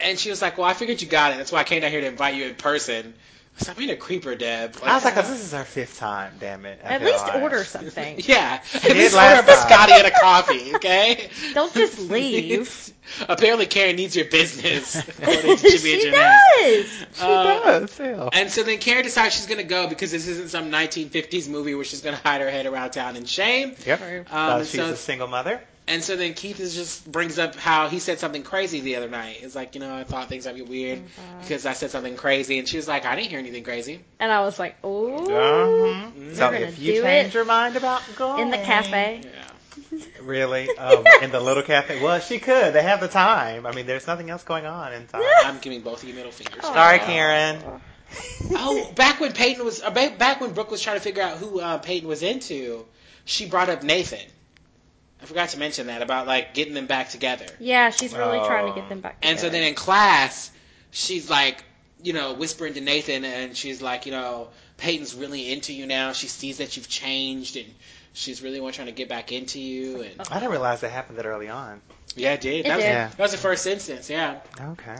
Speaker 2: and she was like, "Well, I figured you got it. That's why I came down here to invite you in person." Stop being a creeper, Deb.
Speaker 3: I was like, 'Cause this is our fifth time. Damn it. I
Speaker 1: At
Speaker 3: feel
Speaker 1: least
Speaker 3: like.
Speaker 1: order something.
Speaker 2: yeah,
Speaker 3: did
Speaker 2: this order a
Speaker 3: last time.
Speaker 2: biscotti and a coffee, okay?
Speaker 1: Don't just leave.
Speaker 2: Apparently, Karen needs your business. according to Jimmy
Speaker 1: she
Speaker 2: and Jeanette.
Speaker 1: does.
Speaker 3: She
Speaker 2: Uh,
Speaker 3: does. Yeah.
Speaker 2: And so then Karen decides she's going to go because this isn't some 1950s movie where she's going to hide her head around town in shame.
Speaker 3: Yep.
Speaker 1: True.
Speaker 2: Um,
Speaker 3: Uh,
Speaker 2: and
Speaker 3: she's
Speaker 2: so
Speaker 3: a single mother.
Speaker 2: And so then Keith is just brings up how he said something crazy the other night. It's like, you know, I thought things might be weird because I said something crazy, and she was like, I didn't hear anything crazy.
Speaker 1: And I was like, ooh,
Speaker 3: Mhm. So
Speaker 1: gonna
Speaker 3: if you
Speaker 1: do
Speaker 3: change
Speaker 1: it
Speaker 3: your mind about going
Speaker 1: in the cafe.
Speaker 2: Yeah.
Speaker 3: really, um, in the little cafe, well, she could. They have the time. I mean, there's nothing else going on in time.
Speaker 2: I'm giving both of you middle fingers.
Speaker 3: Sorry, Karen.
Speaker 2: Oh, back when Peyton was uh, ba- back when Brooke was trying to figure out who uh, Peyton was into, she brought up Nathan. I forgot to mention that about like getting them back together.
Speaker 1: Yeah, she's really trying to
Speaker 3: Oh.
Speaker 1: get them back.
Speaker 2: And so then
Speaker 1: together.
Speaker 2: in class, she's like, you know, whispering to Nathan, and she's like, you know, Peyton's really into you now. She sees that you've changed, and she's really want- trying to get back into you. And
Speaker 3: I didn't realize that happened that early on.
Speaker 2: yeah, it did.
Speaker 1: It
Speaker 2: That was,
Speaker 1: did.
Speaker 3: Yeah.
Speaker 2: that was the first instance. Yeah.
Speaker 3: Okay.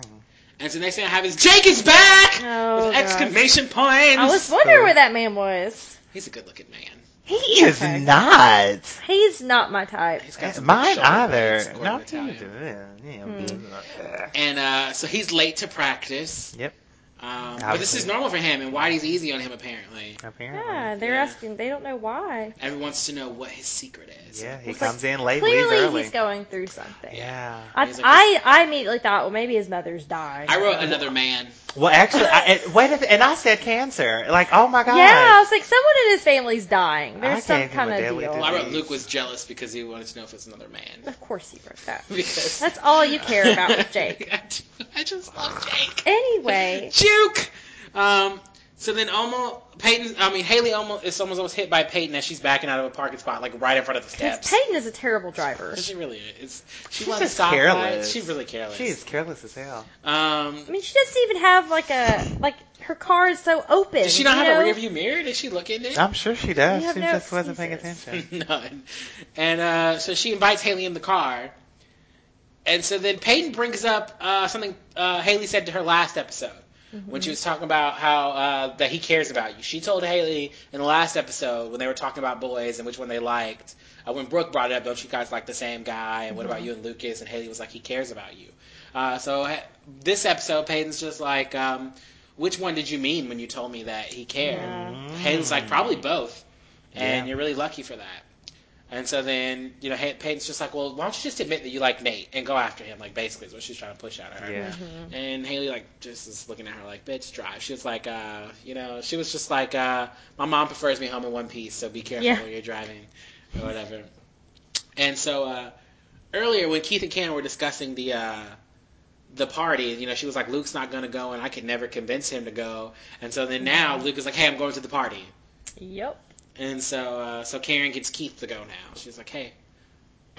Speaker 2: And so next thing I have is Jake is back
Speaker 1: Oh,
Speaker 2: with
Speaker 1: gosh.
Speaker 2: exclamation points.
Speaker 1: I was wondering where that man was.
Speaker 2: He's a good looking man.
Speaker 3: He is
Speaker 1: Okay.
Speaker 3: not.
Speaker 1: He's not my type.
Speaker 2: He's got some big
Speaker 3: Mine
Speaker 2: shoulder
Speaker 3: either.
Speaker 2: blades, according
Speaker 3: Not
Speaker 2: to Italian.
Speaker 3: either.
Speaker 1: Hmm.
Speaker 3: Yeah.
Speaker 2: And uh, so he's late to practice.
Speaker 3: Yep.
Speaker 2: Um, but this is normal for him, and Whitey's easy on him apparently.
Speaker 3: Apparently.
Speaker 1: Yeah, they're
Speaker 2: Yeah.
Speaker 1: asking. They don't know why.
Speaker 2: Everyone wants to know what his secret is.
Speaker 3: Yeah, he
Speaker 1: It's like,
Speaker 3: comes in late, leaves
Speaker 1: Clearly,
Speaker 3: early.
Speaker 1: he's going through something.
Speaker 3: yeah.
Speaker 1: I,
Speaker 2: He's like-
Speaker 1: I, I immediately thought, well, maybe his mother's dying.
Speaker 2: I wrote another man.
Speaker 3: Well, actually, I, and- wait a th- and I said cancer. Like, oh my god.
Speaker 1: Yeah, I was like, someone in his family's dying. There's
Speaker 3: I
Speaker 1: some
Speaker 3: gave him
Speaker 1: kind
Speaker 3: a
Speaker 1: of
Speaker 3: deadly
Speaker 1: deal.
Speaker 2: Well, I wrote
Speaker 3: Jeez.
Speaker 2: Luke was jealous because he wanted to know if it's another man.
Speaker 1: Of course, he wrote that.
Speaker 2: Because
Speaker 1: That's all you care about with Jake.
Speaker 2: I just love Jake.
Speaker 1: Anyway,
Speaker 2: Juke. Um. So then, almost Peyton. I mean, Haley almost is almost almost hit by Peyton as she's backing out of a parking spot, like right in front of the steps.
Speaker 1: Peyton is a terrible driver.
Speaker 2: She really is. She
Speaker 3: She's
Speaker 2: wants to
Speaker 3: just
Speaker 2: stop.
Speaker 3: careless.
Speaker 2: She's really careless.
Speaker 3: She's careless as hell.
Speaker 2: Um.
Speaker 1: I mean, she doesn't even have like a like her car is so open.
Speaker 2: Does she not
Speaker 1: you
Speaker 2: have a
Speaker 1: know?
Speaker 2: rear view mirror? Did she look in it?
Speaker 3: I'm sure she does.
Speaker 1: You have
Speaker 3: She
Speaker 1: no
Speaker 3: just wasn't paying
Speaker 1: excuses.
Speaker 3: attention.
Speaker 2: None. And uh, so she invites Haley in the car. And so then Peyton brings up uh, something uh, Haley said to her last episode when she was talking about how uh, that he cares about you. She told Haley in the last episode when they were talking about boys and which one they liked. Uh, when Brooke brought it up, don't you guys like the same guy? And what about you and Lucas? And Haley was like, he cares about you. Uh, so ha- this episode, Peyton's just like, um, which one did you mean when you told me that he cared? Hayden's like probably both, and
Speaker 3: Yeah.
Speaker 2: you're really lucky for that. And so then you know Hay- Peyton's just like, well, why don't you just admit that you like Nate and go after him? Like basically is what she's trying to push at her.
Speaker 3: Yeah.
Speaker 2: And Haley like just is looking at her like, bitch, drive. She was like, uh, you know, she was just like, uh, my mom prefers me home in one piece, so be careful
Speaker 1: Yeah.
Speaker 2: when you're driving or whatever. and so uh, earlier when Keith and Ken were discussing the uh, the party, you know, she was like, Luke's not gonna go, and I could never convince him to go. And so then now Luke is like, hey, I'm going to the party.
Speaker 1: Yep.
Speaker 2: And so, uh, so Karen gets Keith to go now. She's like, "Hey,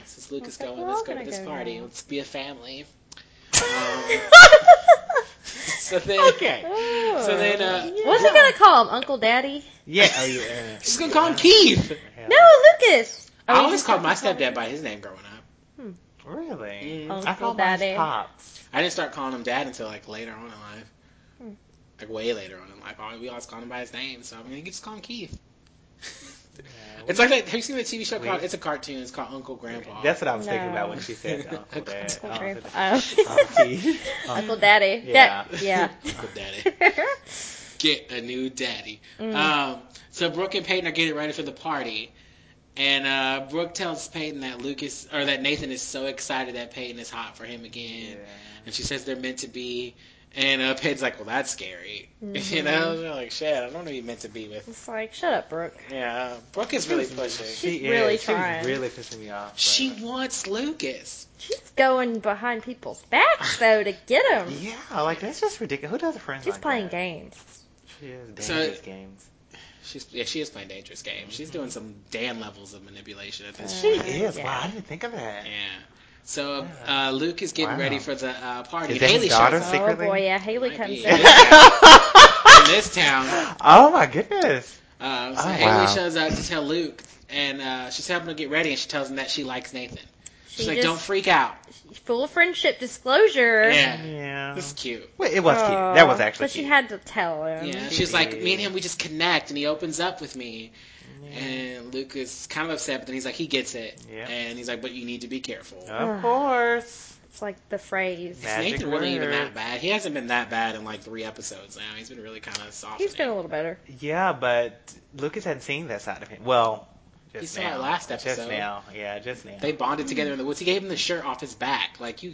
Speaker 2: since Luke is
Speaker 1: Okay,
Speaker 2: going,
Speaker 1: we're
Speaker 2: let's
Speaker 1: all
Speaker 2: go to
Speaker 1: gonna
Speaker 2: this
Speaker 1: go
Speaker 2: party.
Speaker 1: now."
Speaker 2: Let's be a family." Um, so then, so then, uh,
Speaker 1: What's he gonna call him? Uncle Daddy?
Speaker 3: Yeah. Oh, yeah.
Speaker 2: she's gonna call him Keith.
Speaker 3: Hell.
Speaker 1: No, Lucas. Oh,
Speaker 2: I
Speaker 1: he
Speaker 2: always
Speaker 1: just
Speaker 2: called my
Speaker 1: him
Speaker 2: stepdad by his name growing up.
Speaker 3: Really?
Speaker 2: Mm.
Speaker 1: Uncle
Speaker 3: I call mine
Speaker 1: Daddy.
Speaker 3: pops.
Speaker 2: I didn't start calling him dad until like later on in life,
Speaker 1: Hmm.
Speaker 2: like way later on in life. All- We always called him by his name, so I mean, you can just call him Keith. It's like that. Have you seen the TV show called? It's a cartoon. It's called Uncle Grandpa.
Speaker 3: That's what I was thinking
Speaker 1: No.
Speaker 3: about when she said Uncle Daddy.
Speaker 1: Uncle
Speaker 3: Oh,
Speaker 1: Grandpa.
Speaker 3: Auntie.
Speaker 1: Oh. Uncle Daddy.
Speaker 3: Yeah.
Speaker 1: Dad- yeah. Mm.
Speaker 2: Uncle Daddy. get a new daddy.
Speaker 3: Mm.
Speaker 2: Um, so Brooke and Peyton are getting ready for the party, and uh, Brooke tells Peyton that Lucas or that Nathan is so excited that Peyton is hot for him again, and she says they're meant to be. And uh, Peyton's like, "Well, that's scary,"
Speaker 3: Mm-hmm.
Speaker 2: you know. They're like, "Shit, I don't know who you meant to be with."
Speaker 1: it's like, shut up, Brooke.
Speaker 2: Yeah, uh, Brooke is really pushing.
Speaker 1: She's
Speaker 3: She
Speaker 1: really
Speaker 3: is.
Speaker 1: trying.
Speaker 3: She was really pissing me off.
Speaker 2: She wants Lucas.
Speaker 1: She's going behind people's backs though to get him.
Speaker 3: Yeah, like that's just ridiculous. Who does a friend
Speaker 1: She's
Speaker 3: like
Speaker 1: playing
Speaker 3: that?
Speaker 1: games.
Speaker 3: She is
Speaker 2: So-
Speaker 3: dangerous games.
Speaker 2: She's yeah, she is playing dangerous games. She's doing some damn levels of manipulation at this.
Speaker 3: She
Speaker 2: point.
Speaker 3: is.
Speaker 1: yeah.
Speaker 3: Wow, I didn't think of that.
Speaker 2: Yeah. So uh, Luke is getting
Speaker 3: Wow.
Speaker 2: ready for the uh, party.
Speaker 3: Is that his
Speaker 2: Haley shows
Speaker 3: daughter?
Speaker 2: up.
Speaker 1: Oh
Speaker 3: Secretly?
Speaker 1: boy, yeah. Haley comes
Speaker 2: in
Speaker 1: in.
Speaker 2: this town.
Speaker 3: Oh my goodness.
Speaker 2: Uh, so
Speaker 3: Oh,
Speaker 2: Haley
Speaker 3: wow.
Speaker 2: shows up to tell Luke, and uh, she's helping him get ready, and she tells him that she likes Nathan. She's
Speaker 1: She
Speaker 2: like,
Speaker 1: just-
Speaker 2: "Don't freak out."
Speaker 1: Full friendship disclosure.
Speaker 2: Yeah,
Speaker 3: Yeah.
Speaker 2: this is cute.
Speaker 3: Well, it was
Speaker 1: Oh,
Speaker 3: cute. That was actually
Speaker 1: But she
Speaker 3: cute.
Speaker 1: had to tell him.
Speaker 2: Yeah, she's like, "Me and him, we just connect," and he opens up with me.
Speaker 3: Mm-hmm.
Speaker 2: And Luke is kind of upset, but then he's like, "He gets it,"
Speaker 3: Yeah.
Speaker 2: and he's like, "But you need to be careful."
Speaker 3: of course.
Speaker 1: It's like the phrase.
Speaker 3: Magic
Speaker 2: Nathan wasn't even
Speaker 3: word.
Speaker 2: that bad. He hasn't been that bad in like three episodes now. He's been really kind of soft.
Speaker 1: He's been a little better.
Speaker 3: Yeah, but Lucas hadn't seen that side of him. Well, Just
Speaker 2: saw
Speaker 3: now.
Speaker 2: it last
Speaker 3: Just
Speaker 2: episode.
Speaker 3: now. Yeah, just now.
Speaker 2: They bonded together in the woods. He gave him the shirt off his back. Like you,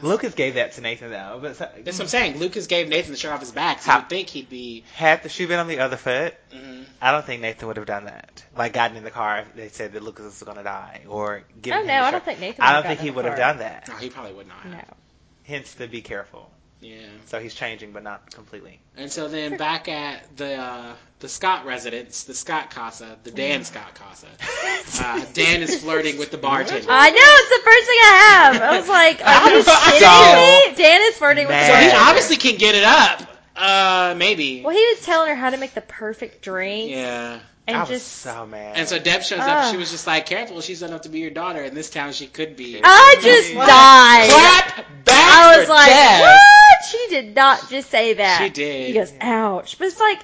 Speaker 3: Lucas gave that to Nathan though, but so,
Speaker 2: that's what I'm saying. Lucas gave Nathan the shirt off his back. So
Speaker 3: How-
Speaker 2: you think he'd be?
Speaker 3: had the shoe been on the other foot,
Speaker 2: Mm,
Speaker 3: I don't think Nathan would have done that. Like gotten in the car if they said that Lucas was going to die or given
Speaker 1: Oh
Speaker 3: him
Speaker 1: no,
Speaker 3: the
Speaker 1: I
Speaker 3: shirt.
Speaker 1: don't think Nathan.
Speaker 3: I don't think he would have done that.
Speaker 2: no, he probably would not.
Speaker 1: No.
Speaker 3: Hence the be careful.
Speaker 2: Yeah.
Speaker 3: So he's changing, but not completely.
Speaker 2: And so then back at the uh, the Scott residence, the Scott Casa, the
Speaker 3: Mm.
Speaker 2: Dan Scott Casa, uh, Dan is flirting with the bartender.
Speaker 1: I know it's the first thing I have. I was like, are you
Speaker 3: I'm
Speaker 1: kidding me? Dan is flirting with.
Speaker 2: so
Speaker 3: mad.
Speaker 1: the
Speaker 2: he obviously can get it up. Uh, maybe.
Speaker 1: Well, he was telling her how to make the perfect drink
Speaker 2: Yeah.
Speaker 1: and
Speaker 3: I was
Speaker 1: just.
Speaker 3: so mad.
Speaker 2: And so Deb shows up.
Speaker 1: Ugh.
Speaker 2: She was just like, "Careful, she's enough to be your daughter. In this town, she could be."
Speaker 1: I just
Speaker 3: What?
Speaker 1: died.
Speaker 2: Clap back
Speaker 1: I was
Speaker 2: for
Speaker 1: like,
Speaker 2: Deb.
Speaker 1: what? She did not just say that.
Speaker 2: She did.
Speaker 1: He goes, ouch. But it's like,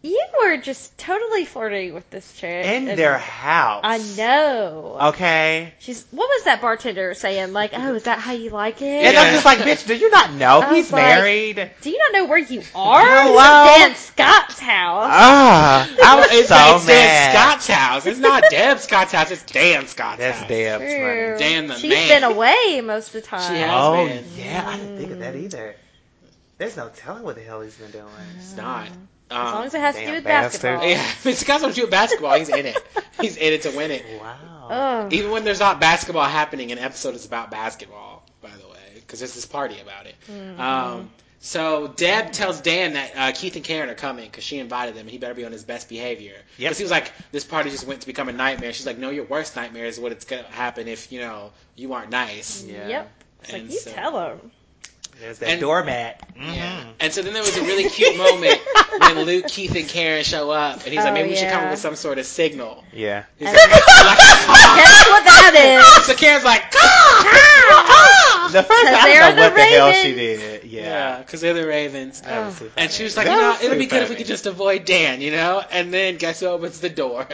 Speaker 1: you were just totally flirting with this chick.
Speaker 3: in
Speaker 1: And
Speaker 3: their house.
Speaker 1: I know.
Speaker 2: Oh.
Speaker 3: Okay.
Speaker 1: She's. What was that bartender saying? Like, oh, is that how you like it?
Speaker 3: And I'm just like, bitch, do you not know
Speaker 1: I
Speaker 3: he's
Speaker 1: was like-
Speaker 3: married?
Speaker 1: Do you not know where you are? This is
Speaker 3: Hello?
Speaker 1: Dan Scott's house.
Speaker 3: Ah, I was
Speaker 2: it's,
Speaker 3: so
Speaker 2: it's Dan
Speaker 3: mad.
Speaker 2: Scott's house. It's not Deb Scott's house. It's Dan Scott's
Speaker 3: That's
Speaker 2: house.
Speaker 3: Deb's
Speaker 1: True.
Speaker 3: money.
Speaker 2: Dan the
Speaker 1: She's
Speaker 2: man.
Speaker 1: been away most of the time.
Speaker 2: She has.
Speaker 3: Oh
Speaker 2: been.
Speaker 3: yeah, I didn't think of that either. There's no telling what the hell he's been doing.
Speaker 2: It's not.
Speaker 1: As long
Speaker 2: Um,
Speaker 1: as it has to
Speaker 3: Damn
Speaker 1: do with
Speaker 3: bastard.
Speaker 1: basketball.
Speaker 2: yeah, if it's got something to do with basketball, he's in it. He's in it to win it.
Speaker 3: Wow.
Speaker 1: Ugh.
Speaker 2: Even when there's not basketball happening, an episode is about basketball, by the way, because there's this party about it.
Speaker 1: Mm-hmm.
Speaker 2: Um, so Deb tells Dan that uh, Keith and Karen are coming because she invited them, and he better be on his best behavior.
Speaker 3: Yep.
Speaker 2: Because he was like, "This party just went to become a nightmare." She's like, "No, your worst nightmare is what it's gonna happen if you know you aren't nice."
Speaker 3: Yeah.
Speaker 1: Yep. It's like,
Speaker 2: And
Speaker 1: you
Speaker 2: so-
Speaker 1: tell him.
Speaker 3: There's that
Speaker 2: And-
Speaker 3: doormat.
Speaker 2: Yeah.
Speaker 3: Mhm.
Speaker 2: And so then there was a really cute moment when Luke, Keith, and Karen show up, and he's like,
Speaker 1: Oh,
Speaker 2: "Maybe we should come
Speaker 1: yeah.
Speaker 2: up with some sort of signal."
Speaker 3: Yeah.
Speaker 2: He's like,
Speaker 1: That's what that is.
Speaker 2: so Karen's like, "Caw!"
Speaker 3: The first
Speaker 1: Cause
Speaker 3: I
Speaker 1: they're
Speaker 3: don't know
Speaker 1: the
Speaker 3: what Oh, the hell she
Speaker 1: Ravens.
Speaker 3: did.
Speaker 2: Yeah,
Speaker 3: Yeah.
Speaker 2: because they're the Ravens.
Speaker 3: That was too funny.
Speaker 2: And she was like,
Speaker 3: That
Speaker 2: you know,
Speaker 3: was
Speaker 2: it'd
Speaker 3: too
Speaker 2: be good if we
Speaker 3: funny.
Speaker 2: could just avoid Dan, you know? And then guess who opens the door?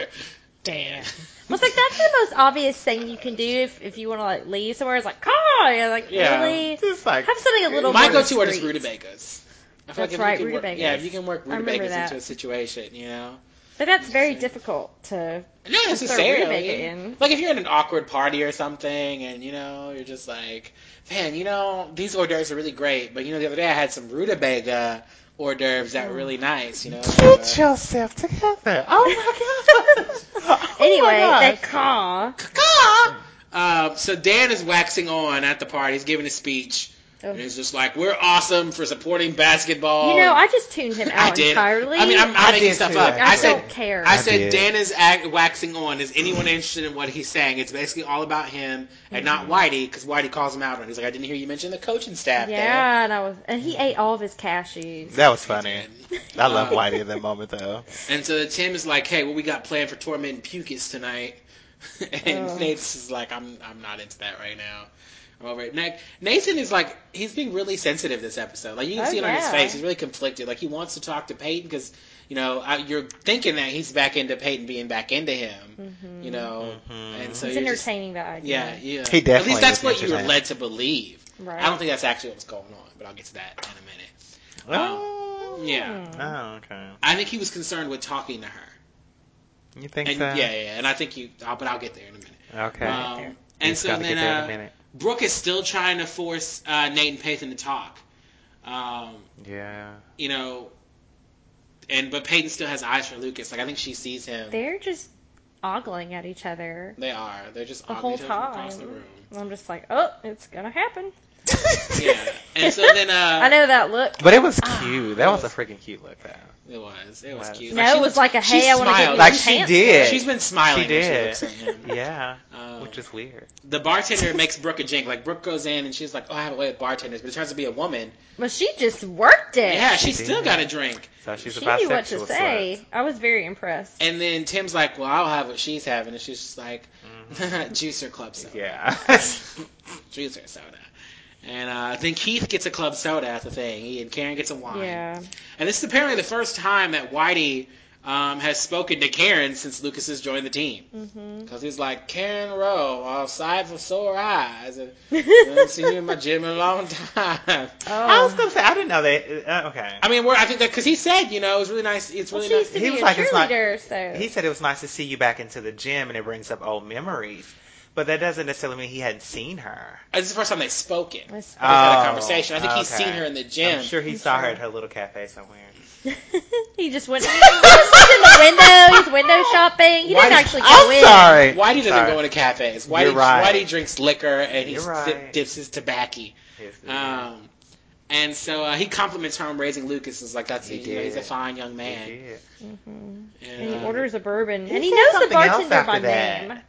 Speaker 2: Dan.
Speaker 1: I was like, that's the most obvious thing you can do if, if you want to like leave somewhere. It's like, car. You're like,
Speaker 2: Yeah.
Speaker 1: really?
Speaker 3: Just like
Speaker 1: Have something a little
Speaker 2: My
Speaker 1: more
Speaker 2: go to word is
Speaker 1: discreet.
Speaker 2: rutabagas. I
Speaker 1: That's
Speaker 2: if you
Speaker 1: right,
Speaker 2: can work-
Speaker 1: rutabagas.
Speaker 2: yeah, if you can work
Speaker 1: I remember
Speaker 2: rutabagas
Speaker 1: that.
Speaker 2: into a situation, you know?
Speaker 1: But that's very difficult to.
Speaker 2: Not
Speaker 1: Just throw
Speaker 2: necessarily.
Speaker 1: rutabaga in.
Speaker 2: Like if you're in an awkward party or something and, you know, you're just like, man, you know, these hors d'oeuvres are really great, but, you know, the other day I had some rutabaga hors d'oeuvres that were really nice, you know?
Speaker 3: get yourself together. Oh my god. Oh,
Speaker 1: anyway,
Speaker 3: gosh.
Speaker 1: they caw.
Speaker 2: Um, so Dan is waxing on at the party. He's giving a speech, and he's just like, "We're awesome for supporting basketball."
Speaker 1: Oh. You know, I just tuned him
Speaker 2: Oh. I
Speaker 1: out
Speaker 2: did.
Speaker 1: entirely.
Speaker 2: I mean, I'm, I'm
Speaker 3: I
Speaker 2: making
Speaker 3: did
Speaker 2: stuff
Speaker 3: too,
Speaker 2: up.
Speaker 1: I
Speaker 2: I said,
Speaker 1: don't care.
Speaker 2: I
Speaker 3: I
Speaker 2: said
Speaker 3: did.
Speaker 2: Dan is act, waxing on. Is anyone interested in what he's saying? It's basically all about him and
Speaker 1: Mm-hmm.
Speaker 2: not Whitey, because Whitey calls him out on. it. He's like, "I didn't hear you mention the coaching staff." there."
Speaker 1: yeah, and I was, and he ate all of his cashews.
Speaker 3: That was funny. I love
Speaker 2: Uh,
Speaker 3: Whitey in that moment though.
Speaker 2: And so Tim is like, "Hey, what we got planned for Torment and Pucus tonight?" and
Speaker 1: Ugh.
Speaker 2: Nate's is like, "I'm I'm not into that right now. I'm over it." Na- Nathan is like, he's being really sensitive this episode. Like you can
Speaker 1: Oh,
Speaker 2: see it on his
Speaker 1: yeah.
Speaker 2: face. He's really conflicted. Like he wants to talk to Peyton because you know I, you're thinking that he's back into Peyton being back into him. You know,
Speaker 3: Mhm.
Speaker 2: and so
Speaker 1: Mm-hmm. It's
Speaker 2: you're just,
Speaker 1: entertaining that idea.
Speaker 2: yeah, yeah.
Speaker 3: He
Speaker 2: At
Speaker 3: definitely
Speaker 2: least that's
Speaker 3: is
Speaker 2: what you were
Speaker 3: entertaining.
Speaker 2: led to believe.
Speaker 1: Right.
Speaker 2: I don't think that's actually what was going on, but I'll get to that in a minute.
Speaker 3: Oh.
Speaker 1: Hmm.
Speaker 2: Yeah.
Speaker 3: Oh, okay.
Speaker 2: I think he was concerned with talking to her.
Speaker 3: You think
Speaker 2: And,
Speaker 3: so?
Speaker 2: yeah, yeah, yeah, and I think you. I'll, but I'll get there in a minute.
Speaker 3: Okay.
Speaker 2: Um,
Speaker 1: there.
Speaker 2: and
Speaker 3: He's
Speaker 2: so
Speaker 3: gotta get
Speaker 2: then
Speaker 3: there in a
Speaker 2: uh,
Speaker 3: minute.
Speaker 2: Brooke is still trying to force uh, Nate and Peyton to talk. Um,
Speaker 3: Yeah.
Speaker 2: you know, and but Peyton still has eyes for Lucas. Like I think she sees him.
Speaker 1: They're just ogling at each other
Speaker 2: They are. They're just
Speaker 1: the
Speaker 2: ogling
Speaker 1: whole
Speaker 2: each other from across the
Speaker 1: time.
Speaker 2: room.
Speaker 1: And I'm just like, oh, it's gonna happen.
Speaker 2: Yeah. And so then uh,
Speaker 1: I know that look.
Speaker 3: But it was cute. That was a freaking cute look though.
Speaker 2: it was. It was
Speaker 3: Wow.
Speaker 2: cute.
Speaker 1: No,
Speaker 2: she
Speaker 1: it was
Speaker 2: looks-
Speaker 1: like a,
Speaker 2: she
Speaker 1: hey, I wanna give
Speaker 2: smiled.
Speaker 1: you
Speaker 3: Like
Speaker 1: a
Speaker 3: she
Speaker 1: chance.
Speaker 3: did.
Speaker 2: She's been smiling. when
Speaker 3: She did.
Speaker 2: She looks at him.
Speaker 3: Yeah.
Speaker 2: Um,
Speaker 3: Which is weird.
Speaker 2: the bartender makes Brooke a jink. Like Brooke goes in and she's like, "Oh, I have a way with bartenders," but it turns to be a woman.
Speaker 1: But she just worked it.
Speaker 2: Yeah, she
Speaker 3: did.
Speaker 2: still got a drink.
Speaker 3: So she's
Speaker 1: she
Speaker 3: a bisexual
Speaker 1: knew what to say.
Speaker 3: slut.
Speaker 1: I was very impressed.
Speaker 2: And then Tim's like, "Well, I'll have what she's having," and she's just like, "Juicer club soda,
Speaker 3: Mm-hmm. Yeah.
Speaker 2: juicer soda." And uh, then Keith gets a club soda at the thing, he, and Karen gets a wine.
Speaker 1: Yeah.
Speaker 2: And this is apparently the first time that Whitey um, has spoken to Karen since Lucas has joined the team.
Speaker 1: Mm-hmm.
Speaker 2: Because he's like, Karen Rowe, all sides of sore eyes. And, I haven't seen you in my gym in a long time.
Speaker 1: Oh.
Speaker 3: I was gonna say I didn't know that. Uh, okay.
Speaker 2: I mean, we're, I think that because he said, you know, it was really nice. It's
Speaker 1: well,
Speaker 2: really
Speaker 1: she
Speaker 2: nice.
Speaker 1: used to
Speaker 3: He
Speaker 1: be
Speaker 3: was
Speaker 1: a
Speaker 3: like, it's not-
Speaker 1: cheerleader, so
Speaker 3: He said it was nice to see you back into the gym, and it brings up old memories. But that doesn't necessarily mean he hadn't seen her.
Speaker 2: This is the first time they've spoken. They've
Speaker 1: Let's-
Speaker 2: had a
Speaker 3: Oh,
Speaker 2: conversation. I think he's
Speaker 3: okay.
Speaker 2: seen her in the gym.
Speaker 3: I'm sure he
Speaker 1: I'm
Speaker 3: saw her
Speaker 1: sure.
Speaker 3: at her little cafe somewhere.
Speaker 1: he just went. He's in the window. He's window shopping. He didn't
Speaker 3: Why did-
Speaker 1: actually go
Speaker 3: I'm
Speaker 1: in.
Speaker 3: sorry.
Speaker 2: Whitey doesn't
Speaker 3: Sorry.
Speaker 2: go into cafes. Whitey,
Speaker 3: You're right.
Speaker 2: Whitey drinks liquor and he
Speaker 3: You're
Speaker 2: sip-
Speaker 3: right.
Speaker 2: dips his tobacco.
Speaker 3: His-
Speaker 1: Oh,
Speaker 2: Um, and so uh, he compliments her on raising Lucas. Is like that's
Speaker 3: He
Speaker 2: you know, he's a
Speaker 3: did.
Speaker 2: fine young
Speaker 3: he
Speaker 2: man.
Speaker 3: did.
Speaker 1: Mhm.
Speaker 2: And,
Speaker 1: And he
Speaker 2: um,
Speaker 1: orders a bourbon,
Speaker 3: He
Speaker 1: and he
Speaker 3: said
Speaker 1: knows the
Speaker 3: something else
Speaker 1: bartender
Speaker 3: after
Speaker 1: by
Speaker 3: that.
Speaker 1: name,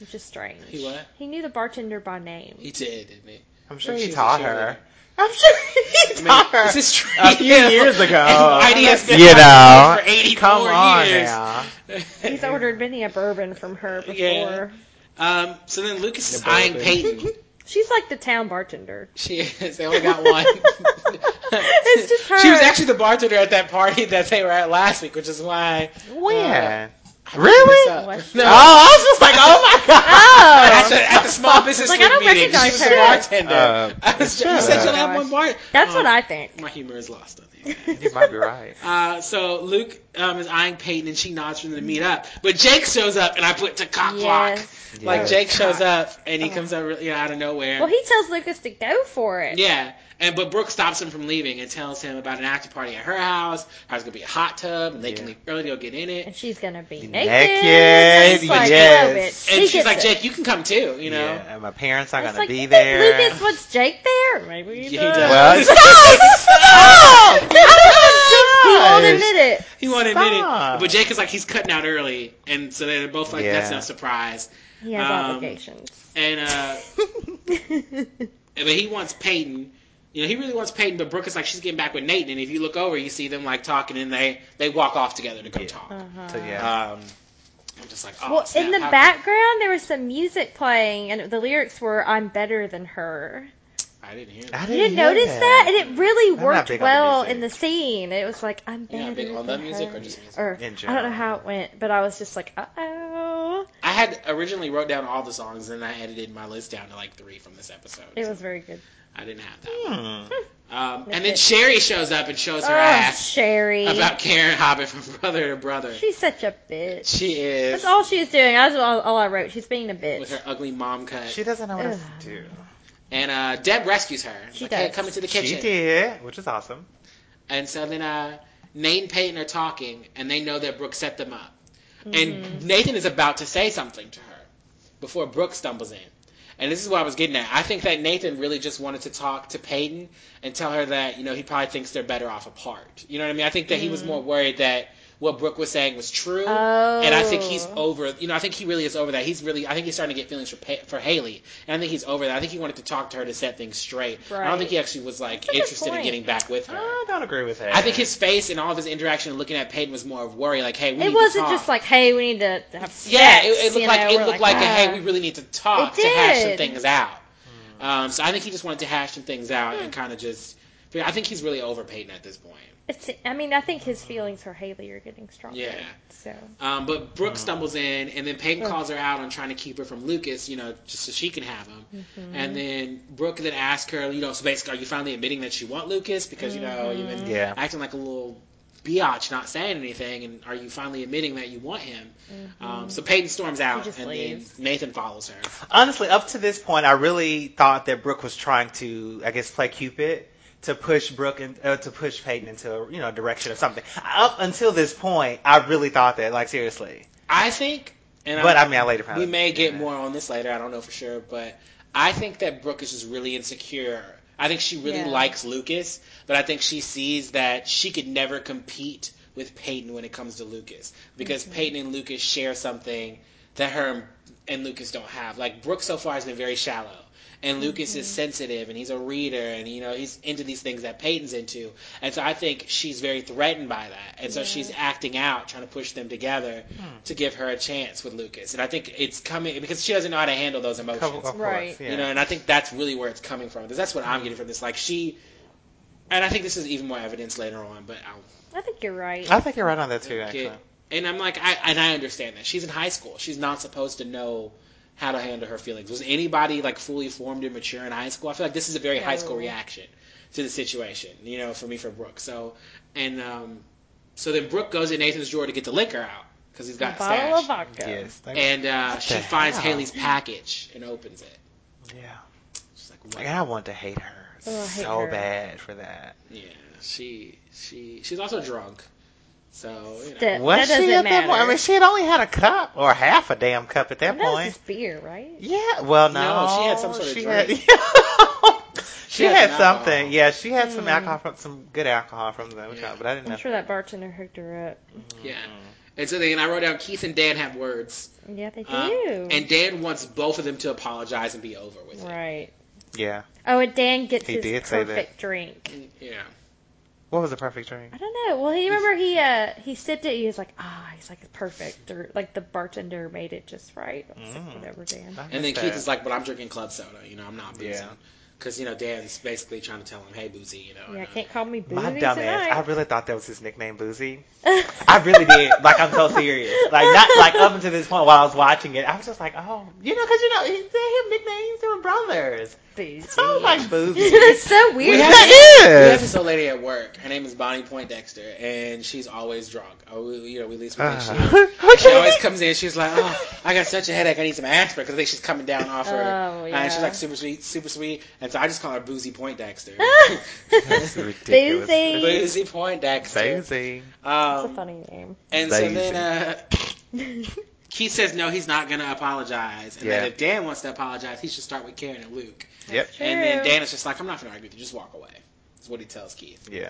Speaker 1: which is strange.
Speaker 2: He what?
Speaker 1: He knew the bartender by name.
Speaker 2: He did, didn't he?
Speaker 3: I'm sure
Speaker 2: But
Speaker 3: he
Speaker 2: she's a
Speaker 3: taught
Speaker 2: cheerleader.
Speaker 3: her. I'm sure he
Speaker 2: I mean,
Speaker 3: taught her.
Speaker 2: this is true.
Speaker 3: a few years ago.
Speaker 2: And Whitey has been
Speaker 3: you know,
Speaker 2: for 84
Speaker 3: come on
Speaker 2: years.
Speaker 3: now.
Speaker 1: He's ordered many a bourbon from her before.
Speaker 2: Yeah. Um, so then Lucas is
Speaker 3: The
Speaker 2: eyeing
Speaker 3: bourbon.
Speaker 2: Peyton.
Speaker 1: She's like the town bartender.
Speaker 2: She is. They only got one.
Speaker 1: It's just her.
Speaker 2: She was actually the bartender at that party that they were at last week, which is why.
Speaker 3: When?
Speaker 2: I
Speaker 3: Really?
Speaker 2: picked this up.
Speaker 1: What?
Speaker 2: No.
Speaker 3: oh, I was just like, oh my god.
Speaker 2: At the, at the small business
Speaker 1: Like, I
Speaker 2: league
Speaker 1: don't
Speaker 2: meeting, she
Speaker 1: recognize
Speaker 2: was the
Speaker 1: her.
Speaker 2: bartender.
Speaker 3: Uh,
Speaker 2: I was ju- you
Speaker 3: shut
Speaker 2: said
Speaker 3: up.
Speaker 2: you'll have one bar.
Speaker 1: That's
Speaker 2: Um,
Speaker 1: what I think.
Speaker 2: My humor is lost on these.
Speaker 3: you might be right.
Speaker 2: Uh, so Luke um, is eyeing Peyton, and she nods for them to meet up. But Jake shows up, and I put to cock block.
Speaker 1: Yes.
Speaker 2: Like
Speaker 3: Yes.
Speaker 2: Jake shows up, and he comes up really- you know, out of nowhere.
Speaker 1: Well, he tells Lucas to go for it.
Speaker 2: yeah, and but Brooke stops him from leaving and tells him about an after party at her house. How it's gonna be a hot tub, and they can
Speaker 3: Yeah.
Speaker 2: leave early to go get in it.
Speaker 1: And she's gonna be
Speaker 3: Naked,
Speaker 1: naked. It's like,
Speaker 3: yes.
Speaker 1: no, bitch.
Speaker 2: And
Speaker 1: He
Speaker 2: she's
Speaker 1: gets
Speaker 2: like,
Speaker 1: it.
Speaker 2: Jake, you can come too. You know.
Speaker 3: Yeah, and my parents aren't
Speaker 1: It's
Speaker 3: gonna
Speaker 1: like,
Speaker 3: be
Speaker 1: you think
Speaker 3: there.
Speaker 1: Lucas wants Jake there. Maybe he,
Speaker 2: He
Speaker 1: does.
Speaker 2: does.
Speaker 3: Well, stop! Stop!
Speaker 1: He won't admit it.
Speaker 2: He won't admit it.
Speaker 3: Stop.
Speaker 2: But Jake is like, he's cutting out early. And so they're both like, that's
Speaker 3: Yeah.
Speaker 2: no surprise.
Speaker 1: He has
Speaker 2: Um,
Speaker 1: obligations.
Speaker 2: And, uh, but he wants Peyton. You know, he really wants Peyton, but Brooke is like, she's getting back with Nathan. And if you look over, you see them like talking and they, they walk off together to go
Speaker 3: Yeah.
Speaker 2: talk.
Speaker 1: Uh-huh.
Speaker 3: So, yeah.
Speaker 2: Um, I'm just like, oh,
Speaker 1: well,
Speaker 2: snap,
Speaker 1: in the
Speaker 2: how-
Speaker 1: background there was some music playing, and the lyrics were "I'm better than her."
Speaker 2: I didn't hear that.
Speaker 3: I
Speaker 1: You didn't
Speaker 3: hear
Speaker 1: notice that, and it really
Speaker 3: not
Speaker 1: worked
Speaker 3: big on the
Speaker 1: well
Speaker 3: music.
Speaker 1: in the scene. It was like, "I'm
Speaker 2: Yeah,
Speaker 1: better
Speaker 2: I'm big on
Speaker 1: than
Speaker 2: the music
Speaker 1: her."
Speaker 2: or just music.
Speaker 1: Or,
Speaker 3: In
Speaker 1: I don't know
Speaker 3: general.
Speaker 1: how it went, but I was just like, "Uh oh."
Speaker 2: I had originally wrote down all the songs and I edited my list down to like three from this episode.
Speaker 1: It
Speaker 2: So
Speaker 1: was very good.
Speaker 2: I didn't have that.
Speaker 3: Hmm.
Speaker 2: Um, and then
Speaker 1: That's it.
Speaker 2: Sherry shows up and shows her
Speaker 1: oh,
Speaker 2: ass
Speaker 1: Sherry.
Speaker 2: about Karen hopping from brother to brother.
Speaker 1: She's such a bitch.
Speaker 2: She is
Speaker 1: That's all she's doing. That's all, all I wrote. She's being a
Speaker 2: with
Speaker 1: bitch.
Speaker 2: her ugly mom cut.
Speaker 3: She doesn't know what else
Speaker 1: Ugh.
Speaker 3: to do.
Speaker 2: and uh, Deb rescues her.
Speaker 1: She
Speaker 2: like, "Hey,
Speaker 1: does.
Speaker 2: come into the
Speaker 3: She
Speaker 2: kitchen.
Speaker 3: did, which is awesome.
Speaker 2: And so then uh, Nate and Peyton are talking, and they know that Brooke set them up.
Speaker 1: Mm-hmm.
Speaker 2: And Nathan is about to say something to her before Brooke stumbles in. And this is what I was getting at. I think that Nathan really just wanted to talk to Peyton and tell her that, you know, he probably thinks they're better off apart. You know what I mean? I think that he was more worried that what Brooke was saying was true.
Speaker 1: Mm. Oh.
Speaker 2: And I think he's over, you know, I think he really is over that. He's really, I think he's starting to get feelings for, Pa- for Haley. And I think he's over that. I think he wanted to talk to her to set things straight. I don't
Speaker 1: Right.
Speaker 2: think he actually was, like,
Speaker 1: That's a good
Speaker 2: interested in
Speaker 1: point. Ah.
Speaker 2: getting back with her.
Speaker 3: I don't agree with that.
Speaker 2: I think his face and all of his interaction and looking at Peyton was more of worry, like, "Hey, we need
Speaker 1: It
Speaker 2: to
Speaker 1: wasn't
Speaker 2: talk.
Speaker 1: just like, hey, we need to have sex.
Speaker 2: yeah, it, it
Speaker 1: you
Speaker 2: looked like
Speaker 1: know,
Speaker 2: it
Speaker 1: we're
Speaker 2: looked like, a,
Speaker 1: ah.
Speaker 2: hey, we really need to talk
Speaker 1: It
Speaker 2: to hash some
Speaker 1: did. Hmm.
Speaker 2: things out." Um, so I think he just wanted to hash some things out and kind of just. I think he's really over Peyton at this point.
Speaker 1: It's, I mean, I think his feelings for Haley are getting stronger.
Speaker 2: Yeah.
Speaker 1: So
Speaker 2: Um, but Brooke
Speaker 3: Uh-huh.
Speaker 2: stumbles in, and then Peyton
Speaker 1: Ugh.
Speaker 2: calls her out on trying to keep her from Lucas, you know, just so she can have him.
Speaker 1: Mm-hmm.
Speaker 2: And then Brooke then asks her, you know, so basically, are you finally admitting that you want Lucas? Because, you know, you've been
Speaker 3: Mm-hmm. Yeah.
Speaker 2: acting like a little biatch, not saying anything, and are you finally admitting that you want him? Um, so Peyton storms out,
Speaker 1: Mm-hmm. just
Speaker 2: and
Speaker 1: leaves.
Speaker 2: then Nathan follows her.
Speaker 3: Honestly, up to this point, I really thought that Brooke was trying to, I guess, play Cupid to push Brooke and uh, to push Peyton into a you know direction or something. Up until this point, I really thought that, like seriously.
Speaker 2: I think, and
Speaker 3: but
Speaker 2: I,
Speaker 3: I mean, I later found
Speaker 2: we
Speaker 3: out-
Speaker 2: may get
Speaker 3: yeah.
Speaker 2: more on this later. I don't know for sure, but I think that Brooke is just really insecure. I think she really
Speaker 1: Yeah.
Speaker 2: likes Lucas, but I think she sees that she could never compete with Peyton when it comes to Lucas because Peyton and Lucas share something that her and Lucas don't have. Like Brooke so far has been very shallow. And Lucas
Speaker 3: Mm-hmm.
Speaker 2: is sensitive, and he's a reader, and you know he's into these things that Peyton's into, and so I think she's very threatened by that, and so
Speaker 1: Yeah.
Speaker 2: she's acting out, trying to push them together
Speaker 3: Hmm.
Speaker 2: to give her a chance with Lucas. And I think it's coming because she doesn't know how to handle those emotions.
Speaker 3: Of course,
Speaker 1: Right.
Speaker 3: yeah.
Speaker 2: You know, and I think that's really where it's coming from. Because that's what I'm getting from this. Like she and I think this is even more evidence later on, but I'll
Speaker 1: I think you're right.
Speaker 3: I think you're right on that too. Actually,
Speaker 2: get. And I'm like, I and I understand that she's in high school. She's not supposed to know how to handle her feelings. Was anybody like fully formed and mature in high school? I feel like this is a very high school
Speaker 1: No.
Speaker 2: reaction to the situation. You know, for me, for Brooke. So and um, so then Brooke goes in Nathan's drawer to get the liquor out because he's got
Speaker 1: a
Speaker 2: a
Speaker 1: bottle
Speaker 2: stash.
Speaker 1: of vodka.
Speaker 3: yes. They,
Speaker 2: And uh,
Speaker 3: What
Speaker 2: she
Speaker 3: the
Speaker 2: finds
Speaker 3: hell?
Speaker 2: Haley's package and opens it.
Speaker 3: yeah,
Speaker 2: She's like, what?
Speaker 3: like I want to hate her
Speaker 1: Oh, I hate
Speaker 3: so
Speaker 1: her.
Speaker 3: bad for that.
Speaker 2: Yeah, she she she's also drunk. So you know.
Speaker 1: That,
Speaker 3: Was
Speaker 1: that doesn't
Speaker 3: she at
Speaker 1: matter.
Speaker 3: that point? I mean, she had only had a cup or half a damn cup at that
Speaker 1: that Oh, was
Speaker 3: point.
Speaker 1: just beer, right?
Speaker 3: Yeah, well, no,
Speaker 2: No, she had some sort of
Speaker 3: she
Speaker 2: drink.
Speaker 3: had-
Speaker 2: She
Speaker 3: she
Speaker 2: had
Speaker 3: had
Speaker 2: some
Speaker 3: something.
Speaker 2: alcohol.
Speaker 3: Yeah, she had some
Speaker 1: Mm.
Speaker 3: alcohol from some good alcohol from the
Speaker 2: Yeah.
Speaker 3: but I didn't know.
Speaker 1: I'm sure that bartender hooked her up.
Speaker 2: Yeah. And so then I wrote down Keith and Dan have words.
Speaker 1: Yeah, they do.
Speaker 2: Um, and Dan wants both of them to apologize and be over with
Speaker 1: right.
Speaker 3: Yeah,
Speaker 1: Oh, and Dan gets
Speaker 3: He
Speaker 1: his
Speaker 3: did say that.
Speaker 1: perfect drink.
Speaker 2: it. Yeah.
Speaker 3: what was the perfect drink?
Speaker 1: I don't know. Well, he remember he uh he sipped it. He was like, ah, he's like it's perfect. Or, like the bartender made it just right. I was
Speaker 3: Mm.
Speaker 1: like, whatever, Dan.
Speaker 3: I
Speaker 2: And then
Speaker 3: missed
Speaker 2: Keith
Speaker 3: that.
Speaker 2: is like, but I'm drinking club soda. You know, I'm not boozing.
Speaker 3: Yeah.
Speaker 2: Because, you know, Dan's basically trying to tell him, hey, boozy, you know.
Speaker 1: Yeah,
Speaker 2: and, uh,
Speaker 1: can't call me boozy
Speaker 3: my dumb ass. I
Speaker 1: tonight.
Speaker 3: really thought that was his nickname, Boozy. I really did. Like I'm so serious. Like not like up until this point while I was watching it, I was just like, oh, you know, because you know he, they have nicknames. They were brothers.
Speaker 1: Boozy.
Speaker 2: Oh
Speaker 3: So like Boozy.
Speaker 1: it's so weird.
Speaker 2: Yeah. We have this
Speaker 3: that
Speaker 2: old lady at work. Her name is Bonnie Poindexter, and she's always drunk. Oh, we, you know, we leave some
Speaker 3: Uh,
Speaker 2: She always comes in. She's like, "Oh, I got such a headache. I need some aspirin." Because I think she's coming down off her.
Speaker 1: Oh,
Speaker 2: uh,
Speaker 1: yeah.
Speaker 2: she's like super sweet, super sweet, and so I just call her Boozy Poindexter.
Speaker 3: That's ridiculous.
Speaker 1: Boozy.
Speaker 2: Boozy Poindexter.
Speaker 3: Boozy.
Speaker 1: That's a
Speaker 2: Um,
Speaker 1: funny name.
Speaker 2: and so
Speaker 3: Boozy.
Speaker 2: then uh, Keith says no, he's not gonna apologize, and
Speaker 3: Yeah.
Speaker 2: then if Dan wants to apologize, he should start with Karen and Luke.
Speaker 3: Yep.
Speaker 1: True.
Speaker 2: And then Dan is just like, "I'm not gonna argue with you. Just walk away." Is what he tells Keith.
Speaker 3: Yeah.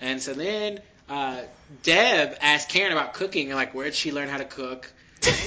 Speaker 2: And so then uh, Deb asked Karen about cooking and like where'd she learn how to cook.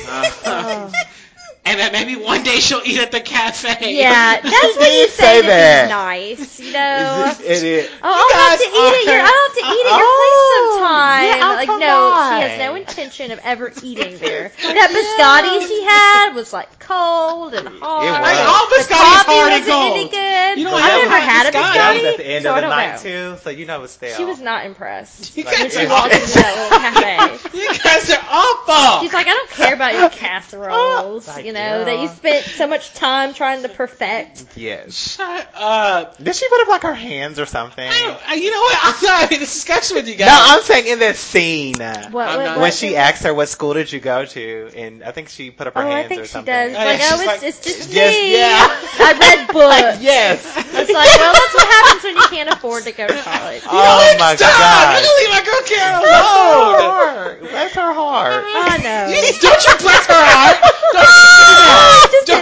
Speaker 2: Uh, and that maybe one day she'll eat at the cafe.
Speaker 1: Yeah, that's what
Speaker 3: did
Speaker 1: you
Speaker 3: say
Speaker 1: say.
Speaker 3: that.
Speaker 1: That. Nice, you know.
Speaker 3: It is.
Speaker 1: Oh, I'll have to eat at your. I'll have to eat at your
Speaker 3: Oh,
Speaker 1: place sometime.
Speaker 3: yeah, oh,
Speaker 1: like,
Speaker 3: come
Speaker 1: no, she has
Speaker 3: on.
Speaker 1: no intention of ever eating there. That biscotti she had was like cold and hard.
Speaker 3: was.
Speaker 2: Like,
Speaker 1: and
Speaker 2: all
Speaker 1: the
Speaker 2: biscotti
Speaker 1: coffee
Speaker 2: hard and
Speaker 1: wasn't any
Speaker 2: cold.
Speaker 1: good.
Speaker 2: You know, I
Speaker 1: I've
Speaker 2: never
Speaker 1: never had
Speaker 2: had
Speaker 1: a
Speaker 2: biscotti.
Speaker 3: That
Speaker 1: biscotti.
Speaker 3: was at the end
Speaker 1: so I
Speaker 3: of the
Speaker 1: don't
Speaker 3: night
Speaker 1: know.
Speaker 3: too, so you know it was stale.
Speaker 1: She was not impressed
Speaker 2: You
Speaker 1: when
Speaker 2: guys,
Speaker 1: she
Speaker 2: are
Speaker 1: walked into
Speaker 2: awful.
Speaker 1: that little cafe.
Speaker 2: you guys are awful.
Speaker 1: She's like, I don't care about your casseroles,
Speaker 3: Like,
Speaker 1: you know, that
Speaker 3: yeah.
Speaker 1: you spent so much time trying to perfect.
Speaker 3: yes.
Speaker 2: Shut up.
Speaker 3: Did she put up like her hands or something?
Speaker 2: uh, I don't, I- you know what? I'm not having this discussion with you guys.
Speaker 3: No, I'm saying in that scene uh,
Speaker 1: What, what,
Speaker 2: I'm not-
Speaker 1: what-
Speaker 3: when she asked her what school did you go to, and I think she put up her
Speaker 1: Oh,
Speaker 3: hands
Speaker 1: I think
Speaker 3: or
Speaker 1: she
Speaker 3: something.
Speaker 1: does.
Speaker 2: Yeah,
Speaker 1: Like,
Speaker 2: she's
Speaker 1: oh, it's,
Speaker 2: like,
Speaker 1: it's just
Speaker 3: Yes,
Speaker 1: me.
Speaker 3: yeah.
Speaker 1: I read books.
Speaker 3: Yes.
Speaker 1: It's like, well, that's what happens when you can't afford to go to college.
Speaker 3: oh my
Speaker 2: Stop! I'm
Speaker 3: god.
Speaker 2: gonna leave my girl Karen alone.
Speaker 3: Oh, bless her heart.
Speaker 1: I know.
Speaker 2: You just- don't you bless her heart. Don't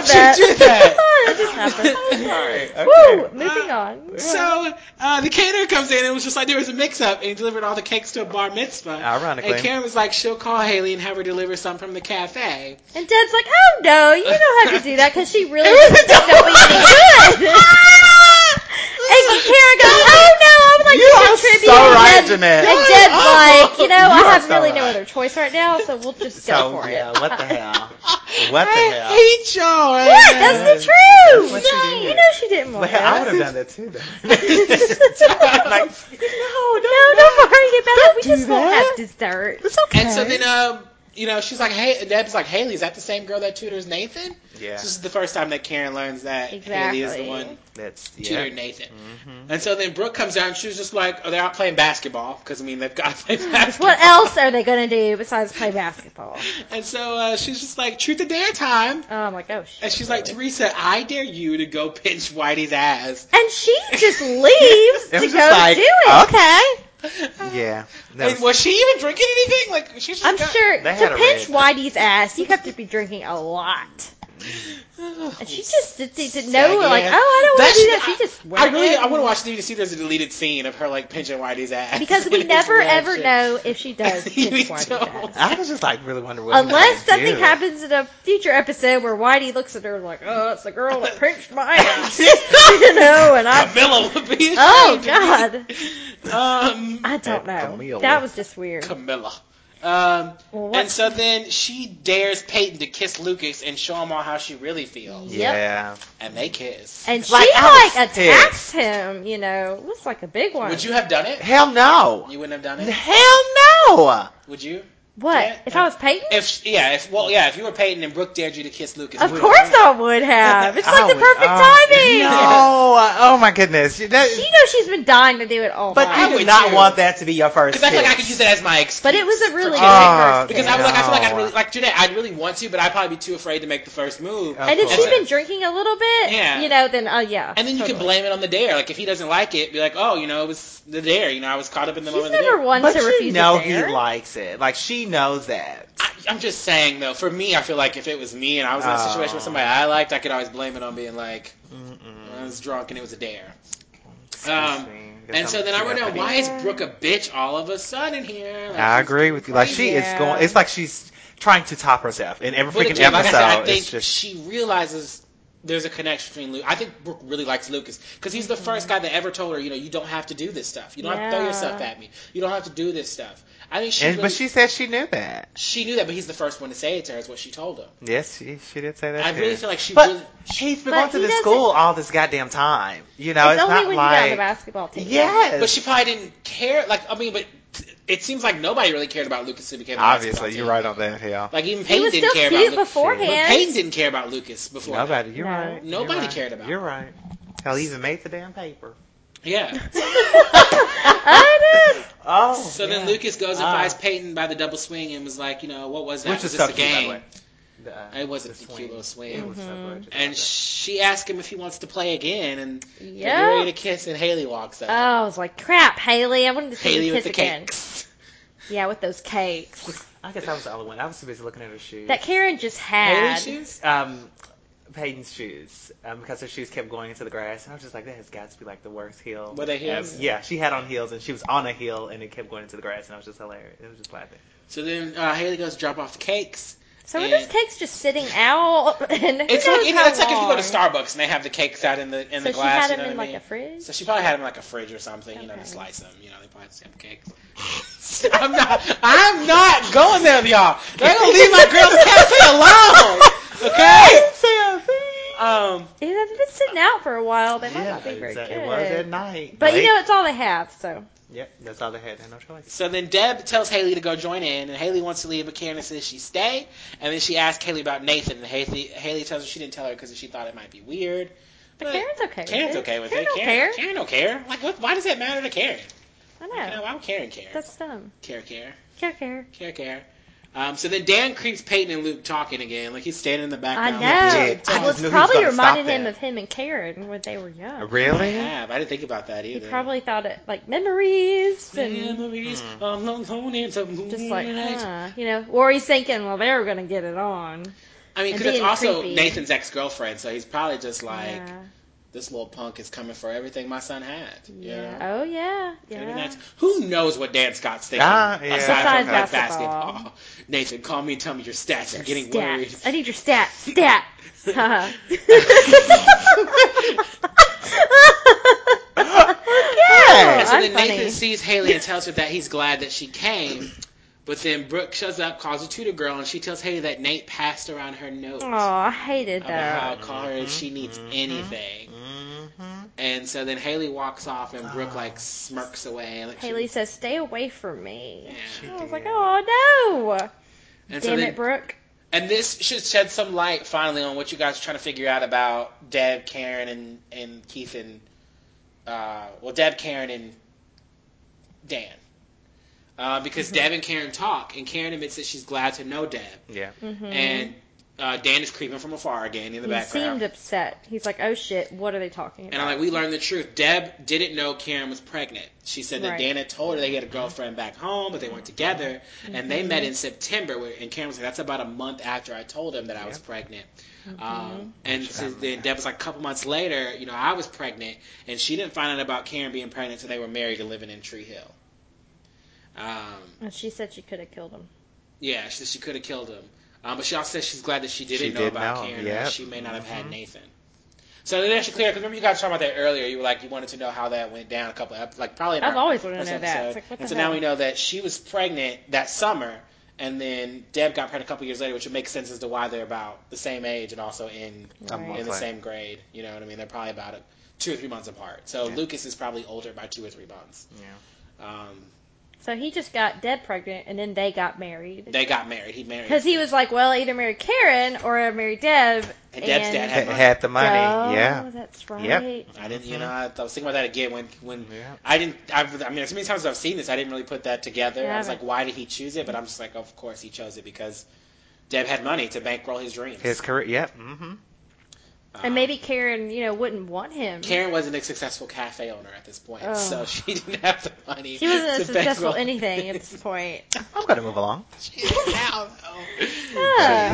Speaker 1: Just
Speaker 2: you do that.
Speaker 3: Ah,
Speaker 2: Don't
Speaker 1: did that.
Speaker 2: you do that.
Speaker 1: Sorry, it just happened.
Speaker 3: Alright,
Speaker 1: Woo!
Speaker 3: okay.
Speaker 1: Moving on.
Speaker 2: So uh, the caterer comes in and was just like there was a mix-up, and he delivered all the cakes to a bar mitzvah.
Speaker 3: Ironically.
Speaker 2: and Karen was like, she'll call Haley and have her deliver some from the cafe.
Speaker 1: And Deb's like, oh no, you don't have to do that because she really
Speaker 3: It
Speaker 1: doesn't
Speaker 3: was a
Speaker 1: think they'll be any good. and Kara goes, oh no, I would like to
Speaker 3: You are
Speaker 1: contribute.
Speaker 3: so
Speaker 1: And
Speaker 3: right,
Speaker 1: Deb-
Speaker 3: Jeanette.
Speaker 1: And Deb's like, you know, I
Speaker 3: You are
Speaker 1: have
Speaker 3: so
Speaker 1: really no
Speaker 3: right.
Speaker 1: other choice right now, so we'll just
Speaker 3: So,
Speaker 1: go for
Speaker 3: yeah,
Speaker 1: it. Oh,
Speaker 3: what the hell? What the
Speaker 2: I
Speaker 3: hell?
Speaker 2: hate y'all. right
Speaker 1: Yeah,
Speaker 2: now.
Speaker 1: that's the
Speaker 3: That's
Speaker 1: truth.
Speaker 3: what she did.
Speaker 1: You know she didn't
Speaker 3: Well,
Speaker 1: want
Speaker 3: I
Speaker 1: that.
Speaker 3: would have done that too, though.
Speaker 1: no, no, don't worry about it. We
Speaker 3: do
Speaker 1: just won't
Speaker 3: that.
Speaker 1: have dessert.
Speaker 3: It's okay.
Speaker 2: And so then,
Speaker 1: uh,
Speaker 2: um, you know, she's like, hey, Deb's like, Haley, is that the same girl that tutors Nathan?
Speaker 3: yeah,
Speaker 2: So this is the first time that Karen learns that Haley is the
Speaker 1: Exactly.
Speaker 2: one
Speaker 3: that's yeah. Mm-hmm.
Speaker 2: tutoring Nathan. And so then Brooke comes down. and She was just like, oh, they're out playing basketball because I mean they've got to play basketball.
Speaker 1: What else are they gonna do besides play basketball?
Speaker 2: And so uh, she's just like, truth or dare time.
Speaker 1: Oh my gosh.
Speaker 2: And she's like, Teresa, I dare you to go pinch Whitey's ass.
Speaker 1: And she just leaves
Speaker 3: It
Speaker 1: to
Speaker 3: was
Speaker 1: go
Speaker 3: just like,
Speaker 1: do it.
Speaker 3: okay. Yeah, that
Speaker 2: And
Speaker 3: was-
Speaker 2: was she even drinking anything? Like she's just
Speaker 1: I'm
Speaker 2: got-
Speaker 1: sure to
Speaker 3: They had a
Speaker 1: pinch
Speaker 3: red-
Speaker 1: Whitey's ass, you have to be drinking a lot. And she just did, did, did no,
Speaker 2: Saggy
Speaker 1: like, oh, I
Speaker 2: ass.
Speaker 1: don't want
Speaker 2: That's-
Speaker 1: to do that. She just
Speaker 2: I
Speaker 1: went
Speaker 2: really, I
Speaker 1: in.
Speaker 2: want to watch the DVD to see if there's a deleted scene of her like pinching Whitey's ass.
Speaker 1: because we
Speaker 2: It's
Speaker 1: never
Speaker 2: real
Speaker 1: ever
Speaker 2: shit.
Speaker 1: know if she does
Speaker 2: We
Speaker 1: pinch Whitey's
Speaker 2: don't.
Speaker 1: ass.
Speaker 3: I was just like really wondering what
Speaker 1: Unless
Speaker 3: they would
Speaker 1: something
Speaker 3: do.
Speaker 1: happens in a future episode where Whitey looks at her like, oh, it's the girl that pinched my ass. you know, and I,
Speaker 2: Camilla would be.
Speaker 1: oh
Speaker 2: ashamed.
Speaker 1: god,
Speaker 2: Um,
Speaker 1: I don't
Speaker 3: At
Speaker 1: know.
Speaker 3: Camille.
Speaker 1: That was just weird.
Speaker 2: Camilla. Um,
Speaker 1: Well, what?
Speaker 2: and so then she dares Peyton to kiss Lucas and show him all how she really feels.
Speaker 1: Yep.
Speaker 3: Yeah.
Speaker 2: And they kiss.
Speaker 1: and she
Speaker 3: Like,
Speaker 1: like,
Speaker 3: I was
Speaker 1: attacked him. You know, it was like a big one.
Speaker 2: Would you have done it?
Speaker 3: Hell no.
Speaker 2: You wouldn't have done it?
Speaker 3: Hell no.
Speaker 2: Would you?
Speaker 1: what
Speaker 2: Yeah.
Speaker 1: if I was Peyton?
Speaker 2: If yeah, if well yeah, if you were Peyton and Brooke dared you to kiss Lucas,
Speaker 1: of
Speaker 2: would you?
Speaker 1: course I would have. It's like
Speaker 3: I
Speaker 1: the
Speaker 3: would-
Speaker 1: perfect
Speaker 3: oh,
Speaker 1: timing.
Speaker 3: No. uh, Oh my goodness. That-
Speaker 1: She knows she's been dying to do it all.
Speaker 3: but
Speaker 1: night.
Speaker 2: I
Speaker 3: I would
Speaker 2: would
Speaker 3: not
Speaker 2: too.
Speaker 3: want that to be your first.
Speaker 2: Because I feel like I could
Speaker 3: kiss.
Speaker 2: use that as my excuse.
Speaker 1: But it was a really
Speaker 2: for
Speaker 1: good
Speaker 2: cheating.
Speaker 3: Oh,
Speaker 1: first
Speaker 2: because
Speaker 1: kiss.
Speaker 2: I was like I feel like I'd
Speaker 3: No.
Speaker 2: really like Jeanette. I'd really want to, but I'd probably be too afraid to make the first move.
Speaker 3: Of
Speaker 1: and if she's
Speaker 3: course.
Speaker 1: been drinking a little bit,
Speaker 2: Yeah.
Speaker 1: you know, then oh yeah.
Speaker 2: And then you can
Speaker 1: totally.
Speaker 2: blame it on the dare. Like if he doesn't like it, be like, oh, you know, it was the dare. You know, I was caught up in the
Speaker 1: She's
Speaker 2: moment. of the
Speaker 1: never
Speaker 2: dare.
Speaker 1: one
Speaker 3: But
Speaker 1: to
Speaker 3: you
Speaker 1: refuse
Speaker 3: know
Speaker 1: a dare.
Speaker 3: he likes it. Like she knows that.
Speaker 2: I, I'm just saying though. For me, I feel like if it was me and I was in a
Speaker 3: Oh.
Speaker 2: situation with somebody I liked, I could always blame it on being like I
Speaker 3: Mm-mm.
Speaker 2: was drunk and it was a dare.
Speaker 3: Excuse
Speaker 2: Um,
Speaker 3: me.
Speaker 2: And so then I went down. Why is
Speaker 1: Yeah.
Speaker 2: Brooke a bitch all of a sudden here? Like,
Speaker 3: I agree with you. Like she
Speaker 1: Yeah.
Speaker 3: is going. It's like she's trying to top herself in every
Speaker 2: But
Speaker 3: freaking
Speaker 2: again, like I
Speaker 3: episode.
Speaker 2: said, I think
Speaker 3: it's just
Speaker 2: she realizes there's a connection between Luke. I think Brooke really likes Lucas because he's the first
Speaker 3: Mm-hmm.
Speaker 2: guy that ever told her, you know, you don't have to do this stuff. You don't have to throw
Speaker 1: Yeah.
Speaker 2: yourself at me. You don't have to do this stuff. I think she,
Speaker 3: and,
Speaker 2: really-
Speaker 3: but she said she knew that.
Speaker 2: she knew that, but he's the first one to say it to her. Is what she told him.
Speaker 3: Yes, she, she did say that.
Speaker 2: I
Speaker 3: too.
Speaker 2: really feel like she
Speaker 3: But
Speaker 2: really.
Speaker 3: she's been
Speaker 1: But
Speaker 3: going to
Speaker 1: he
Speaker 3: this
Speaker 1: doesn't-
Speaker 3: school all this goddamn time. You know,
Speaker 1: it's,
Speaker 3: it's,
Speaker 1: only
Speaker 3: not
Speaker 1: when you're on the
Speaker 3: like
Speaker 1: basketball team.
Speaker 3: yes.
Speaker 2: But she probably didn't care. Like I mean, but it seems like nobody really cared about Lucas who became. the basketball
Speaker 3: Obviously,
Speaker 2: team.
Speaker 3: you're right on that. Yeah.
Speaker 2: Like even
Speaker 1: he
Speaker 2: Payne
Speaker 1: was
Speaker 2: didn't
Speaker 1: still
Speaker 2: care
Speaker 1: cute
Speaker 2: about Lucas.
Speaker 1: beforehand.
Speaker 2: But Payne didn't care about Lucas before. that.
Speaker 3: Nobody. You're
Speaker 1: No.
Speaker 3: right. You're
Speaker 2: Nobody
Speaker 3: right.
Speaker 2: cared about
Speaker 3: You're right. Hell, he even made the damn paper.
Speaker 2: Yeah.
Speaker 1: I did.
Speaker 3: Oh.
Speaker 2: So
Speaker 3: yeah.
Speaker 2: then Lucas goes and
Speaker 3: Ah.
Speaker 2: finds Peyton by the double swing and was like, you know, what was that?
Speaker 3: which
Speaker 2: was
Speaker 3: is
Speaker 2: this a
Speaker 3: so cute, by the
Speaker 2: game?
Speaker 3: way. The, uh,
Speaker 2: It wasn't
Speaker 3: the
Speaker 2: a cute little swing.
Speaker 3: It was so gorgeous.
Speaker 2: And she asks him if he wants to play again, and they're
Speaker 1: Yeah.
Speaker 2: ready to kiss, and Haley walks up.
Speaker 1: Oh, I was like, crap, Haley. I wanted to see
Speaker 2: Haley
Speaker 1: you
Speaker 2: with
Speaker 1: Oh, kiss
Speaker 2: the
Speaker 1: again.
Speaker 2: cakes.
Speaker 1: Yeah, with those cakes
Speaker 3: I guess I was the only one. I was too busy looking at her shoes.
Speaker 1: that Karen just had.
Speaker 3: Peyton's shoes? Um, Peyton's shoes. Um, because her shoes kept going into the grass. And I was just like, that has got to be like the worst heel.
Speaker 2: Were they heels?
Speaker 3: Yeah, she had on heels and she was on a heel and it kept going into the grass and I was just hilarious. It was just laughing.
Speaker 2: So then uh, Haley goes to drop off the cakes.
Speaker 1: So were those cakes just sitting out? And who
Speaker 2: It's like
Speaker 1: knows
Speaker 2: it's,
Speaker 1: how
Speaker 2: it's like if you go
Speaker 1: long?
Speaker 2: to Starbucks and they have the cakes out in the in
Speaker 1: So
Speaker 2: the
Speaker 1: she
Speaker 2: glass.
Speaker 1: had
Speaker 2: you
Speaker 1: them
Speaker 2: know
Speaker 1: in
Speaker 2: what I
Speaker 1: like
Speaker 2: mean?
Speaker 1: a fridge.
Speaker 2: So she probably had them in like a fridge or something, you know, to
Speaker 1: Okay.
Speaker 2: slice them. You know, they probably just have cakes. I'm not, I'm not going there, with y'all. They're gonna leave my girl's cafe alone, okay? Um,
Speaker 1: Yeah, they've been sitting out for a while. They might not be very
Speaker 3: exactly.
Speaker 1: good.
Speaker 3: it was at night.
Speaker 1: But
Speaker 3: Late.
Speaker 1: you know, it's all they have. So
Speaker 3: Yep, that's all they had. They had no choice.
Speaker 2: so then Deb tells Haley to go join in, and Haley wants to leave, but Karen says she stay. And then she asks Haley about Nathan, and Haley, Haley tells her she didn't tell her because she thought it might be weird.
Speaker 1: but Karen's okay.
Speaker 2: Karen's
Speaker 1: with it.
Speaker 2: okay with
Speaker 1: Karen
Speaker 2: it.
Speaker 1: Don't
Speaker 2: Karen,
Speaker 1: care.
Speaker 2: Karen don't care. Like, what, why does that matter to Karen?
Speaker 1: I
Speaker 2: You know,
Speaker 1: know.
Speaker 2: why would Karen care?
Speaker 1: That's dumb.
Speaker 2: care, care.
Speaker 1: Care care.
Speaker 2: Care, care. Um, so then Dan creeps Peyton and Luke talking again. Like he's standing in the
Speaker 1: I
Speaker 2: background.
Speaker 1: know.
Speaker 2: like,
Speaker 3: did.
Speaker 1: I
Speaker 3: I
Speaker 1: was
Speaker 3: just knew he was
Speaker 1: probably
Speaker 3: gonna stop
Speaker 1: reminded him
Speaker 3: that.
Speaker 1: of him and Karen when they were young.
Speaker 2: I
Speaker 3: Really?
Speaker 2: have. I didn't think about that
Speaker 1: He
Speaker 2: either.
Speaker 1: probably thought it like memories and
Speaker 3: Hmm.
Speaker 2: Memories of the loneliness of
Speaker 1: just like,
Speaker 2: moonlight.
Speaker 1: huh, you know, or he's thinking, well, they were gonna get it on.
Speaker 2: I
Speaker 1: and
Speaker 2: mean, because it's
Speaker 1: being
Speaker 2: also
Speaker 1: creepy.
Speaker 2: Nathan's ex girlfriend, so he's probably just like,
Speaker 1: yeah.
Speaker 2: this little punk is coming for everything my son had. You
Speaker 1: yeah.
Speaker 2: know?
Speaker 1: Oh yeah.
Speaker 2: I mean,
Speaker 1: Yeah.
Speaker 2: that's, who knows what Dan Scott's thinking?
Speaker 3: Ah, yeah.
Speaker 2: Aside
Speaker 1: Besides
Speaker 2: from like,
Speaker 1: basketball.
Speaker 2: basketball. Oh, Nathan, call me and tell me your stats. I'm getting
Speaker 1: stats.
Speaker 2: worried.
Speaker 1: I need your stats. Stat. Haha.
Speaker 3: Okay.
Speaker 1: yeah,
Speaker 2: And so
Speaker 1: Oh, I'm
Speaker 2: then
Speaker 1: funny.
Speaker 2: Nathan sees Haley and tells her that he's glad that she came. But then Brooke shows up, calls her tutor girl, and she tells Haley that Nate passed around her note
Speaker 1: Oh, I hated
Speaker 2: about how
Speaker 1: that.
Speaker 2: to call her if she needs anything.
Speaker 3: Mm-hmm.
Speaker 2: And so then Haley walks off, and Brooke like smirks away. Like she-
Speaker 1: Haley says, "Stay away from me."
Speaker 2: Yeah.
Speaker 1: I was like, "Oh no!"
Speaker 2: And so
Speaker 1: Damn
Speaker 2: then,
Speaker 1: it, Brooke.
Speaker 2: and this should shed some light finally on what you guys are trying to figure out about Deb, Karen, and and Keith and uh, well, Deb, Karen, and Dan. Uh, because
Speaker 1: Mm-hmm.
Speaker 2: Deb and Karen talk, and Karen admits that she's glad to know Deb.
Speaker 3: Yeah.
Speaker 1: Mm-hmm.
Speaker 2: and uh, Dan is creeping from afar again in the
Speaker 1: he
Speaker 2: background.
Speaker 1: seemed upset. He's like, "Oh shit, what are they talking
Speaker 2: and
Speaker 1: about?"
Speaker 2: I'm like, we learned the truth. Deb didn't know Karen was pregnant. She said that
Speaker 1: Right.
Speaker 2: Dan had told her they had a girlfriend back home, but they weren't together. And they met in September. Where, and Karen was like, that's about a month after I told him that I was pregnant. Um, and so then Deb was like, a couple months later, you know, I was pregnant. And she didn't find out about Karen being pregnant until they were married and living in Tree Hill. Um,
Speaker 1: And she said she could have killed him.
Speaker 2: Yeah, she, she could have killed him. Um, but she also says she's glad that she didn't
Speaker 3: She
Speaker 2: know
Speaker 3: did
Speaker 2: about
Speaker 3: know,
Speaker 2: Karen. and
Speaker 3: yep.
Speaker 1: Mm-hmm.
Speaker 2: She may not have had
Speaker 3: Mhm.
Speaker 2: Nathan. So then actually clear because remember you guys talking about that earlier. You were like you wanted to know how that went down a couple of ep- like probably. in
Speaker 1: I've
Speaker 2: our
Speaker 1: always wanted to
Speaker 2: first
Speaker 1: know that.
Speaker 2: episode.
Speaker 1: It's like, what
Speaker 2: and
Speaker 1: the
Speaker 2: so
Speaker 1: hell?
Speaker 2: now we know that she was pregnant that summer, and then Deb got pregnant a couple years later, which would make sense as to why they're about the same age and also in
Speaker 3: I'm
Speaker 1: Right.
Speaker 2: in the
Speaker 3: Right.
Speaker 2: same grade. You know what I mean? They're probably about a, two or three months apart. So
Speaker 3: Yeah.
Speaker 2: Lucas is probably older by two or three months. Um,
Speaker 1: So he just got dead pregnant, and then they got married.
Speaker 2: they got married. He married
Speaker 1: Because he was like, well, I either marry Karen or I marry Deb.
Speaker 2: And Deb's dad
Speaker 3: Ha-
Speaker 2: had money.
Speaker 3: had the money.
Speaker 1: Oh,
Speaker 3: Yeah.
Speaker 1: that's right.
Speaker 2: I didn't. You know, I, I was thinking about that again when when
Speaker 3: Yeah.
Speaker 2: I didn't. I've, I mean, as many times as I've seen this, I didn't really put that together.
Speaker 1: Yeah,
Speaker 2: I was
Speaker 1: but-
Speaker 2: like, why did he choose it? But I'm just like, of course he chose it because Deb had money to bankroll his dreams.
Speaker 3: His career. Yep. Mm-hmm.
Speaker 2: Um,
Speaker 1: And maybe Karen, you know, wouldn't want him.
Speaker 2: Karen wasn't a successful cafe owner at this point,
Speaker 1: Oh.
Speaker 2: so she didn't have the money.
Speaker 1: she wasn't
Speaker 2: to
Speaker 1: successful
Speaker 2: bankroll-
Speaker 1: anything at this point.
Speaker 3: I'm gonna move along.
Speaker 2: she is now, though.
Speaker 1: Yeah.
Speaker 2: She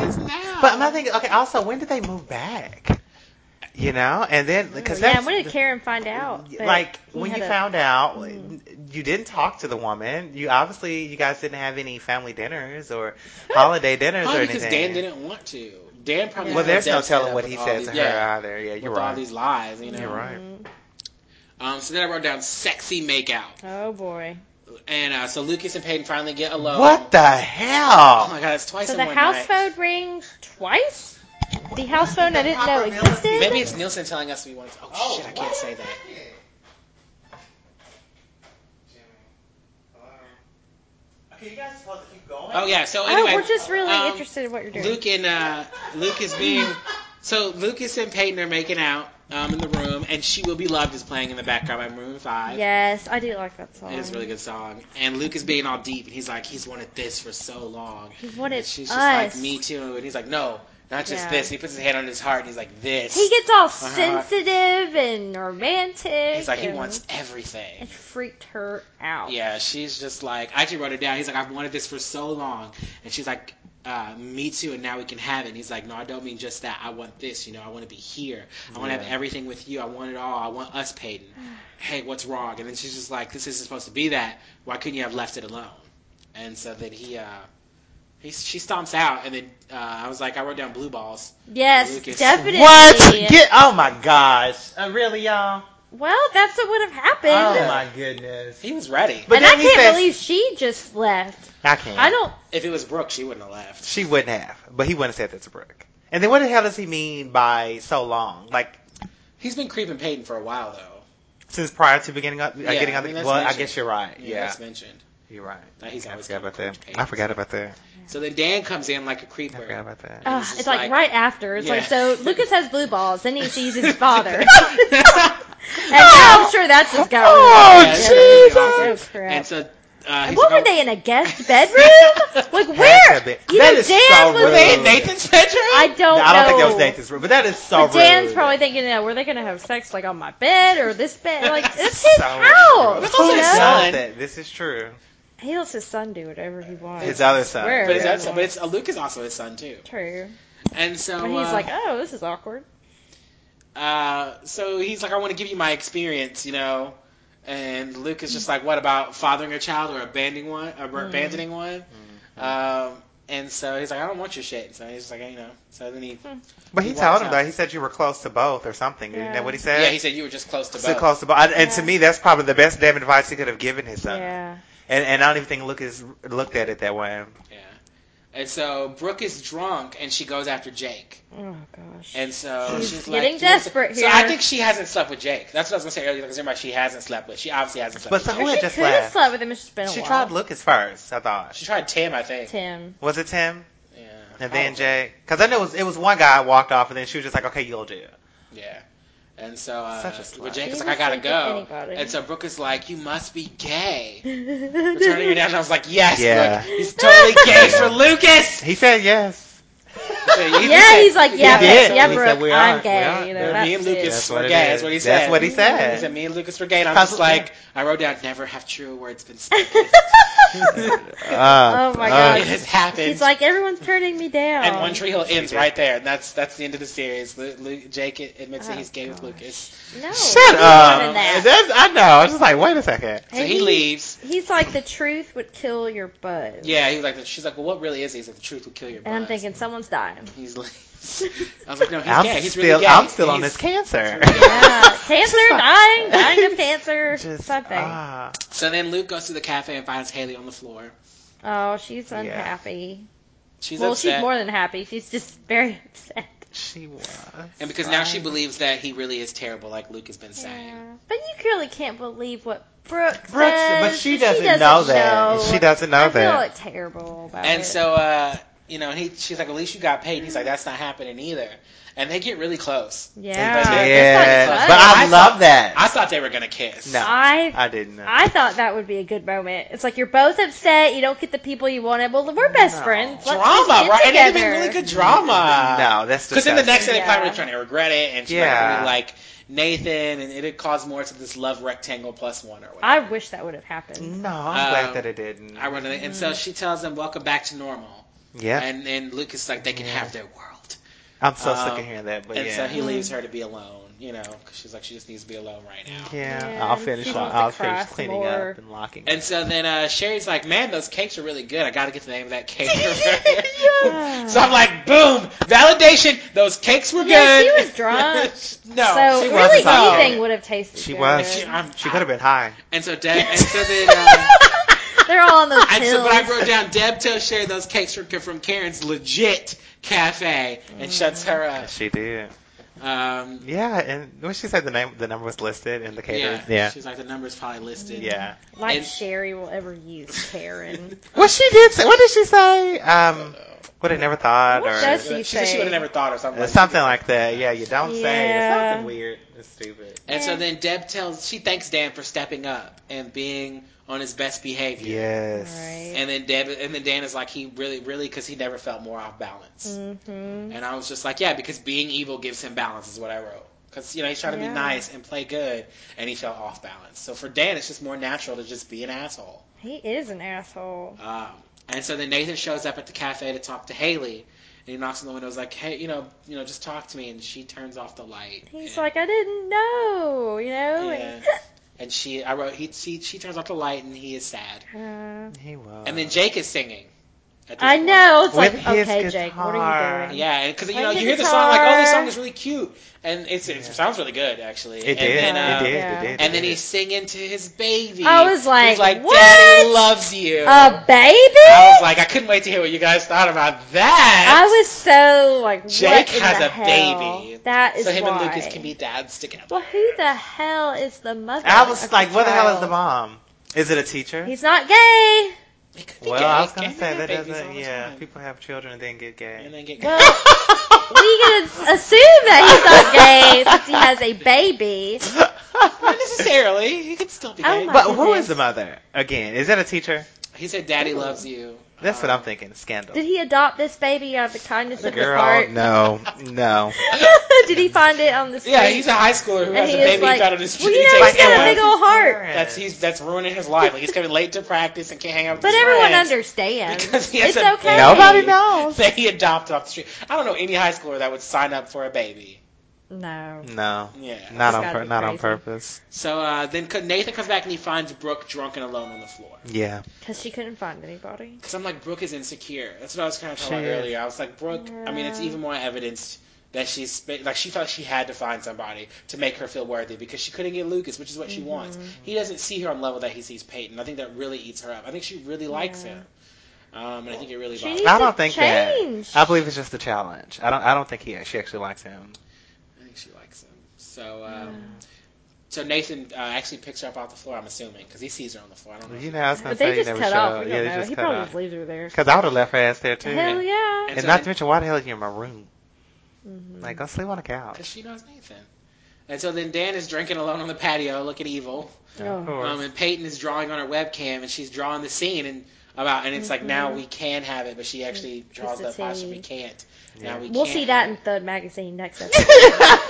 Speaker 2: is
Speaker 1: Oh.
Speaker 2: now.
Speaker 3: But my thing. Okay. Also, when did they move back? You know, and then because
Speaker 1: Mm, yeah,
Speaker 3: that's
Speaker 1: and when did Karen find out? that
Speaker 3: like
Speaker 1: he
Speaker 3: when
Speaker 1: had
Speaker 3: you
Speaker 1: a- Mm.
Speaker 3: found out you didn't talk to the woman you obviously you guys didn't have any family dinners or holiday dinners or
Speaker 2: Probably
Speaker 3: anything
Speaker 2: because Dan didn't want to. Dan probably.
Speaker 3: well
Speaker 2: had
Speaker 3: there's
Speaker 2: Deb
Speaker 3: no
Speaker 2: set
Speaker 3: telling
Speaker 2: up
Speaker 3: what
Speaker 2: with
Speaker 3: he
Speaker 2: all
Speaker 3: said
Speaker 2: these-
Speaker 3: to her
Speaker 2: yeah,
Speaker 3: either yeah you're
Speaker 2: with all
Speaker 3: right
Speaker 2: these lies, you know.
Speaker 3: you're right
Speaker 1: Mm-hmm.
Speaker 2: Um, so then I wrote down sexy makeout.
Speaker 1: Oh boy.
Speaker 2: And uh, so Lucas and Peyton finally get alone.
Speaker 3: what the
Speaker 2: Oh
Speaker 3: hell
Speaker 2: my god, it's twice
Speaker 1: So
Speaker 2: in
Speaker 1: the
Speaker 2: one
Speaker 1: house
Speaker 2: night.
Speaker 1: phone rings twice. The house phone I didn't know
Speaker 4: proper melody.
Speaker 1: existed.
Speaker 2: Maybe it's Nielsen telling us we want to. Oh,
Speaker 4: Oh,
Speaker 2: shit, I can't
Speaker 4: what?
Speaker 2: say that.
Speaker 4: Yeah. Jimmy. Hello? Okay, you guys are supposed to keep going.
Speaker 2: Oh yeah. So
Speaker 1: Oh,
Speaker 2: anyway,
Speaker 1: we're just really
Speaker 2: um,
Speaker 1: interested in what you're doing.
Speaker 2: Luke and uh, Luke is being. So Lucas and Peyton are making out um, in the room, and "She Will Be Loved" is playing in the background by Maroon Five.
Speaker 1: yes, I do like that song.
Speaker 2: It is a really good song. And Luke is being all deep, and he's like, he's wanted this for so long.
Speaker 1: He wanted
Speaker 2: and she's just
Speaker 1: us.
Speaker 2: like, me too. And he's like, no, not just
Speaker 1: Yeah.
Speaker 2: this. And he puts his hand on his heart, and he's like, this.
Speaker 1: He gets all
Speaker 2: heart.
Speaker 1: sensitive and romantic.
Speaker 2: Uh-huh. he's like, he
Speaker 1: and-
Speaker 2: wants everything.
Speaker 1: It freaked her out.
Speaker 2: Yeah, she's just like I actually wrote it down. He's like, I've wanted this for so long, and she's like, uh, me too. And now we can have it. And he's like, No, I don't mean just that. I want this. You know, I want to be here. I want to have everything with you. I want it all. I want us, Peyton. hey, what's wrong? And then she's just like, This isn't supposed to be that. Why couldn't you have left it alone? And so then he, uh, he she stomps out, and then uh, I was like, I wrote down blue balls.
Speaker 1: Yes,
Speaker 2: Lucas.
Speaker 1: definitely.
Speaker 3: what get oh my gosh uh, really y'all
Speaker 1: well, that's what would have happened.
Speaker 3: oh my goodness
Speaker 2: He was ready.
Speaker 3: But
Speaker 1: and I
Speaker 3: then he
Speaker 1: can't
Speaker 3: says-
Speaker 1: believe she just left.
Speaker 3: I can't
Speaker 1: I don't.
Speaker 2: If it was Brooke, she wouldn't have left.
Speaker 3: she wouldn't have but he wouldn't have said that to Brooke and then what the hell does he mean by so long like
Speaker 2: He's been creeping Peyton for a while though.
Speaker 3: since prior to beginning up uh,
Speaker 2: Yeah,
Speaker 3: getting
Speaker 2: I
Speaker 3: out
Speaker 2: mean,
Speaker 3: the
Speaker 2: that's
Speaker 3: well I
Speaker 2: mentioned.
Speaker 3: guess you're right yeah,
Speaker 2: that's mentioned.
Speaker 3: you're right
Speaker 2: That he's
Speaker 3: I
Speaker 2: always
Speaker 3: forgot about
Speaker 2: creeping
Speaker 3: that
Speaker 2: Peyton.
Speaker 3: I forgot about that
Speaker 2: So then Dan comes in like a creeper.
Speaker 3: I forgot about that
Speaker 1: Uh,
Speaker 2: just
Speaker 1: it's like,
Speaker 2: like-
Speaker 1: right after. It's like
Speaker 2: Yeah.
Speaker 1: so. Lucas has blue balls. Then he sees his father, and
Speaker 2: Oh,
Speaker 1: now I'm sure that's just got.
Speaker 3: Oh,
Speaker 1: really weird.
Speaker 2: Yeah,
Speaker 1: Oh crap!
Speaker 2: And so, uh, he's
Speaker 1: what were
Speaker 2: about-
Speaker 1: they in a guest bedroom? like
Speaker 3: Had to
Speaker 1: where?
Speaker 3: be.
Speaker 1: You
Speaker 3: That
Speaker 1: know,
Speaker 3: is
Speaker 1: Dan
Speaker 3: so
Speaker 1: was.
Speaker 3: rude.
Speaker 2: They in Nathan's bedroom?
Speaker 1: I don't know.
Speaker 3: No, I don't think that was Nathan's room, but that is so
Speaker 1: But Dan's
Speaker 3: rude.
Speaker 1: probably thinking, now, were they going to have sex like on my bed or this bed? Like it's his
Speaker 3: So
Speaker 1: house.
Speaker 3: rude.
Speaker 2: That's also
Speaker 1: you
Speaker 2: his
Speaker 1: know?
Speaker 2: son.
Speaker 3: Not that- This is true.
Speaker 1: He lets his son do whatever he wants.
Speaker 3: His other son.
Speaker 1: Swear.
Speaker 2: but, his
Speaker 1: Yeah.
Speaker 2: other son, but it's uh, Luke is also his son too.
Speaker 1: True.
Speaker 2: And so
Speaker 1: And he's
Speaker 2: uh,
Speaker 1: like, oh, this is awkward.
Speaker 2: uh, so he's like, I want to give you my experience, you know. And Luke is just like, what about fathering a child or abandoning one? Or
Speaker 1: Mm-hmm.
Speaker 2: abandoning one?
Speaker 3: Mm-hmm.
Speaker 2: Um, and so he's like, I don't want your shit. So he's just like, you know. So then he,
Speaker 3: But he
Speaker 2: He
Speaker 3: told
Speaker 2: walks
Speaker 3: him
Speaker 2: out.
Speaker 3: though. He said you were close to both or something. Isn't
Speaker 1: Yeah.
Speaker 3: that what he said?
Speaker 2: yeah, he said you were just close to
Speaker 3: so
Speaker 2: both.
Speaker 3: close to both. And and to
Speaker 1: Yeah.
Speaker 3: me, that's probably the best damn advice he could have given his son.
Speaker 1: Yeah.
Speaker 3: And, and I don't even think Lucas looked at it that way.
Speaker 2: Yeah. And so Brooke is drunk and she goes after Jake.
Speaker 1: Oh gosh.
Speaker 2: And so
Speaker 1: She's
Speaker 2: she's,
Speaker 1: getting
Speaker 2: like, "Do you want to-"
Speaker 1: desperate
Speaker 2: So I
Speaker 1: here.
Speaker 2: think she hasn't slept with Jake. That's what I was gonna say earlier. Because remember, she hasn't slept with. She obviously hasn't slept.
Speaker 3: But
Speaker 2: with
Speaker 3: so
Speaker 1: Or
Speaker 3: who
Speaker 1: she
Speaker 3: had just
Speaker 1: could have
Speaker 3: left?
Speaker 1: slept with him. It's just been a
Speaker 3: She
Speaker 1: while.
Speaker 3: tried Lucas first. I thought
Speaker 2: Jake. She tried Tim, I think.
Speaker 1: Tim.
Speaker 3: was it Tim
Speaker 2: Yeah.
Speaker 3: and then
Speaker 2: Probably.
Speaker 1: Oh.
Speaker 3: Jay? Because I know it was, it was one guy walked off and then she was just like, okay, you'll do.
Speaker 2: Yeah. And so, uh,
Speaker 3: Such a slut.
Speaker 2: but Jake
Speaker 1: She
Speaker 2: is like, I gotta
Speaker 1: doesn't
Speaker 2: go.
Speaker 1: sleep with anybody.
Speaker 2: And so Brooke is like, you must be gay. Returning her
Speaker 1: Returning
Speaker 2: down. And I was like, yes,
Speaker 3: Yeah.
Speaker 2: Brooke. He's totally gay for Lucas.
Speaker 3: He said yes.
Speaker 2: So he- he
Speaker 1: Yeah,
Speaker 2: said-
Speaker 1: he's like, yeah,
Speaker 3: He
Speaker 1: yeah,
Speaker 3: did.
Speaker 1: yeah
Speaker 3: He
Speaker 1: Brooke,
Speaker 3: said, "We
Speaker 1: I'm
Speaker 3: are-
Speaker 1: gay.
Speaker 3: we are-
Speaker 1: you
Speaker 3: we
Speaker 1: know,
Speaker 3: are.
Speaker 1: that's
Speaker 2: Me and
Speaker 1: it.
Speaker 2: Lucas.
Speaker 3: That's what it
Speaker 2: Okay,
Speaker 3: is.
Speaker 2: that's what he
Speaker 3: That's
Speaker 2: said.
Speaker 3: what he said.
Speaker 2: He said, me and Lucas were gay. And I'm
Speaker 3: Cause-
Speaker 2: just like, I wrote down, never have true words been spoken.
Speaker 3: Uh,
Speaker 1: Oh my
Speaker 3: uh,
Speaker 2: it has happened.
Speaker 1: He's like, "Oh." everyone's turning me down.
Speaker 2: And One Tree Hill ends right there, and that's that's the end of the series. Lu- Lu- Jake admits
Speaker 1: Oh,
Speaker 2: that he's gay with
Speaker 1: gosh.
Speaker 2: Lucas,
Speaker 1: No.
Speaker 3: Shut
Speaker 1: he's
Speaker 3: up.
Speaker 1: more than that.
Speaker 3: That's, I know. I was just like, wait a second.
Speaker 2: so
Speaker 1: And
Speaker 2: he,
Speaker 1: he-
Speaker 2: leaves.
Speaker 1: He's like, the truth would kill your buzz.
Speaker 2: Yeah, he's like, she's like, well, what really is he? He's like, the truth will kill your.
Speaker 1: And I'm
Speaker 2: buzz."
Speaker 1: thinking, someone's dying. time.
Speaker 2: He's like, I was like, no, he's
Speaker 3: I'm
Speaker 2: gay. He's
Speaker 3: still,
Speaker 2: really gay.
Speaker 3: I'm still on
Speaker 2: He's-
Speaker 3: this cancer.
Speaker 1: Yeah, cancer,
Speaker 3: Just like-
Speaker 1: dying, dying of cancer,
Speaker 3: Just,
Speaker 1: something.
Speaker 3: ah.
Speaker 2: So then Luke goes to the cafe and finds Haley on the floor.
Speaker 1: oh, she's
Speaker 3: Yeah.
Speaker 1: unhappy.
Speaker 2: She's
Speaker 1: well,
Speaker 2: upset,
Speaker 1: she's more than happy. She's just very upset.
Speaker 3: she was.
Speaker 2: and because now she believes that he really is terrible, like Luke has been saying.
Speaker 1: But you clearly can't believe what Brooke says.
Speaker 3: Brooke- but she doesn't know that.
Speaker 1: know.
Speaker 3: She doesn't know
Speaker 1: I
Speaker 3: that.
Speaker 1: feel like terrible about
Speaker 2: And
Speaker 1: it. Mm-hmm.
Speaker 2: so, uh, you know, he she's like, at least you got paid. And he's like, that's not happening either. And they get really close.
Speaker 1: yeah,
Speaker 2: They did.
Speaker 1: that's not
Speaker 3: Yes,
Speaker 1: good.
Speaker 3: but
Speaker 2: I
Speaker 3: I, love
Speaker 2: thought-
Speaker 3: that.
Speaker 2: I thought they were gonna kiss.
Speaker 3: No.
Speaker 1: I
Speaker 3: I didn't. know.
Speaker 1: I thought that would be a good moment. It's like you're both upset. You don't get the people you wanted. Well, we're best
Speaker 3: No.
Speaker 1: friends. Let's just
Speaker 2: drama,
Speaker 1: get
Speaker 2: right? And it'd have
Speaker 1: together.
Speaker 2: been really good drama.
Speaker 3: no, that's
Speaker 2: Because then the next
Speaker 3: disgusting.
Speaker 2: day they probably
Speaker 1: Yeah.
Speaker 2: were trying to regret it, and she might
Speaker 3: Yeah.
Speaker 2: really like Nathan, and it'd cause more to this love rectangle plus one or whatever.
Speaker 1: I wish that would have happened.
Speaker 3: No, I'm glad
Speaker 2: Um,
Speaker 3: that it didn't.
Speaker 2: I wrote it, and so she tells them, "Welcome back to normal."
Speaker 3: yeah,
Speaker 2: And then Luke is like, "They can have their world,"
Speaker 3: I'm so sick
Speaker 2: um,
Speaker 3: of hearing that. But
Speaker 2: and
Speaker 3: yeah,
Speaker 2: so he leaves her to be alone. You know, because she's like, she just needs to be alone right now.
Speaker 3: yeah,
Speaker 1: Yeah,
Speaker 3: I'll
Speaker 1: she
Speaker 3: finish.
Speaker 1: wants to
Speaker 3: I'll finish
Speaker 1: cross
Speaker 3: cleaning
Speaker 1: more.
Speaker 3: up and locking.
Speaker 2: And
Speaker 3: up.
Speaker 2: so then uh, Sherry's like, "Man, those cakes are really good. I got to get the name of that cake."
Speaker 1: Yeah.
Speaker 2: so I'm like, "Boom! Validation. Those cakes were
Speaker 1: Yeah,
Speaker 2: good."
Speaker 1: she was drunk. so
Speaker 2: no, she
Speaker 3: wasn't
Speaker 1: really
Speaker 3: drunk.
Speaker 1: anything would have tasted
Speaker 3: she
Speaker 1: good.
Speaker 3: was.
Speaker 2: She-
Speaker 3: She,
Speaker 2: I'm-
Speaker 3: could have been high.
Speaker 2: And so Deb, and so then, uh,
Speaker 1: They're all on those
Speaker 2: and
Speaker 1: pills.
Speaker 2: so, but I wrote down Deb tells Sherry those cakes from from Karen's legit cafe and shuts her up.
Speaker 3: She did.
Speaker 2: Um,
Speaker 3: Yeah, and when she said the name, the number was listed in the caterer.
Speaker 2: yeah,
Speaker 3: Yeah,
Speaker 2: she's like the number's probably listed.
Speaker 3: yeah.
Speaker 1: like
Speaker 2: And-
Speaker 1: Sherry will ever use Karen.
Speaker 3: What she did say? What did she say? Um, what I never thought,
Speaker 1: What
Speaker 3: or
Speaker 1: does
Speaker 2: She,
Speaker 1: She
Speaker 2: said she
Speaker 1: say-
Speaker 2: would have never thought or something.
Speaker 3: Uh,
Speaker 2: Like
Speaker 3: something like that. Yeah, you don't say. It's
Speaker 1: Yeah.
Speaker 3: something weird. It's stupid.
Speaker 2: And so then Deb tells she thanks Dan for stepping up and being on his best behavior.
Speaker 3: Yes.
Speaker 1: right.
Speaker 2: And then Deb and then Dan is like he really really because he never felt more off balance.
Speaker 1: Mm-hmm.
Speaker 2: And I was just like yeah because being evil gives him balance is what I wrote. Because you know he's trying to
Speaker 1: Yeah.
Speaker 2: be nice and play good, and he felt off balance. So for Dan, it's just more natural to just be an asshole.
Speaker 1: He is an asshole.
Speaker 2: Um, and so then Nathan shows up at the cafe to talk to Haley, and he knocks on the window. Is like, hey, you know, you know, just talk to me. And she turns off the light.
Speaker 1: He's
Speaker 2: and,
Speaker 1: like, I didn't know, you know.
Speaker 2: Yeah. and she, I wrote, he, she, she turns off the light, and he is sad.
Speaker 1: And, uh,
Speaker 3: He was.
Speaker 2: And then Jake is singing. at this
Speaker 1: I
Speaker 2: point.
Speaker 1: know. It's
Speaker 3: With
Speaker 1: like,
Speaker 3: his
Speaker 1: okay, Jake, what are
Speaker 3: guitar.
Speaker 1: you doing?
Speaker 2: Yeah, and because you
Speaker 1: Playing
Speaker 2: know
Speaker 1: the
Speaker 2: you hear the song like, oh, this
Speaker 1: guitar.
Speaker 2: song is really cute, and it's, it sounds really good actually.
Speaker 3: It
Speaker 2: and
Speaker 3: did.
Speaker 2: Then,
Speaker 1: uh,
Speaker 3: it did.
Speaker 1: yeah.
Speaker 3: It did.
Speaker 2: And
Speaker 3: it
Speaker 2: then
Speaker 3: did.
Speaker 2: he's singing to his baby.
Speaker 1: I was like,
Speaker 2: he's like,
Speaker 1: what? Oh.
Speaker 2: Daddy loves you.
Speaker 1: A Uh, baby?
Speaker 2: I was like, I couldn't wait to hear what you guys thought about that.
Speaker 1: I was so like, what
Speaker 2: Jake
Speaker 1: in
Speaker 2: has
Speaker 1: the
Speaker 2: a
Speaker 1: hell?
Speaker 2: baby.
Speaker 1: That is
Speaker 2: so him
Speaker 1: why.
Speaker 2: and Lucas can be dads together.
Speaker 1: Well, who the hell is the mother?
Speaker 3: I was
Speaker 1: of
Speaker 3: like, what the hell is the
Speaker 1: child?
Speaker 3: mom? Is it a teacher?
Speaker 1: He's not gay.
Speaker 2: They could be
Speaker 3: well,
Speaker 2: gay.
Speaker 3: I was gonna
Speaker 2: Gays
Speaker 3: say
Speaker 2: have
Speaker 3: that
Speaker 2: babies all
Speaker 3: doesn't.
Speaker 2: the
Speaker 3: Yeah,
Speaker 2: time.
Speaker 3: people have children and then get gay.
Speaker 2: and then get
Speaker 1: Well, we can assume that he's not gay since he has a baby.
Speaker 2: not necessarily. He could still be
Speaker 1: Oh
Speaker 2: gay.
Speaker 1: my-
Speaker 3: but who is the mother again? Is that a teacher?
Speaker 2: he said, "Daddy loves you."
Speaker 3: That's what I'm thinking. Scandal.
Speaker 1: Did he adopt this baby out of the kindness of his
Speaker 3: Girl,
Speaker 1: heart?
Speaker 3: no, no.
Speaker 1: Did he find it on the street?
Speaker 2: Yeah, he's a high schooler who
Speaker 1: And
Speaker 2: has a
Speaker 1: he was
Speaker 2: baby
Speaker 1: like,
Speaker 2: found on his
Speaker 1: well,
Speaker 2: street.
Speaker 1: you
Speaker 2: He
Speaker 1: know,
Speaker 2: takes
Speaker 1: he's got a
Speaker 2: care
Speaker 1: big
Speaker 2: of him.
Speaker 1: old heart.
Speaker 2: That's he's that's ruining his life. Like he's coming late to practice and can't hang out. With
Speaker 1: But
Speaker 2: his
Speaker 1: everyone
Speaker 2: friends
Speaker 1: understands.
Speaker 2: because he has
Speaker 1: It's
Speaker 2: a
Speaker 1: okay.
Speaker 2: baby
Speaker 3: Nobody knows.
Speaker 2: That he adopted off the street. I don't know any high schooler that would sign up for a baby.
Speaker 1: No.
Speaker 3: No,
Speaker 2: Yeah.
Speaker 3: not on
Speaker 1: gotta
Speaker 3: pur-
Speaker 1: be
Speaker 3: not on
Speaker 1: crazy.
Speaker 3: purpose.
Speaker 2: So uh, then Nathan comes back and he finds Brooke drunk and alone on the floor.
Speaker 3: Yeah,
Speaker 1: Because she couldn't find anybody.
Speaker 2: Because I'm like, Brooke is insecure. That's what I was kind of talking
Speaker 3: She
Speaker 2: about
Speaker 3: is.
Speaker 2: earlier. I was like, Brooke, I mean, it's
Speaker 1: Yeah.
Speaker 2: even more evidence that she's, sp- like, she felt she had to find somebody to make her feel worthy because she couldn't get Lucas, which is what she wants.
Speaker 1: Mm-hmm.
Speaker 2: He doesn't see her on the level that he sees Peyton. I think that really eats her up. I think she really likes
Speaker 1: Yeah.
Speaker 2: him. Um, and I think it really
Speaker 1: She
Speaker 2: bothers
Speaker 1: needs
Speaker 2: her.
Speaker 3: I
Speaker 1: to
Speaker 3: don't think
Speaker 1: change.
Speaker 3: that. I believe it's just a challenge. I don't. I don't think he. She actually likes him.
Speaker 2: I think she likes him. So, um, so Nathan uh, actually picks her up off the floor, I'm assuming, because he sees her on the floor. I don't know.
Speaker 3: You know, I was gonna
Speaker 1: But
Speaker 3: say
Speaker 1: they
Speaker 3: you
Speaker 1: just
Speaker 3: never
Speaker 1: cut
Speaker 3: show.
Speaker 1: off. We
Speaker 3: yeah,
Speaker 1: don't
Speaker 3: they
Speaker 1: know.
Speaker 3: just
Speaker 1: He
Speaker 3: cut
Speaker 1: probably
Speaker 3: off.
Speaker 1: just leaves her there.
Speaker 3: Because I would have left her ass there too.
Speaker 1: Hell yeah.
Speaker 2: And
Speaker 3: And
Speaker 2: so
Speaker 3: not
Speaker 2: then-
Speaker 3: to mention, why the hell are you in my room?
Speaker 1: Mhm.
Speaker 3: Like, go sleep on the couch.
Speaker 2: Because she knows Nathan. And so then Dan is drinking alone on the patio, looking evil.
Speaker 1: Oh.
Speaker 3: Of course.
Speaker 2: Um, and Peyton is drawing on her webcam, and she's drawing the scene, and about, and it's like now we can have it, but she actually draws
Speaker 1: Mm-hmm. It's a
Speaker 2: the apostrophe
Speaker 1: scene.
Speaker 2: can't.
Speaker 3: Yeah.
Speaker 2: Now we
Speaker 1: We'll
Speaker 2: can't
Speaker 1: see that in
Speaker 2: have
Speaker 1: Thud Magazine next episode.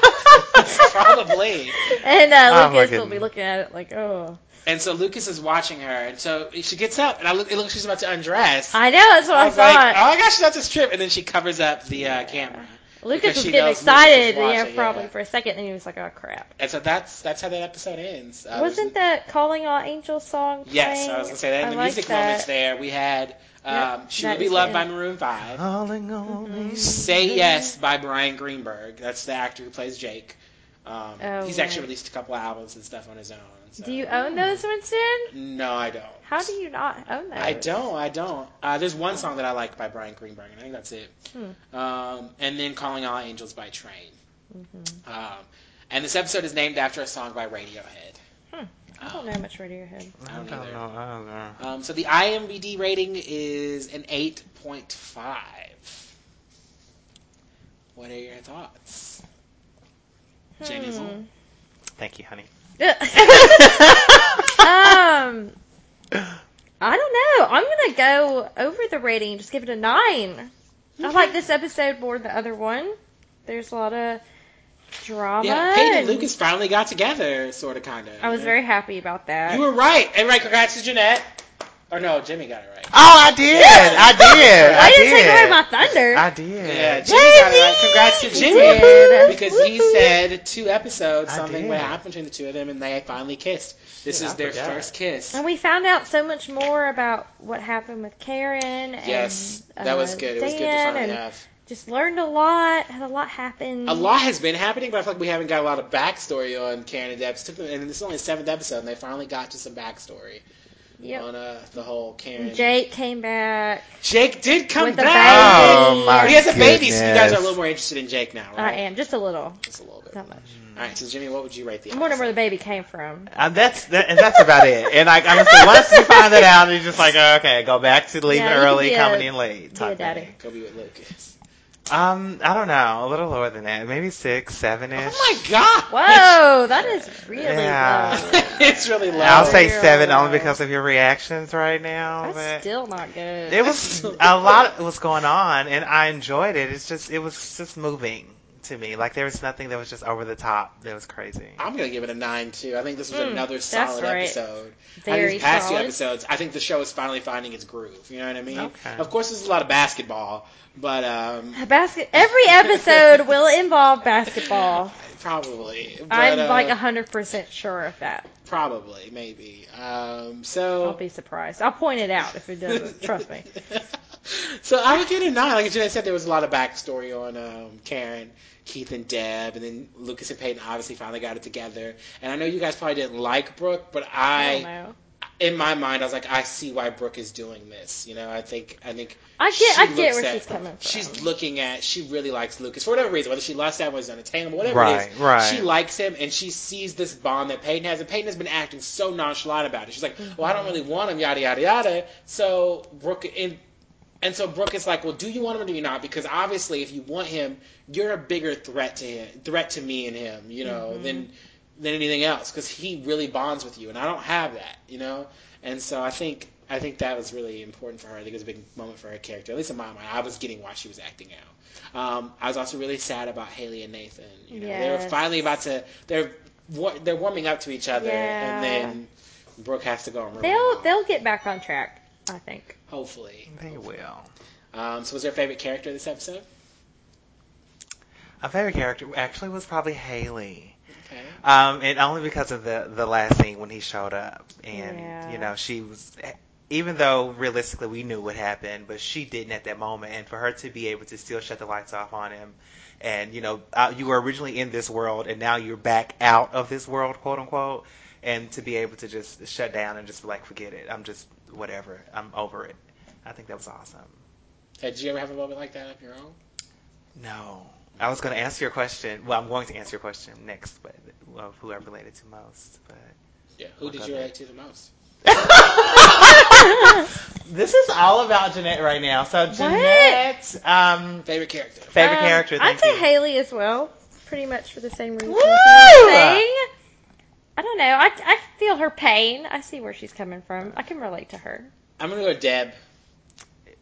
Speaker 2: it. probably.
Speaker 1: and uh,
Speaker 3: I'm
Speaker 1: Lucas
Speaker 3: looking-
Speaker 1: will be looking at it like, oh.
Speaker 2: And so Lucas is watching her, and so she gets up, and I look, it looks she's about to undress.
Speaker 1: I know, that's what I,
Speaker 2: I was like,
Speaker 1: thought.
Speaker 2: oh my gosh, she's about to strip, and then she covers up the uh, camera.
Speaker 1: Lucas
Speaker 2: Because
Speaker 1: was
Speaker 2: she
Speaker 1: getting
Speaker 2: knows Lucas is
Speaker 1: excited, yeah,
Speaker 2: watching,
Speaker 1: probably
Speaker 2: yeah.
Speaker 1: for a second, and he was like, "Oh crap!"
Speaker 2: And so that's that's how that episode ends. Uh, there's
Speaker 1: Wasn't that "Calling All Angels" song?
Speaker 2: Yes, I
Speaker 1: playing?
Speaker 2: was gonna say that in
Speaker 1: I
Speaker 2: the
Speaker 1: like
Speaker 2: music
Speaker 1: that.
Speaker 2: moments there we had um,
Speaker 1: Yep,
Speaker 2: "She
Speaker 1: that
Speaker 2: Will Be
Speaker 1: is
Speaker 2: Loved"
Speaker 1: it.
Speaker 2: by Maroon Five,
Speaker 3: Calling on
Speaker 1: Mm-hmm.
Speaker 3: me.
Speaker 2: "Say Yes" by Brian Greenberg. That's the actor who plays Jake. Um,
Speaker 1: Oh,
Speaker 2: he's
Speaker 1: right.
Speaker 2: actually released a couple albums and stuff on his own. so-
Speaker 1: Do you own those, Winston?
Speaker 2: No, I don't.
Speaker 1: How do you not own those?
Speaker 2: I don't. I don't. Uh, there's one song that I like by Brian Greenberg, and I think that's it.
Speaker 1: Hmm.
Speaker 2: Um, and then "Calling All Angels" by Train.
Speaker 1: Mm-hmm.
Speaker 2: Um, and this episode is named after a song by Radiohead.
Speaker 1: Hmm. I don't know much Radiohead.
Speaker 3: I don't know. I don't know.
Speaker 2: Um, so the IMDb rating is an 8.5. What are your thoughts? Jamie
Speaker 1: Hmm.
Speaker 2: Moore.
Speaker 3: Thank you, honey.
Speaker 1: um, I don't know. I'm gonna go over the rating. Just give it a nine. I like this episode more than the other one. There's a lot of drama.
Speaker 2: Yeah, Peyton and
Speaker 1: and
Speaker 2: Lucas finally got together, sort of, kind of.
Speaker 1: I was very happy about that.
Speaker 2: You were right. And right, congrats to Jeanette. Or no, Jimmy got it right.
Speaker 3: Oh, I did. I did.
Speaker 1: Why
Speaker 3: I
Speaker 1: did
Speaker 3: did.
Speaker 1: you take away my thunder?
Speaker 3: I did.
Speaker 2: Yeah, Jimmy got it right. Congrats to
Speaker 1: He
Speaker 2: Jimmy.
Speaker 1: did.
Speaker 2: Because he
Speaker 1: Woohoo.
Speaker 2: said two episodes,
Speaker 3: I
Speaker 2: something
Speaker 3: did.
Speaker 2: would happen between the two of them, and they finally kissed. This
Speaker 3: Shit,
Speaker 2: is
Speaker 3: I
Speaker 2: their
Speaker 3: forgot.
Speaker 2: first kiss.
Speaker 1: And we found out so much more about what happened with Karen. And,
Speaker 2: Yes, that
Speaker 1: uh,
Speaker 2: was good. It was good to
Speaker 1: Dan
Speaker 2: finally
Speaker 1: and
Speaker 2: have.
Speaker 1: Just learned a lot. Had a lot happen.
Speaker 2: A lot has been happening, but I feel like we haven't got a lot of backstory on Karen and Debs. Took them, and this is only the seventh episode, and they finally got to some backstory
Speaker 1: Yep.
Speaker 2: on uh, the whole Karen.
Speaker 1: Jake came back.
Speaker 2: Jake did come
Speaker 1: With the
Speaker 2: back.
Speaker 1: baby.
Speaker 3: Oh my
Speaker 2: He has a baby, so you guys are a
Speaker 3: goodness.
Speaker 2: little more interested in Jake now,
Speaker 1: I
Speaker 2: right? Mm.
Speaker 1: am just a little,
Speaker 2: Just a little bit. All
Speaker 1: not much.
Speaker 2: right, so Jimmy, what would you rate the?
Speaker 1: I'm wondering where the
Speaker 2: episode?
Speaker 1: baby came from.
Speaker 3: Um, that's that, and that's about it. And like, I'm just, once you find that out, you're just like, oh, okay, go back to leaving
Speaker 1: Yeah, you can
Speaker 3: early,
Speaker 1: be a-
Speaker 3: coming in late.
Speaker 1: Be a
Speaker 3: type
Speaker 1: daddy.
Speaker 3: thing.
Speaker 2: Kobe with Lucas.
Speaker 3: Um, I don't know, a little lower than that, maybe six, seven ish.
Speaker 2: Oh my god!
Speaker 1: Whoa, that is really
Speaker 3: Yeah.
Speaker 1: low.
Speaker 2: it's really low.
Speaker 3: I'll say
Speaker 1: Zero.
Speaker 3: seven only because of your reactions right
Speaker 2: Oh,
Speaker 3: now.
Speaker 1: That's
Speaker 3: but
Speaker 1: still not good.
Speaker 3: it was a lot was going on, and I enjoyed it. It's just it was just moving to me. Like there was nothing that was just over the top that was crazy.
Speaker 2: I'm gonna give it a nine too. I think this was
Speaker 1: Mm,
Speaker 2: another
Speaker 1: that's
Speaker 2: solid
Speaker 1: right.
Speaker 2: episode. I
Speaker 1: Very
Speaker 2: think these past
Speaker 1: solid.
Speaker 2: two episodes, I think the show is finally finding its groove. You know what I mean?
Speaker 3: Okay.
Speaker 2: Of course, there's a lot of basketball, but um,
Speaker 1: A basket. Every episode will involve basketball.
Speaker 2: probably. But,
Speaker 1: I'm
Speaker 2: uh,
Speaker 1: like hundred percent sure of that.
Speaker 2: probably maybe. Um,
Speaker 1: I'll
Speaker 2: so
Speaker 1: be surprised. I'll point it out if it doesn't. Trust me.
Speaker 2: so I would give it a nine. Like I said, there was a lot of backstory on um, Karen, Keith, and Deb, and then Lucas and Peyton obviously finally got it together. And I know you guys probably didn't like Brooke, but
Speaker 1: I
Speaker 2: I
Speaker 1: don't know.
Speaker 2: in my mind, I was like, I see why Brooke is doing this. You know, I think, I think
Speaker 1: I get,
Speaker 2: she
Speaker 1: I get
Speaker 2: looks
Speaker 1: where
Speaker 2: at-
Speaker 1: she's coming from.
Speaker 2: she's looking at. She really likes Lucas for whatever reason, whether she loves that, whether he's unattainable, whatever
Speaker 3: Right,
Speaker 2: it is.
Speaker 3: right.
Speaker 2: She likes him, and she sees this bond that Peyton has, and Peyton has been acting so nonchalant about it. She's like, "Well, I don't really want him, yada yada yada." So Brooke and and so Brooke is like, "Well, do you want him or do you not? Because obviously, if you want him, you're a bigger threat to him, threat to me and him, you know, than than anything else, because he really bonds with you, and I don't have that, you know." And so I think I think that was really important for her. I think it was a big moment for her character, at least in my mind. I was getting why she was acting out. Um, I was also really sad about Haley and Nathan. You know, they were
Speaker 1: Yes.
Speaker 2: finally about to they're wa- they're warming up to each other,
Speaker 1: Yeah.
Speaker 2: and then Brooke has to go and ruin it all,
Speaker 1: They'll, they'll get back on track. I think.
Speaker 2: hopefully.
Speaker 3: They will.
Speaker 2: Um, so, was your favorite character this episode?
Speaker 3: My favorite character actually was probably Haley.
Speaker 2: Okay.
Speaker 3: Um, and only because of the the last scene when he showed up, and
Speaker 1: Yeah.
Speaker 3: you know she was, even though realistically we knew what happened, but she didn't at that moment, and for her to be able to still shut the lights off on him, and you know uh, you were originally in this world, and now you're back out of this world, quote unquote, and to be able to just shut down and just be like forget it, I'm just whatever, I'm over it. I think that was awesome.
Speaker 2: Uh, Did you ever have a moment like that of your own?
Speaker 3: No. I was going to answer your question. Well, I'm going to answer your question next, but of who I related to most. But
Speaker 2: Yeah. Who did
Speaker 3: Okay.
Speaker 2: you relate to the most?
Speaker 3: this is all about Jeanette right now. So Jeanette, um,
Speaker 2: Favorite character.
Speaker 3: favorite
Speaker 1: Um,
Speaker 3: character.
Speaker 1: I'd
Speaker 3: Thank
Speaker 1: say
Speaker 3: you.
Speaker 1: Haley as well. Pretty much for the same reason.
Speaker 3: Woo!
Speaker 1: Thing. I don't know. I, I feel her pain. I see where she's coming from. I can relate to her.
Speaker 2: I'm gonna go Deb.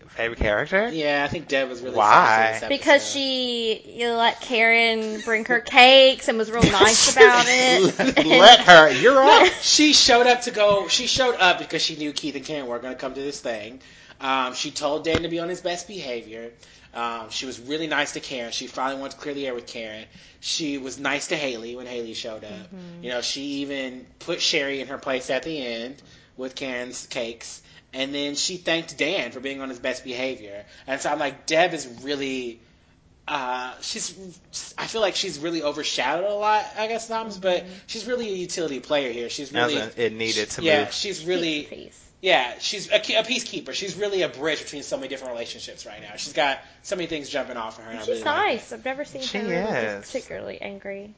Speaker 3: favorite character?
Speaker 2: Yeah, I think Deb was really
Speaker 3: Why?
Speaker 2: sassy in this
Speaker 1: Because
Speaker 2: episode.
Speaker 1: she you know, let Karen bring her cakes and was real nice about it.
Speaker 3: Let her. You're
Speaker 2: No,
Speaker 3: up.
Speaker 2: she showed up to go. She showed up because she knew Keith and Karen were going to come to this thing. Um, she told Dan to be on his best behavior. Um, she was really nice to Karen. She finally wanted to clear the air with Karen. She was nice to Haley when Haley showed up. You know, she even put Sherry in her place at the end with Karen's cakes. And then she thanked Dan for being on his best behavior. And so I'm like, Deb is really uh, she's I feel like she's really overshadowed a lot, I guess sometimes, but she's really a utility player here. She's
Speaker 3: That was
Speaker 2: really
Speaker 3: a- it needed to
Speaker 2: yeah,
Speaker 3: move.
Speaker 2: she's
Speaker 1: Peace,
Speaker 2: really
Speaker 1: peace.
Speaker 2: yeah, she's a, ke- a peacekeeper. She's really a bridge between so many different relationships right now. She's got so many things jumping off of her. and I
Speaker 1: She's
Speaker 2: really like that.
Speaker 1: nice. I've never seen
Speaker 3: She
Speaker 1: her really
Speaker 3: is.
Speaker 1: particularly angry.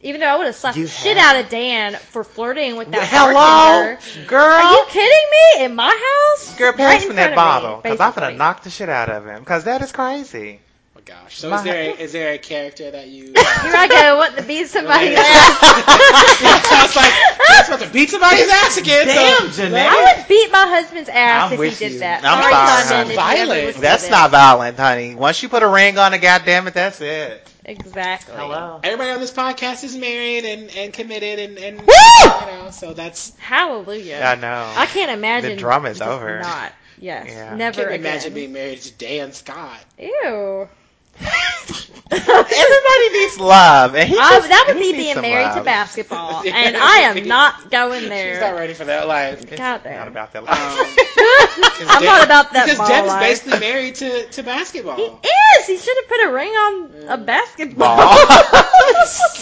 Speaker 1: Even though I would have slapped
Speaker 3: You
Speaker 1: the shit
Speaker 3: have.
Speaker 1: out of Dan for flirting with that
Speaker 3: Hello,
Speaker 1: bartender. Are you
Speaker 3: girl.
Speaker 1: kidding me? In my house?
Speaker 3: Girl, pass
Speaker 1: in
Speaker 3: me
Speaker 1: front
Speaker 3: that
Speaker 1: of
Speaker 3: bottle because I'm
Speaker 1: basically.
Speaker 3: gonna knock the shit out of him because that is crazy.
Speaker 2: Oh gosh. So
Speaker 3: My-
Speaker 2: is there a, is there a character that you uh,
Speaker 1: Here I go, want to be somebody
Speaker 2: Related.
Speaker 1: else.
Speaker 2: I was like, that's about to beat somebody's ass again.
Speaker 4: Damn,
Speaker 2: so,
Speaker 4: Janae.
Speaker 1: I would beat my husband's ass
Speaker 3: I'm
Speaker 1: if
Speaker 3: with
Speaker 1: he did
Speaker 3: you.
Speaker 1: that.
Speaker 3: I'm
Speaker 1: Sorry,
Speaker 3: sorry,
Speaker 1: Condon,
Speaker 3: honey.
Speaker 1: if you ever
Speaker 2: Violent.
Speaker 1: listened to
Speaker 3: That's
Speaker 1: this.
Speaker 3: not violent, honey. Once you put a ring on it, goddamn it, that's it.
Speaker 1: exactly.
Speaker 2: Everybody on this podcast is married and, and committed and, and
Speaker 1: Woo!
Speaker 2: you know, so that's
Speaker 1: Hallelujah.
Speaker 3: I know.
Speaker 1: I can't imagine.
Speaker 3: The drama is
Speaker 1: just
Speaker 3: over.
Speaker 1: Not. Yes.
Speaker 3: Yeah.
Speaker 2: I
Speaker 1: Never
Speaker 2: can't
Speaker 1: again.
Speaker 2: imagine being married to Dan Scott.
Speaker 1: Ew.
Speaker 3: Everybody needs love, and he
Speaker 1: I,
Speaker 3: just,
Speaker 1: that would be
Speaker 3: he needs
Speaker 1: being
Speaker 3: some
Speaker 1: married to
Speaker 3: love.
Speaker 1: basketball,
Speaker 2: Yeah.
Speaker 1: and I am not going there.
Speaker 2: She's not ready for that life.
Speaker 3: It's
Speaker 1: God damn.
Speaker 3: Not about that
Speaker 2: Um,
Speaker 3: life.
Speaker 1: I'm not about that
Speaker 2: Because
Speaker 1: ball
Speaker 2: Deb's
Speaker 1: life.
Speaker 2: basically married to, to basketball.
Speaker 1: He is. He should have put a ring on
Speaker 2: Mm.
Speaker 1: a basketball.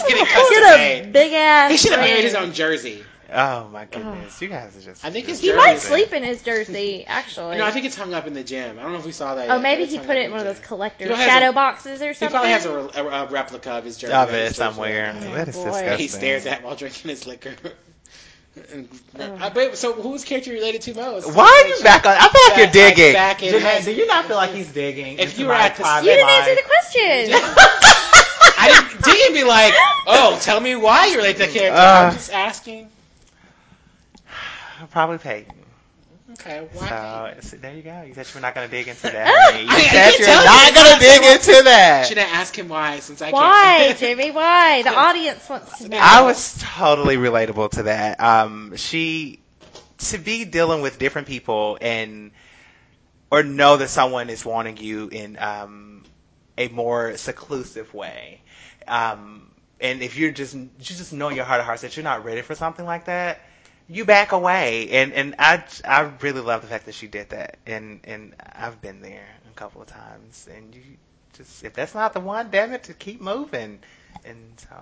Speaker 2: Getting custom
Speaker 1: Get a
Speaker 2: made.
Speaker 1: big ass.
Speaker 2: He should have
Speaker 1: ring.
Speaker 2: married his own jersey.
Speaker 3: oh my goodness, you guys are just.
Speaker 2: I think his
Speaker 1: He
Speaker 2: jersey.
Speaker 1: might sleep in his jersey, actually.
Speaker 2: No, I think it's hung up in the gym. I don't know if we saw that.
Speaker 1: oh,
Speaker 2: yet,
Speaker 1: maybe
Speaker 2: but it's
Speaker 1: he
Speaker 2: hung
Speaker 1: put
Speaker 2: up
Speaker 1: it in one of
Speaker 2: the
Speaker 1: those
Speaker 2: gym.
Speaker 1: collector
Speaker 2: He probably has
Speaker 1: shadow
Speaker 2: a-
Speaker 1: boxes or
Speaker 2: He
Speaker 1: something.
Speaker 2: probably has a, re- a, a replica of his jersey.
Speaker 3: of
Speaker 2: that he
Speaker 3: it
Speaker 2: sleeps with.
Speaker 3: somewhere.
Speaker 1: Oh,
Speaker 3: that is
Speaker 1: boy.
Speaker 3: disgusting.
Speaker 2: He stares at while drinking his liquor. And- uh, I bet, so who's character you related to most?
Speaker 3: Why are you back on? I feel like you're digging.
Speaker 2: Back in
Speaker 4: Janae, do
Speaker 2: I
Speaker 4: you not feel like he's digging?
Speaker 2: If
Speaker 4: into
Speaker 2: you were
Speaker 4: my
Speaker 2: at the-
Speaker 4: private
Speaker 1: you didn't
Speaker 4: life?
Speaker 1: answer the question.
Speaker 2: didn't, didn't be like, oh, tell me why you relate to that character.
Speaker 3: Uh.
Speaker 2: I'm just asking.
Speaker 3: Probably Peyton.
Speaker 2: Okay,
Speaker 3: So
Speaker 2: why?
Speaker 3: it's- there you go. You said you were not gonna dig into that. honey. You
Speaker 2: I- I
Speaker 3: said
Speaker 2: keep
Speaker 3: you're
Speaker 2: telling
Speaker 3: not
Speaker 2: you,
Speaker 3: gonna
Speaker 2: I'm
Speaker 3: dig
Speaker 2: not-
Speaker 3: into that.
Speaker 2: Should I ask him why? Since I
Speaker 1: Why,
Speaker 2: can't.
Speaker 1: Jamie? Why? The audience wants to know.
Speaker 3: I was totally relatable to that. Um, she to be dealing with different people and or know that someone is wanting you in um, a more seclusive way. Um, and if you're just you just know in your heart of hearts that you're not ready for something like that, you back away. And and I I really love the fact that she did that. And and I've been there a couple of times. And you just if that's not the one, damn it, to keep moving. And so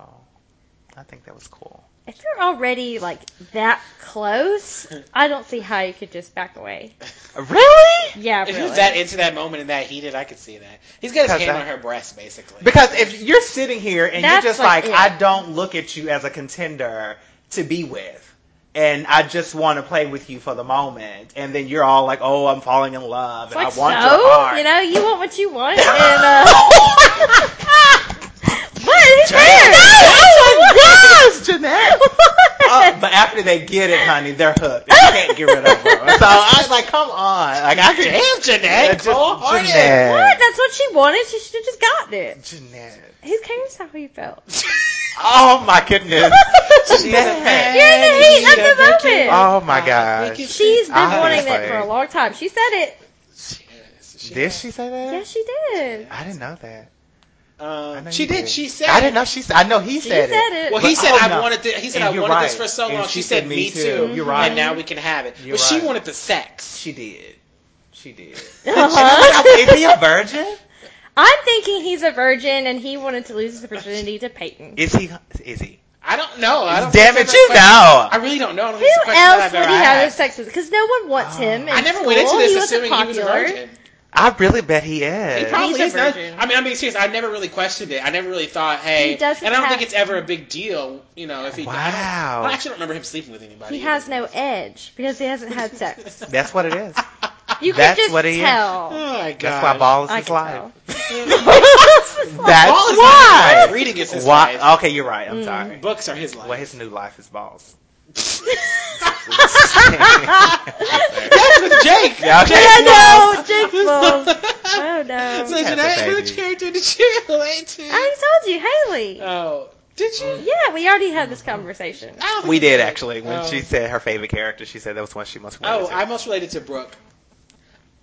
Speaker 3: I think that was cool.
Speaker 1: If you're already like that close, I don't see how you could just back away.
Speaker 3: Really?
Speaker 1: Yeah,
Speaker 2: If
Speaker 1: really.
Speaker 2: he was that into that moment and that heated, I could see that. He's got his
Speaker 3: Because
Speaker 2: hand
Speaker 3: I-
Speaker 2: on her breast, basically.
Speaker 3: Because if you're sitting here and
Speaker 1: That's
Speaker 3: you're just
Speaker 1: like
Speaker 3: like,
Speaker 1: it.
Speaker 3: I don't look at you as a contender to be with, and I just want to play with you for the moment, and then you're all like, oh, I'm falling in love,
Speaker 1: It's
Speaker 3: and
Speaker 1: like
Speaker 3: I want your
Speaker 1: so,
Speaker 3: heart.
Speaker 1: you know, you want what you want, and uh, what? Who cares?
Speaker 3: I was like, yes, Jeanette. Oh, but after they get it, honey, they're hooked. You can't get rid of them. So I was like, come on. Like, I could.
Speaker 2: Damn, Jeanette, cold hearted.
Speaker 1: What?
Speaker 3: Jeanette.
Speaker 1: That's what she wanted. She should have just gotten it.
Speaker 3: Jeanette.
Speaker 1: Who cares how you felt?
Speaker 3: Oh my goodness. Jeanette.
Speaker 1: You're in the heat of the moment.
Speaker 3: Oh my gosh.
Speaker 1: She's been
Speaker 3: Honestly.
Speaker 1: wanting that for a long time. She said it.
Speaker 3: Did she say that?
Speaker 1: Yes, she did.
Speaker 3: I didn't know that. I know
Speaker 2: Um, she
Speaker 3: you
Speaker 2: did. She said.
Speaker 3: I didn't know she said. I know he
Speaker 1: She
Speaker 3: said it.
Speaker 1: said it.
Speaker 2: Well, he
Speaker 3: But oh
Speaker 2: said
Speaker 3: I don't
Speaker 2: I
Speaker 3: know.
Speaker 2: wanted. This, he said
Speaker 3: And
Speaker 2: I
Speaker 3: you're
Speaker 2: wanted this
Speaker 3: right.
Speaker 2: for so
Speaker 3: And
Speaker 2: long. She, said, "Me too."
Speaker 3: You're right.
Speaker 2: And now we can have it.
Speaker 3: You're
Speaker 2: but she
Speaker 3: right.
Speaker 2: wanted the sex.
Speaker 3: She did. She did.
Speaker 1: Uh-huh.
Speaker 3: Is he a virgin?
Speaker 1: I'm thinking he's a virgin and he wanted to lose his virginity to Peyton.
Speaker 3: Is he? Is he?
Speaker 2: I don't know. I don't
Speaker 3: Damn
Speaker 2: think that's
Speaker 3: it, you
Speaker 2: a question.
Speaker 3: know.
Speaker 2: I really don't know. I don't
Speaker 1: Who
Speaker 2: think it's a question that
Speaker 1: else
Speaker 2: I've
Speaker 1: would
Speaker 2: ever
Speaker 1: he have his
Speaker 2: asked. Ah,
Speaker 1: sex with? Because no one wants
Speaker 3: Oh.
Speaker 1: him. in
Speaker 2: I never
Speaker 1: school.
Speaker 2: went into
Speaker 1: he
Speaker 2: this
Speaker 1: wasn't
Speaker 2: assuming he was a
Speaker 1: popular.
Speaker 2: virgin.
Speaker 3: I really bet he
Speaker 2: He
Speaker 3: is.
Speaker 2: probably
Speaker 1: He's a
Speaker 2: is not.
Speaker 1: virgin.
Speaker 2: I mean, I'm being serious. I never really questioned it. I never really thought, hey,
Speaker 1: He doesn't
Speaker 2: and I don't
Speaker 1: have-
Speaker 2: think it's ever a big deal, you know. If he, I, don't,
Speaker 3: Wow.
Speaker 2: I actually don't remember him sleeping with anybody.
Speaker 1: He has no edge because he hasn't had sex.
Speaker 3: That's what it is.
Speaker 1: You can
Speaker 3: That's
Speaker 1: just
Speaker 3: what he is.
Speaker 2: Oh
Speaker 1: tell.
Speaker 2: my god.
Speaker 3: That's why balls
Speaker 1: I
Speaker 3: is
Speaker 1: can
Speaker 3: life.
Speaker 1: tell.
Speaker 3: That's
Speaker 2: Ball is not his life.
Speaker 3: why.
Speaker 2: Reading is his life.
Speaker 3: Why? Okay, you're right.
Speaker 1: Mm.
Speaker 3: I'm sorry.
Speaker 2: Books are his life.
Speaker 3: Well, his new life is balls.
Speaker 2: That's with Jake.
Speaker 3: Yeah, okay.
Speaker 1: I know, Jake people. Oh, no.
Speaker 2: So
Speaker 3: That's a
Speaker 2: Jeanette,
Speaker 3: baby.
Speaker 2: which character did you relate to?
Speaker 1: I told you, Haley.
Speaker 2: Oh, did you?
Speaker 1: yeah, we already had this conversation.
Speaker 2: I don't think
Speaker 3: Mm. We
Speaker 2: you
Speaker 3: did actually. When
Speaker 2: Oh.
Speaker 3: she said her favorite character, she said that was one she most wanted.
Speaker 2: Oh,
Speaker 3: to.
Speaker 2: I most related to Brooke.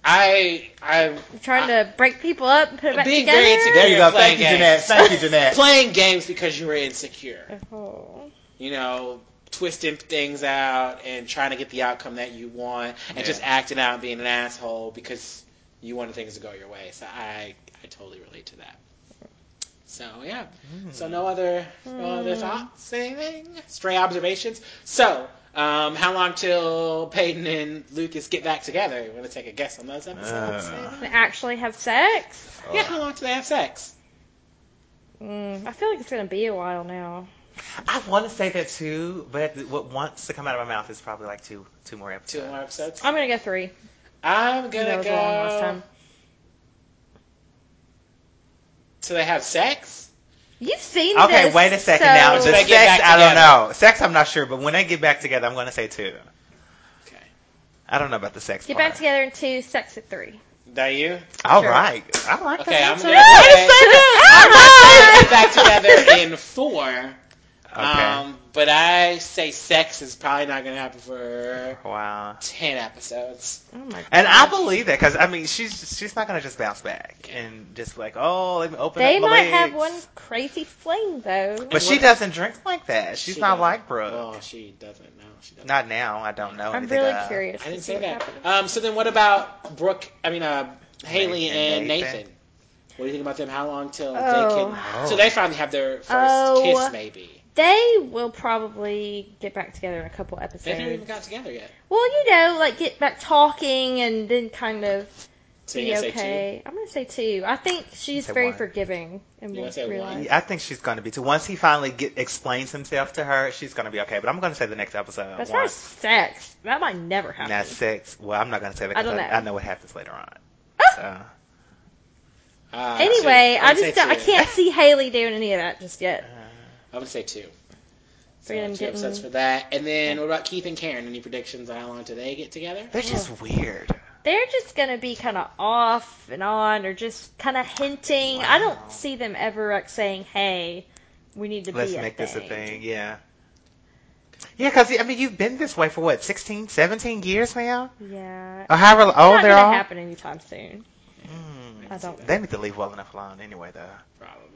Speaker 2: I I
Speaker 1: I'm trying to break people up and put it back
Speaker 2: Being
Speaker 1: together.
Speaker 2: very together.
Speaker 6: There you go.
Speaker 2: Playing
Speaker 6: Thank you,
Speaker 2: games.
Speaker 6: Jeanette. Thank you, Jeanette.
Speaker 2: playing games because you were insecure.
Speaker 1: Oh.
Speaker 2: You know, twisting things out and trying to get the outcome that you want, and
Speaker 3: Yeah.
Speaker 2: just acting out and being an asshole because you wanted things to go your way. So I I totally relate to that. So yeah.
Speaker 3: Mm-hmm.
Speaker 1: Hmm.
Speaker 2: So no other no other thoughts, anything, stray observations. So. Um, how long till Peyton and Lucas get back together? We're gonna take a guess on those episodes.
Speaker 3: Uh.
Speaker 1: We actually have sex?
Speaker 3: oh.
Speaker 2: yeah, how long do they have sex?
Speaker 1: Mm, I feel like it's going to be a while now.
Speaker 3: I want to say that too, but what wants to come out of my mouth is probably like two two more
Speaker 2: Two
Speaker 3: episodes.
Speaker 2: more episodes.
Speaker 1: I'm going to go three.
Speaker 2: I'm gonna
Speaker 1: that was
Speaker 2: go.
Speaker 1: long last time.
Speaker 2: So they have sex?
Speaker 1: You've seen
Speaker 3: Okay,
Speaker 1: this,
Speaker 3: wait a second
Speaker 1: so-
Speaker 3: now. The
Speaker 2: When they
Speaker 3: sex,
Speaker 2: get back
Speaker 3: I don't
Speaker 2: together.
Speaker 3: know. Sex, I'm not sure, but when they get back together, I'm going to say two.
Speaker 2: Okay.
Speaker 3: I don't know about the sex.
Speaker 1: Get
Speaker 3: part.
Speaker 1: back together in two, sex at three.
Speaker 2: That you?
Speaker 3: All
Speaker 1: Sure.
Speaker 3: right, I like
Speaker 2: Okay,
Speaker 3: that.
Speaker 2: I'm gonna say
Speaker 3: answer.
Speaker 2: get back together in four.
Speaker 3: Okay.
Speaker 2: Um, but I say sex is probably not gonna happen for
Speaker 3: wow.
Speaker 2: ten episodes.
Speaker 1: Oh my
Speaker 3: And I
Speaker 1: gosh.
Speaker 3: believe that because I mean she's she's not gonna just bounce back and just like oh let me open
Speaker 1: They
Speaker 3: up my
Speaker 1: might have
Speaker 3: legs.
Speaker 1: one crazy fling, though.
Speaker 3: but she doesn't drink like that she's
Speaker 2: She
Speaker 3: not
Speaker 2: doesn't.
Speaker 3: like Brooke
Speaker 2: Oh, she doesn't know. She doesn't.
Speaker 3: not now I don't know uh,
Speaker 1: I'm
Speaker 3: anything
Speaker 1: really
Speaker 3: about-
Speaker 1: curious.
Speaker 2: I
Speaker 1: to
Speaker 2: didn't
Speaker 1: see
Speaker 2: say
Speaker 1: what
Speaker 2: that.
Speaker 1: happens.
Speaker 2: Um, so then what about Brooke? I mean, uh, Haley
Speaker 3: Nathan,
Speaker 2: and
Speaker 3: Nathan.
Speaker 2: Nathan. What do you think about them? How long till
Speaker 1: Oh.
Speaker 2: they can? So they finally have their first
Speaker 1: Oh.
Speaker 2: kiss, maybe.
Speaker 1: They will probably get back together in a couple episodes.
Speaker 2: They haven't even got together yet.
Speaker 1: Well, you know, like get back talking and then kind of
Speaker 2: So you're
Speaker 1: be
Speaker 2: gonna say
Speaker 1: okay. I'm gonna say two. I think she's
Speaker 3: Say
Speaker 1: very
Speaker 3: one.
Speaker 1: forgiving and
Speaker 2: You're
Speaker 1: will
Speaker 2: gonna say
Speaker 1: realize.
Speaker 2: one?
Speaker 3: I think she's gonna be too once he finally get, explains himself to her she's gonna be okay but I'm gonna say the next episode
Speaker 1: As far as
Speaker 3: once
Speaker 1: sex, that might never happen.
Speaker 3: not sex well I'm not gonna say that
Speaker 1: I
Speaker 3: 'cause
Speaker 1: don't
Speaker 3: I,
Speaker 1: know.
Speaker 3: I know what happens later on
Speaker 1: Ah!
Speaker 3: so
Speaker 2: two. Uh,
Speaker 1: anyway,
Speaker 2: two.
Speaker 1: I
Speaker 2: would say
Speaker 1: just don't, I
Speaker 2: two.
Speaker 1: can't see Haley doing any of that just yet.
Speaker 2: I would say two. So
Speaker 1: Three of them
Speaker 2: two
Speaker 1: getting-
Speaker 2: episodes for that. And then what about Keith and Karen? Any predictions on how long do they get together?
Speaker 3: they're just weird
Speaker 1: They're just gonna be kind of off and on, or just kind of hinting. I
Speaker 3: Wow.
Speaker 1: don't see them ever like saying, "Hey, we need to
Speaker 3: let's
Speaker 1: be
Speaker 3: make this a thing yeah yeah because I mean you've been this way for what 16 17 years now
Speaker 1: Yeah.
Speaker 3: or however
Speaker 1: Oh,
Speaker 3: old
Speaker 1: not
Speaker 3: they're
Speaker 1: gonna
Speaker 3: all
Speaker 1: happen anytime soon.
Speaker 3: Mm.
Speaker 1: I don't.
Speaker 3: They need to leave well enough alone anyway, though.
Speaker 2: Probably.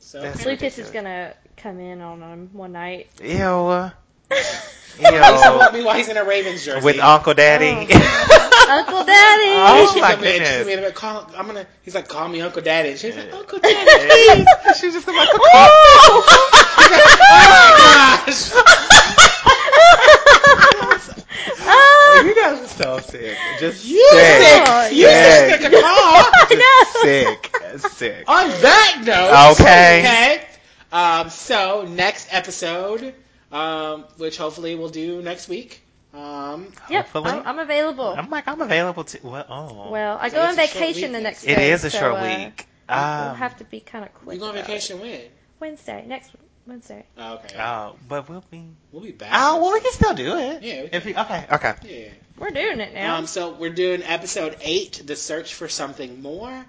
Speaker 2: So
Speaker 3: That's
Speaker 2: okay.
Speaker 1: Lucas is gonna come in on them one night.
Speaker 3: Ew.
Speaker 2: Lucas won't
Speaker 3: Ew.
Speaker 2: be while he's in a Ravens jersey.
Speaker 3: With Uncle Daddy.
Speaker 1: Uncle Daddy.
Speaker 3: Oh,
Speaker 2: She's
Speaker 3: my
Speaker 2: gonna be- she's
Speaker 3: goodness.
Speaker 2: gonna be like, Call, I'm gonna. He's like, call me Uncle Daddy. And She's like,
Speaker 3: Yeah.
Speaker 2: Uncle Daddy.
Speaker 3: She's just like, oh!
Speaker 2: Gosh.
Speaker 1: Oh,
Speaker 3: you guys are so sick. Just
Speaker 2: You
Speaker 3: sick.
Speaker 1: God.
Speaker 2: You
Speaker 3: Sick.
Speaker 2: just took a call.
Speaker 3: Just sick. Sick.
Speaker 1: Oh.
Speaker 2: On that note,
Speaker 3: Okay.
Speaker 2: okay. Um, so next episode, um, which hopefully we'll do next week. Um,
Speaker 1: Yep,
Speaker 3: Hopefully.
Speaker 1: I'm, I'm available.
Speaker 3: I'm like, I'm available to. Well, oh.
Speaker 1: well, I
Speaker 2: Um, So
Speaker 1: go on
Speaker 2: it's a short
Speaker 1: vacation the
Speaker 2: week.
Speaker 1: next.
Speaker 3: it
Speaker 1: day,
Speaker 3: is a
Speaker 1: so,
Speaker 3: short
Speaker 1: uh,
Speaker 3: week.
Speaker 1: we'll
Speaker 3: Um,
Speaker 1: have to be kind of quick.
Speaker 2: you go on
Speaker 1: about it.
Speaker 2: vacation when?
Speaker 1: Wednesday next Wednesday.
Speaker 2: Oh, okay.
Speaker 3: oh, but we'll be.
Speaker 2: we'll be back.
Speaker 3: Oh, well, we can still do it.
Speaker 2: Yeah, we
Speaker 3: If you, okay, okay.
Speaker 2: Yeah.
Speaker 1: We're doing it now.
Speaker 2: Um, so we're doing episode eight, the search for something more,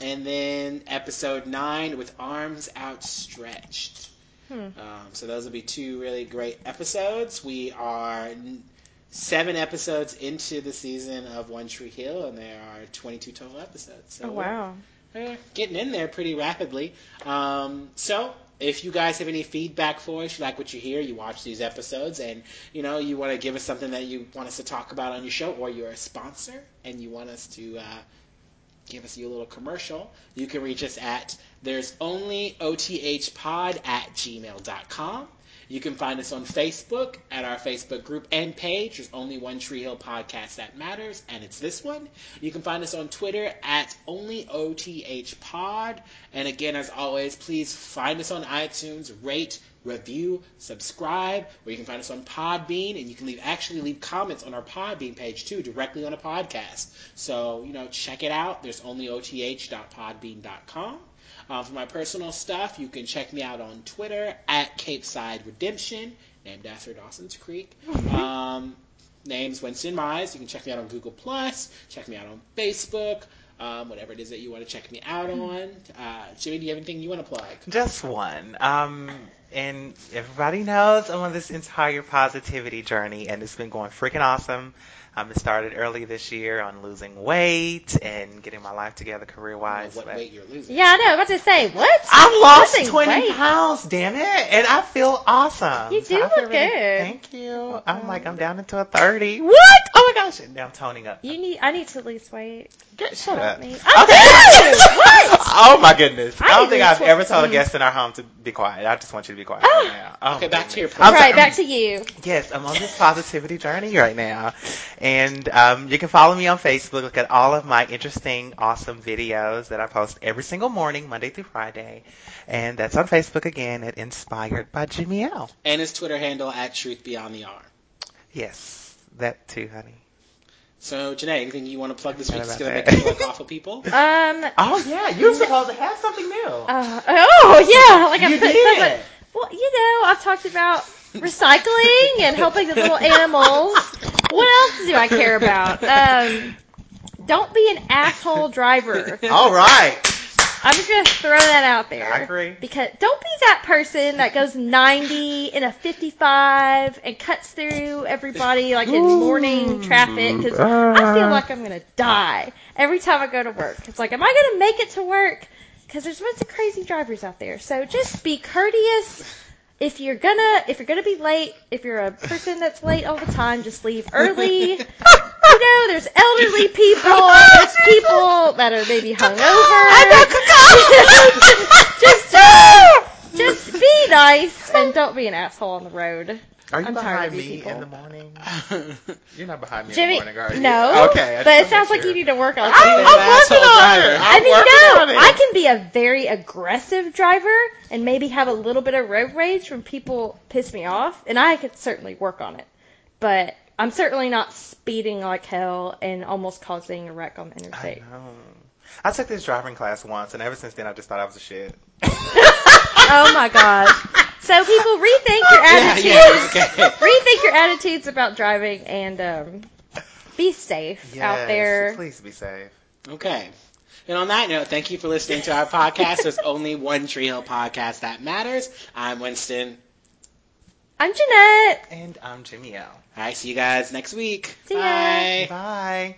Speaker 2: and then episode nine with arms outstretched.
Speaker 1: Hmm.
Speaker 2: Um, so those will be two really great episodes. We are n- seven episodes into the season of One Tree Hill, and there are 22 total episodes. So
Speaker 1: oh wow.
Speaker 2: we're Eh, getting in there pretty rapidly. Um, so if you guys have any feedback for us, you like what you hear, you watch these episodes, and you know you want to give us something that you want us to talk about on your show, or you're a sponsor and you want us to uh, give us you a little commercial, you can reach us at there's only othpod at gmail.com. You can find us on Facebook at our Facebook group and page. There's only one Tree Hill podcast that matters, and it's this one. You can find us on Twitter at OnlyOTHPod. And again, as always, please find us on iTunes, rate, review, subscribe, or you can find us on Podbean, and you can leave actually leave comments on our Podbean page too, directly on a podcast. So, you know, check it out. There's onlyoth.podbean.com. Uh, for my personal stuff, you can check me out on Twitter at Capeside Redemption, named after Dawson's Creek. Um, name's Winston Mize. You can check me out on Google Plus. Check me out on Facebook. Um, whatever it is that you want to check me out on. Uh, Jimmy, do you have anything you want to plug?
Speaker 3: Just one. Um, and everybody knows I'm on this entire positivity journey, and it's been going freaking awesome. Um, it started early this year on losing weight and getting my life together career
Speaker 2: I
Speaker 3: wise.
Speaker 2: don't know what weight you're losing.
Speaker 1: Yeah, I know. I was about to say, what?
Speaker 3: I lost
Speaker 1: Losing
Speaker 3: 20
Speaker 1: weight.
Speaker 3: pounds, damn it. And I feel awesome.
Speaker 1: You do
Speaker 3: I feel
Speaker 1: look
Speaker 3: really-
Speaker 1: good.
Speaker 3: Thank you. I'm like, I'm down into a 30. What? Oh my gosh. And now I'm toning up.
Speaker 1: You need. I need to lose weight.
Speaker 3: Get, shut
Speaker 1: Help
Speaker 3: up.
Speaker 1: me. I do. What?
Speaker 3: Oh my goodness. I,
Speaker 1: I
Speaker 3: don't think
Speaker 1: agree
Speaker 3: I've
Speaker 1: with
Speaker 3: ever
Speaker 1: what-
Speaker 3: told a
Speaker 1: mm.
Speaker 3: guest in our home to be quiet. I just want you to be quiet
Speaker 1: Ah.
Speaker 3: right now. Oh
Speaker 2: Okay,
Speaker 3: my
Speaker 2: back to your
Speaker 3: goodness. I'm
Speaker 1: right,
Speaker 3: sorry.
Speaker 1: back to you.
Speaker 3: Yes, I'm on this positivity journey right now. And um, you can follow me on Facebook. Look at all of my interesting, awesome videos that I post every single morning, Monday through Friday. And that's on Facebook again at Inspired by Jimmy L.
Speaker 2: And his Twitter handle at Truth Beyond the Arm.
Speaker 3: Yes, that too, honey.
Speaker 2: So, Janae, anything you want to plug this
Speaker 3: Sorry
Speaker 2: week that's
Speaker 3: about
Speaker 2: going to
Speaker 3: that.
Speaker 2: make you look awful people?
Speaker 1: Um.
Speaker 3: Oh, yeah, you're supposed to have something new.
Speaker 1: Uh, oh yeah, like I
Speaker 3: You
Speaker 1: put
Speaker 3: did.
Speaker 1: someone- Well, you know, I've talked about recycling and helping the little animals. What else do I care about? Um, don't be an asshole driver.
Speaker 3: All right.
Speaker 1: I'm just gonna throw that out there.
Speaker 3: I agree.
Speaker 1: Because don't be that person that goes 90 in a 55 and cuts through everybody like in morning traffic. Because I
Speaker 3: Uh-huh.
Speaker 1: feel like I'm gonna die every time I go to work. It's like, am I gonna make it to work? Because there's lots of crazy drivers out there. So just be courteous. If you're gonna if you're gonna be late, if you're a person that's late all the time, just leave early you know, there's elderly people, there's people that are maybe hungover. just, uh, just be nice and don't be an asshole on the road.
Speaker 3: Are you
Speaker 1: I'm tired
Speaker 3: behind
Speaker 1: of you
Speaker 3: me
Speaker 1: people.
Speaker 3: in the morning? You're not behind me
Speaker 1: Jimmy,
Speaker 3: in the morning, are you?
Speaker 1: no.
Speaker 3: Okay. I just
Speaker 1: but it
Speaker 3: wanna
Speaker 1: sounds
Speaker 3: make
Speaker 1: like
Speaker 3: sure.
Speaker 1: you need to work on
Speaker 3: I'm,
Speaker 1: something.
Speaker 2: an
Speaker 3: I'm working
Speaker 2: asshole
Speaker 3: on
Speaker 2: driver.
Speaker 3: it.
Speaker 1: I
Speaker 3: I'm
Speaker 1: mean,
Speaker 3: working on
Speaker 1: no,
Speaker 3: it.
Speaker 1: I can be a very aggressive driver and maybe have a little bit of road rage when people piss me off, and I could certainly work on it. But I'm certainly not speeding like hell and almost causing a wreck on the
Speaker 3: I
Speaker 1: interstate.
Speaker 3: know. I took this driving class once, and ever since then, I just thought I was a shit.
Speaker 1: Oh my gosh. So people rethink your
Speaker 2: yeah,
Speaker 1: attitudes.
Speaker 2: yeah, okay.
Speaker 1: Rethink your attitudes about driving and um, be safe out
Speaker 3: Yes,
Speaker 1: there.
Speaker 3: Please be safe.
Speaker 2: Okay. And on that note, thank you for listening to our podcast. There's only one Tree Hill podcast that matters. I'm Winston.
Speaker 1: I'm Jeanette.
Speaker 3: And I'm Jimmy L.
Speaker 2: All right, see you guys next week.
Speaker 1: See ya.
Speaker 2: Bye.
Speaker 3: Bye.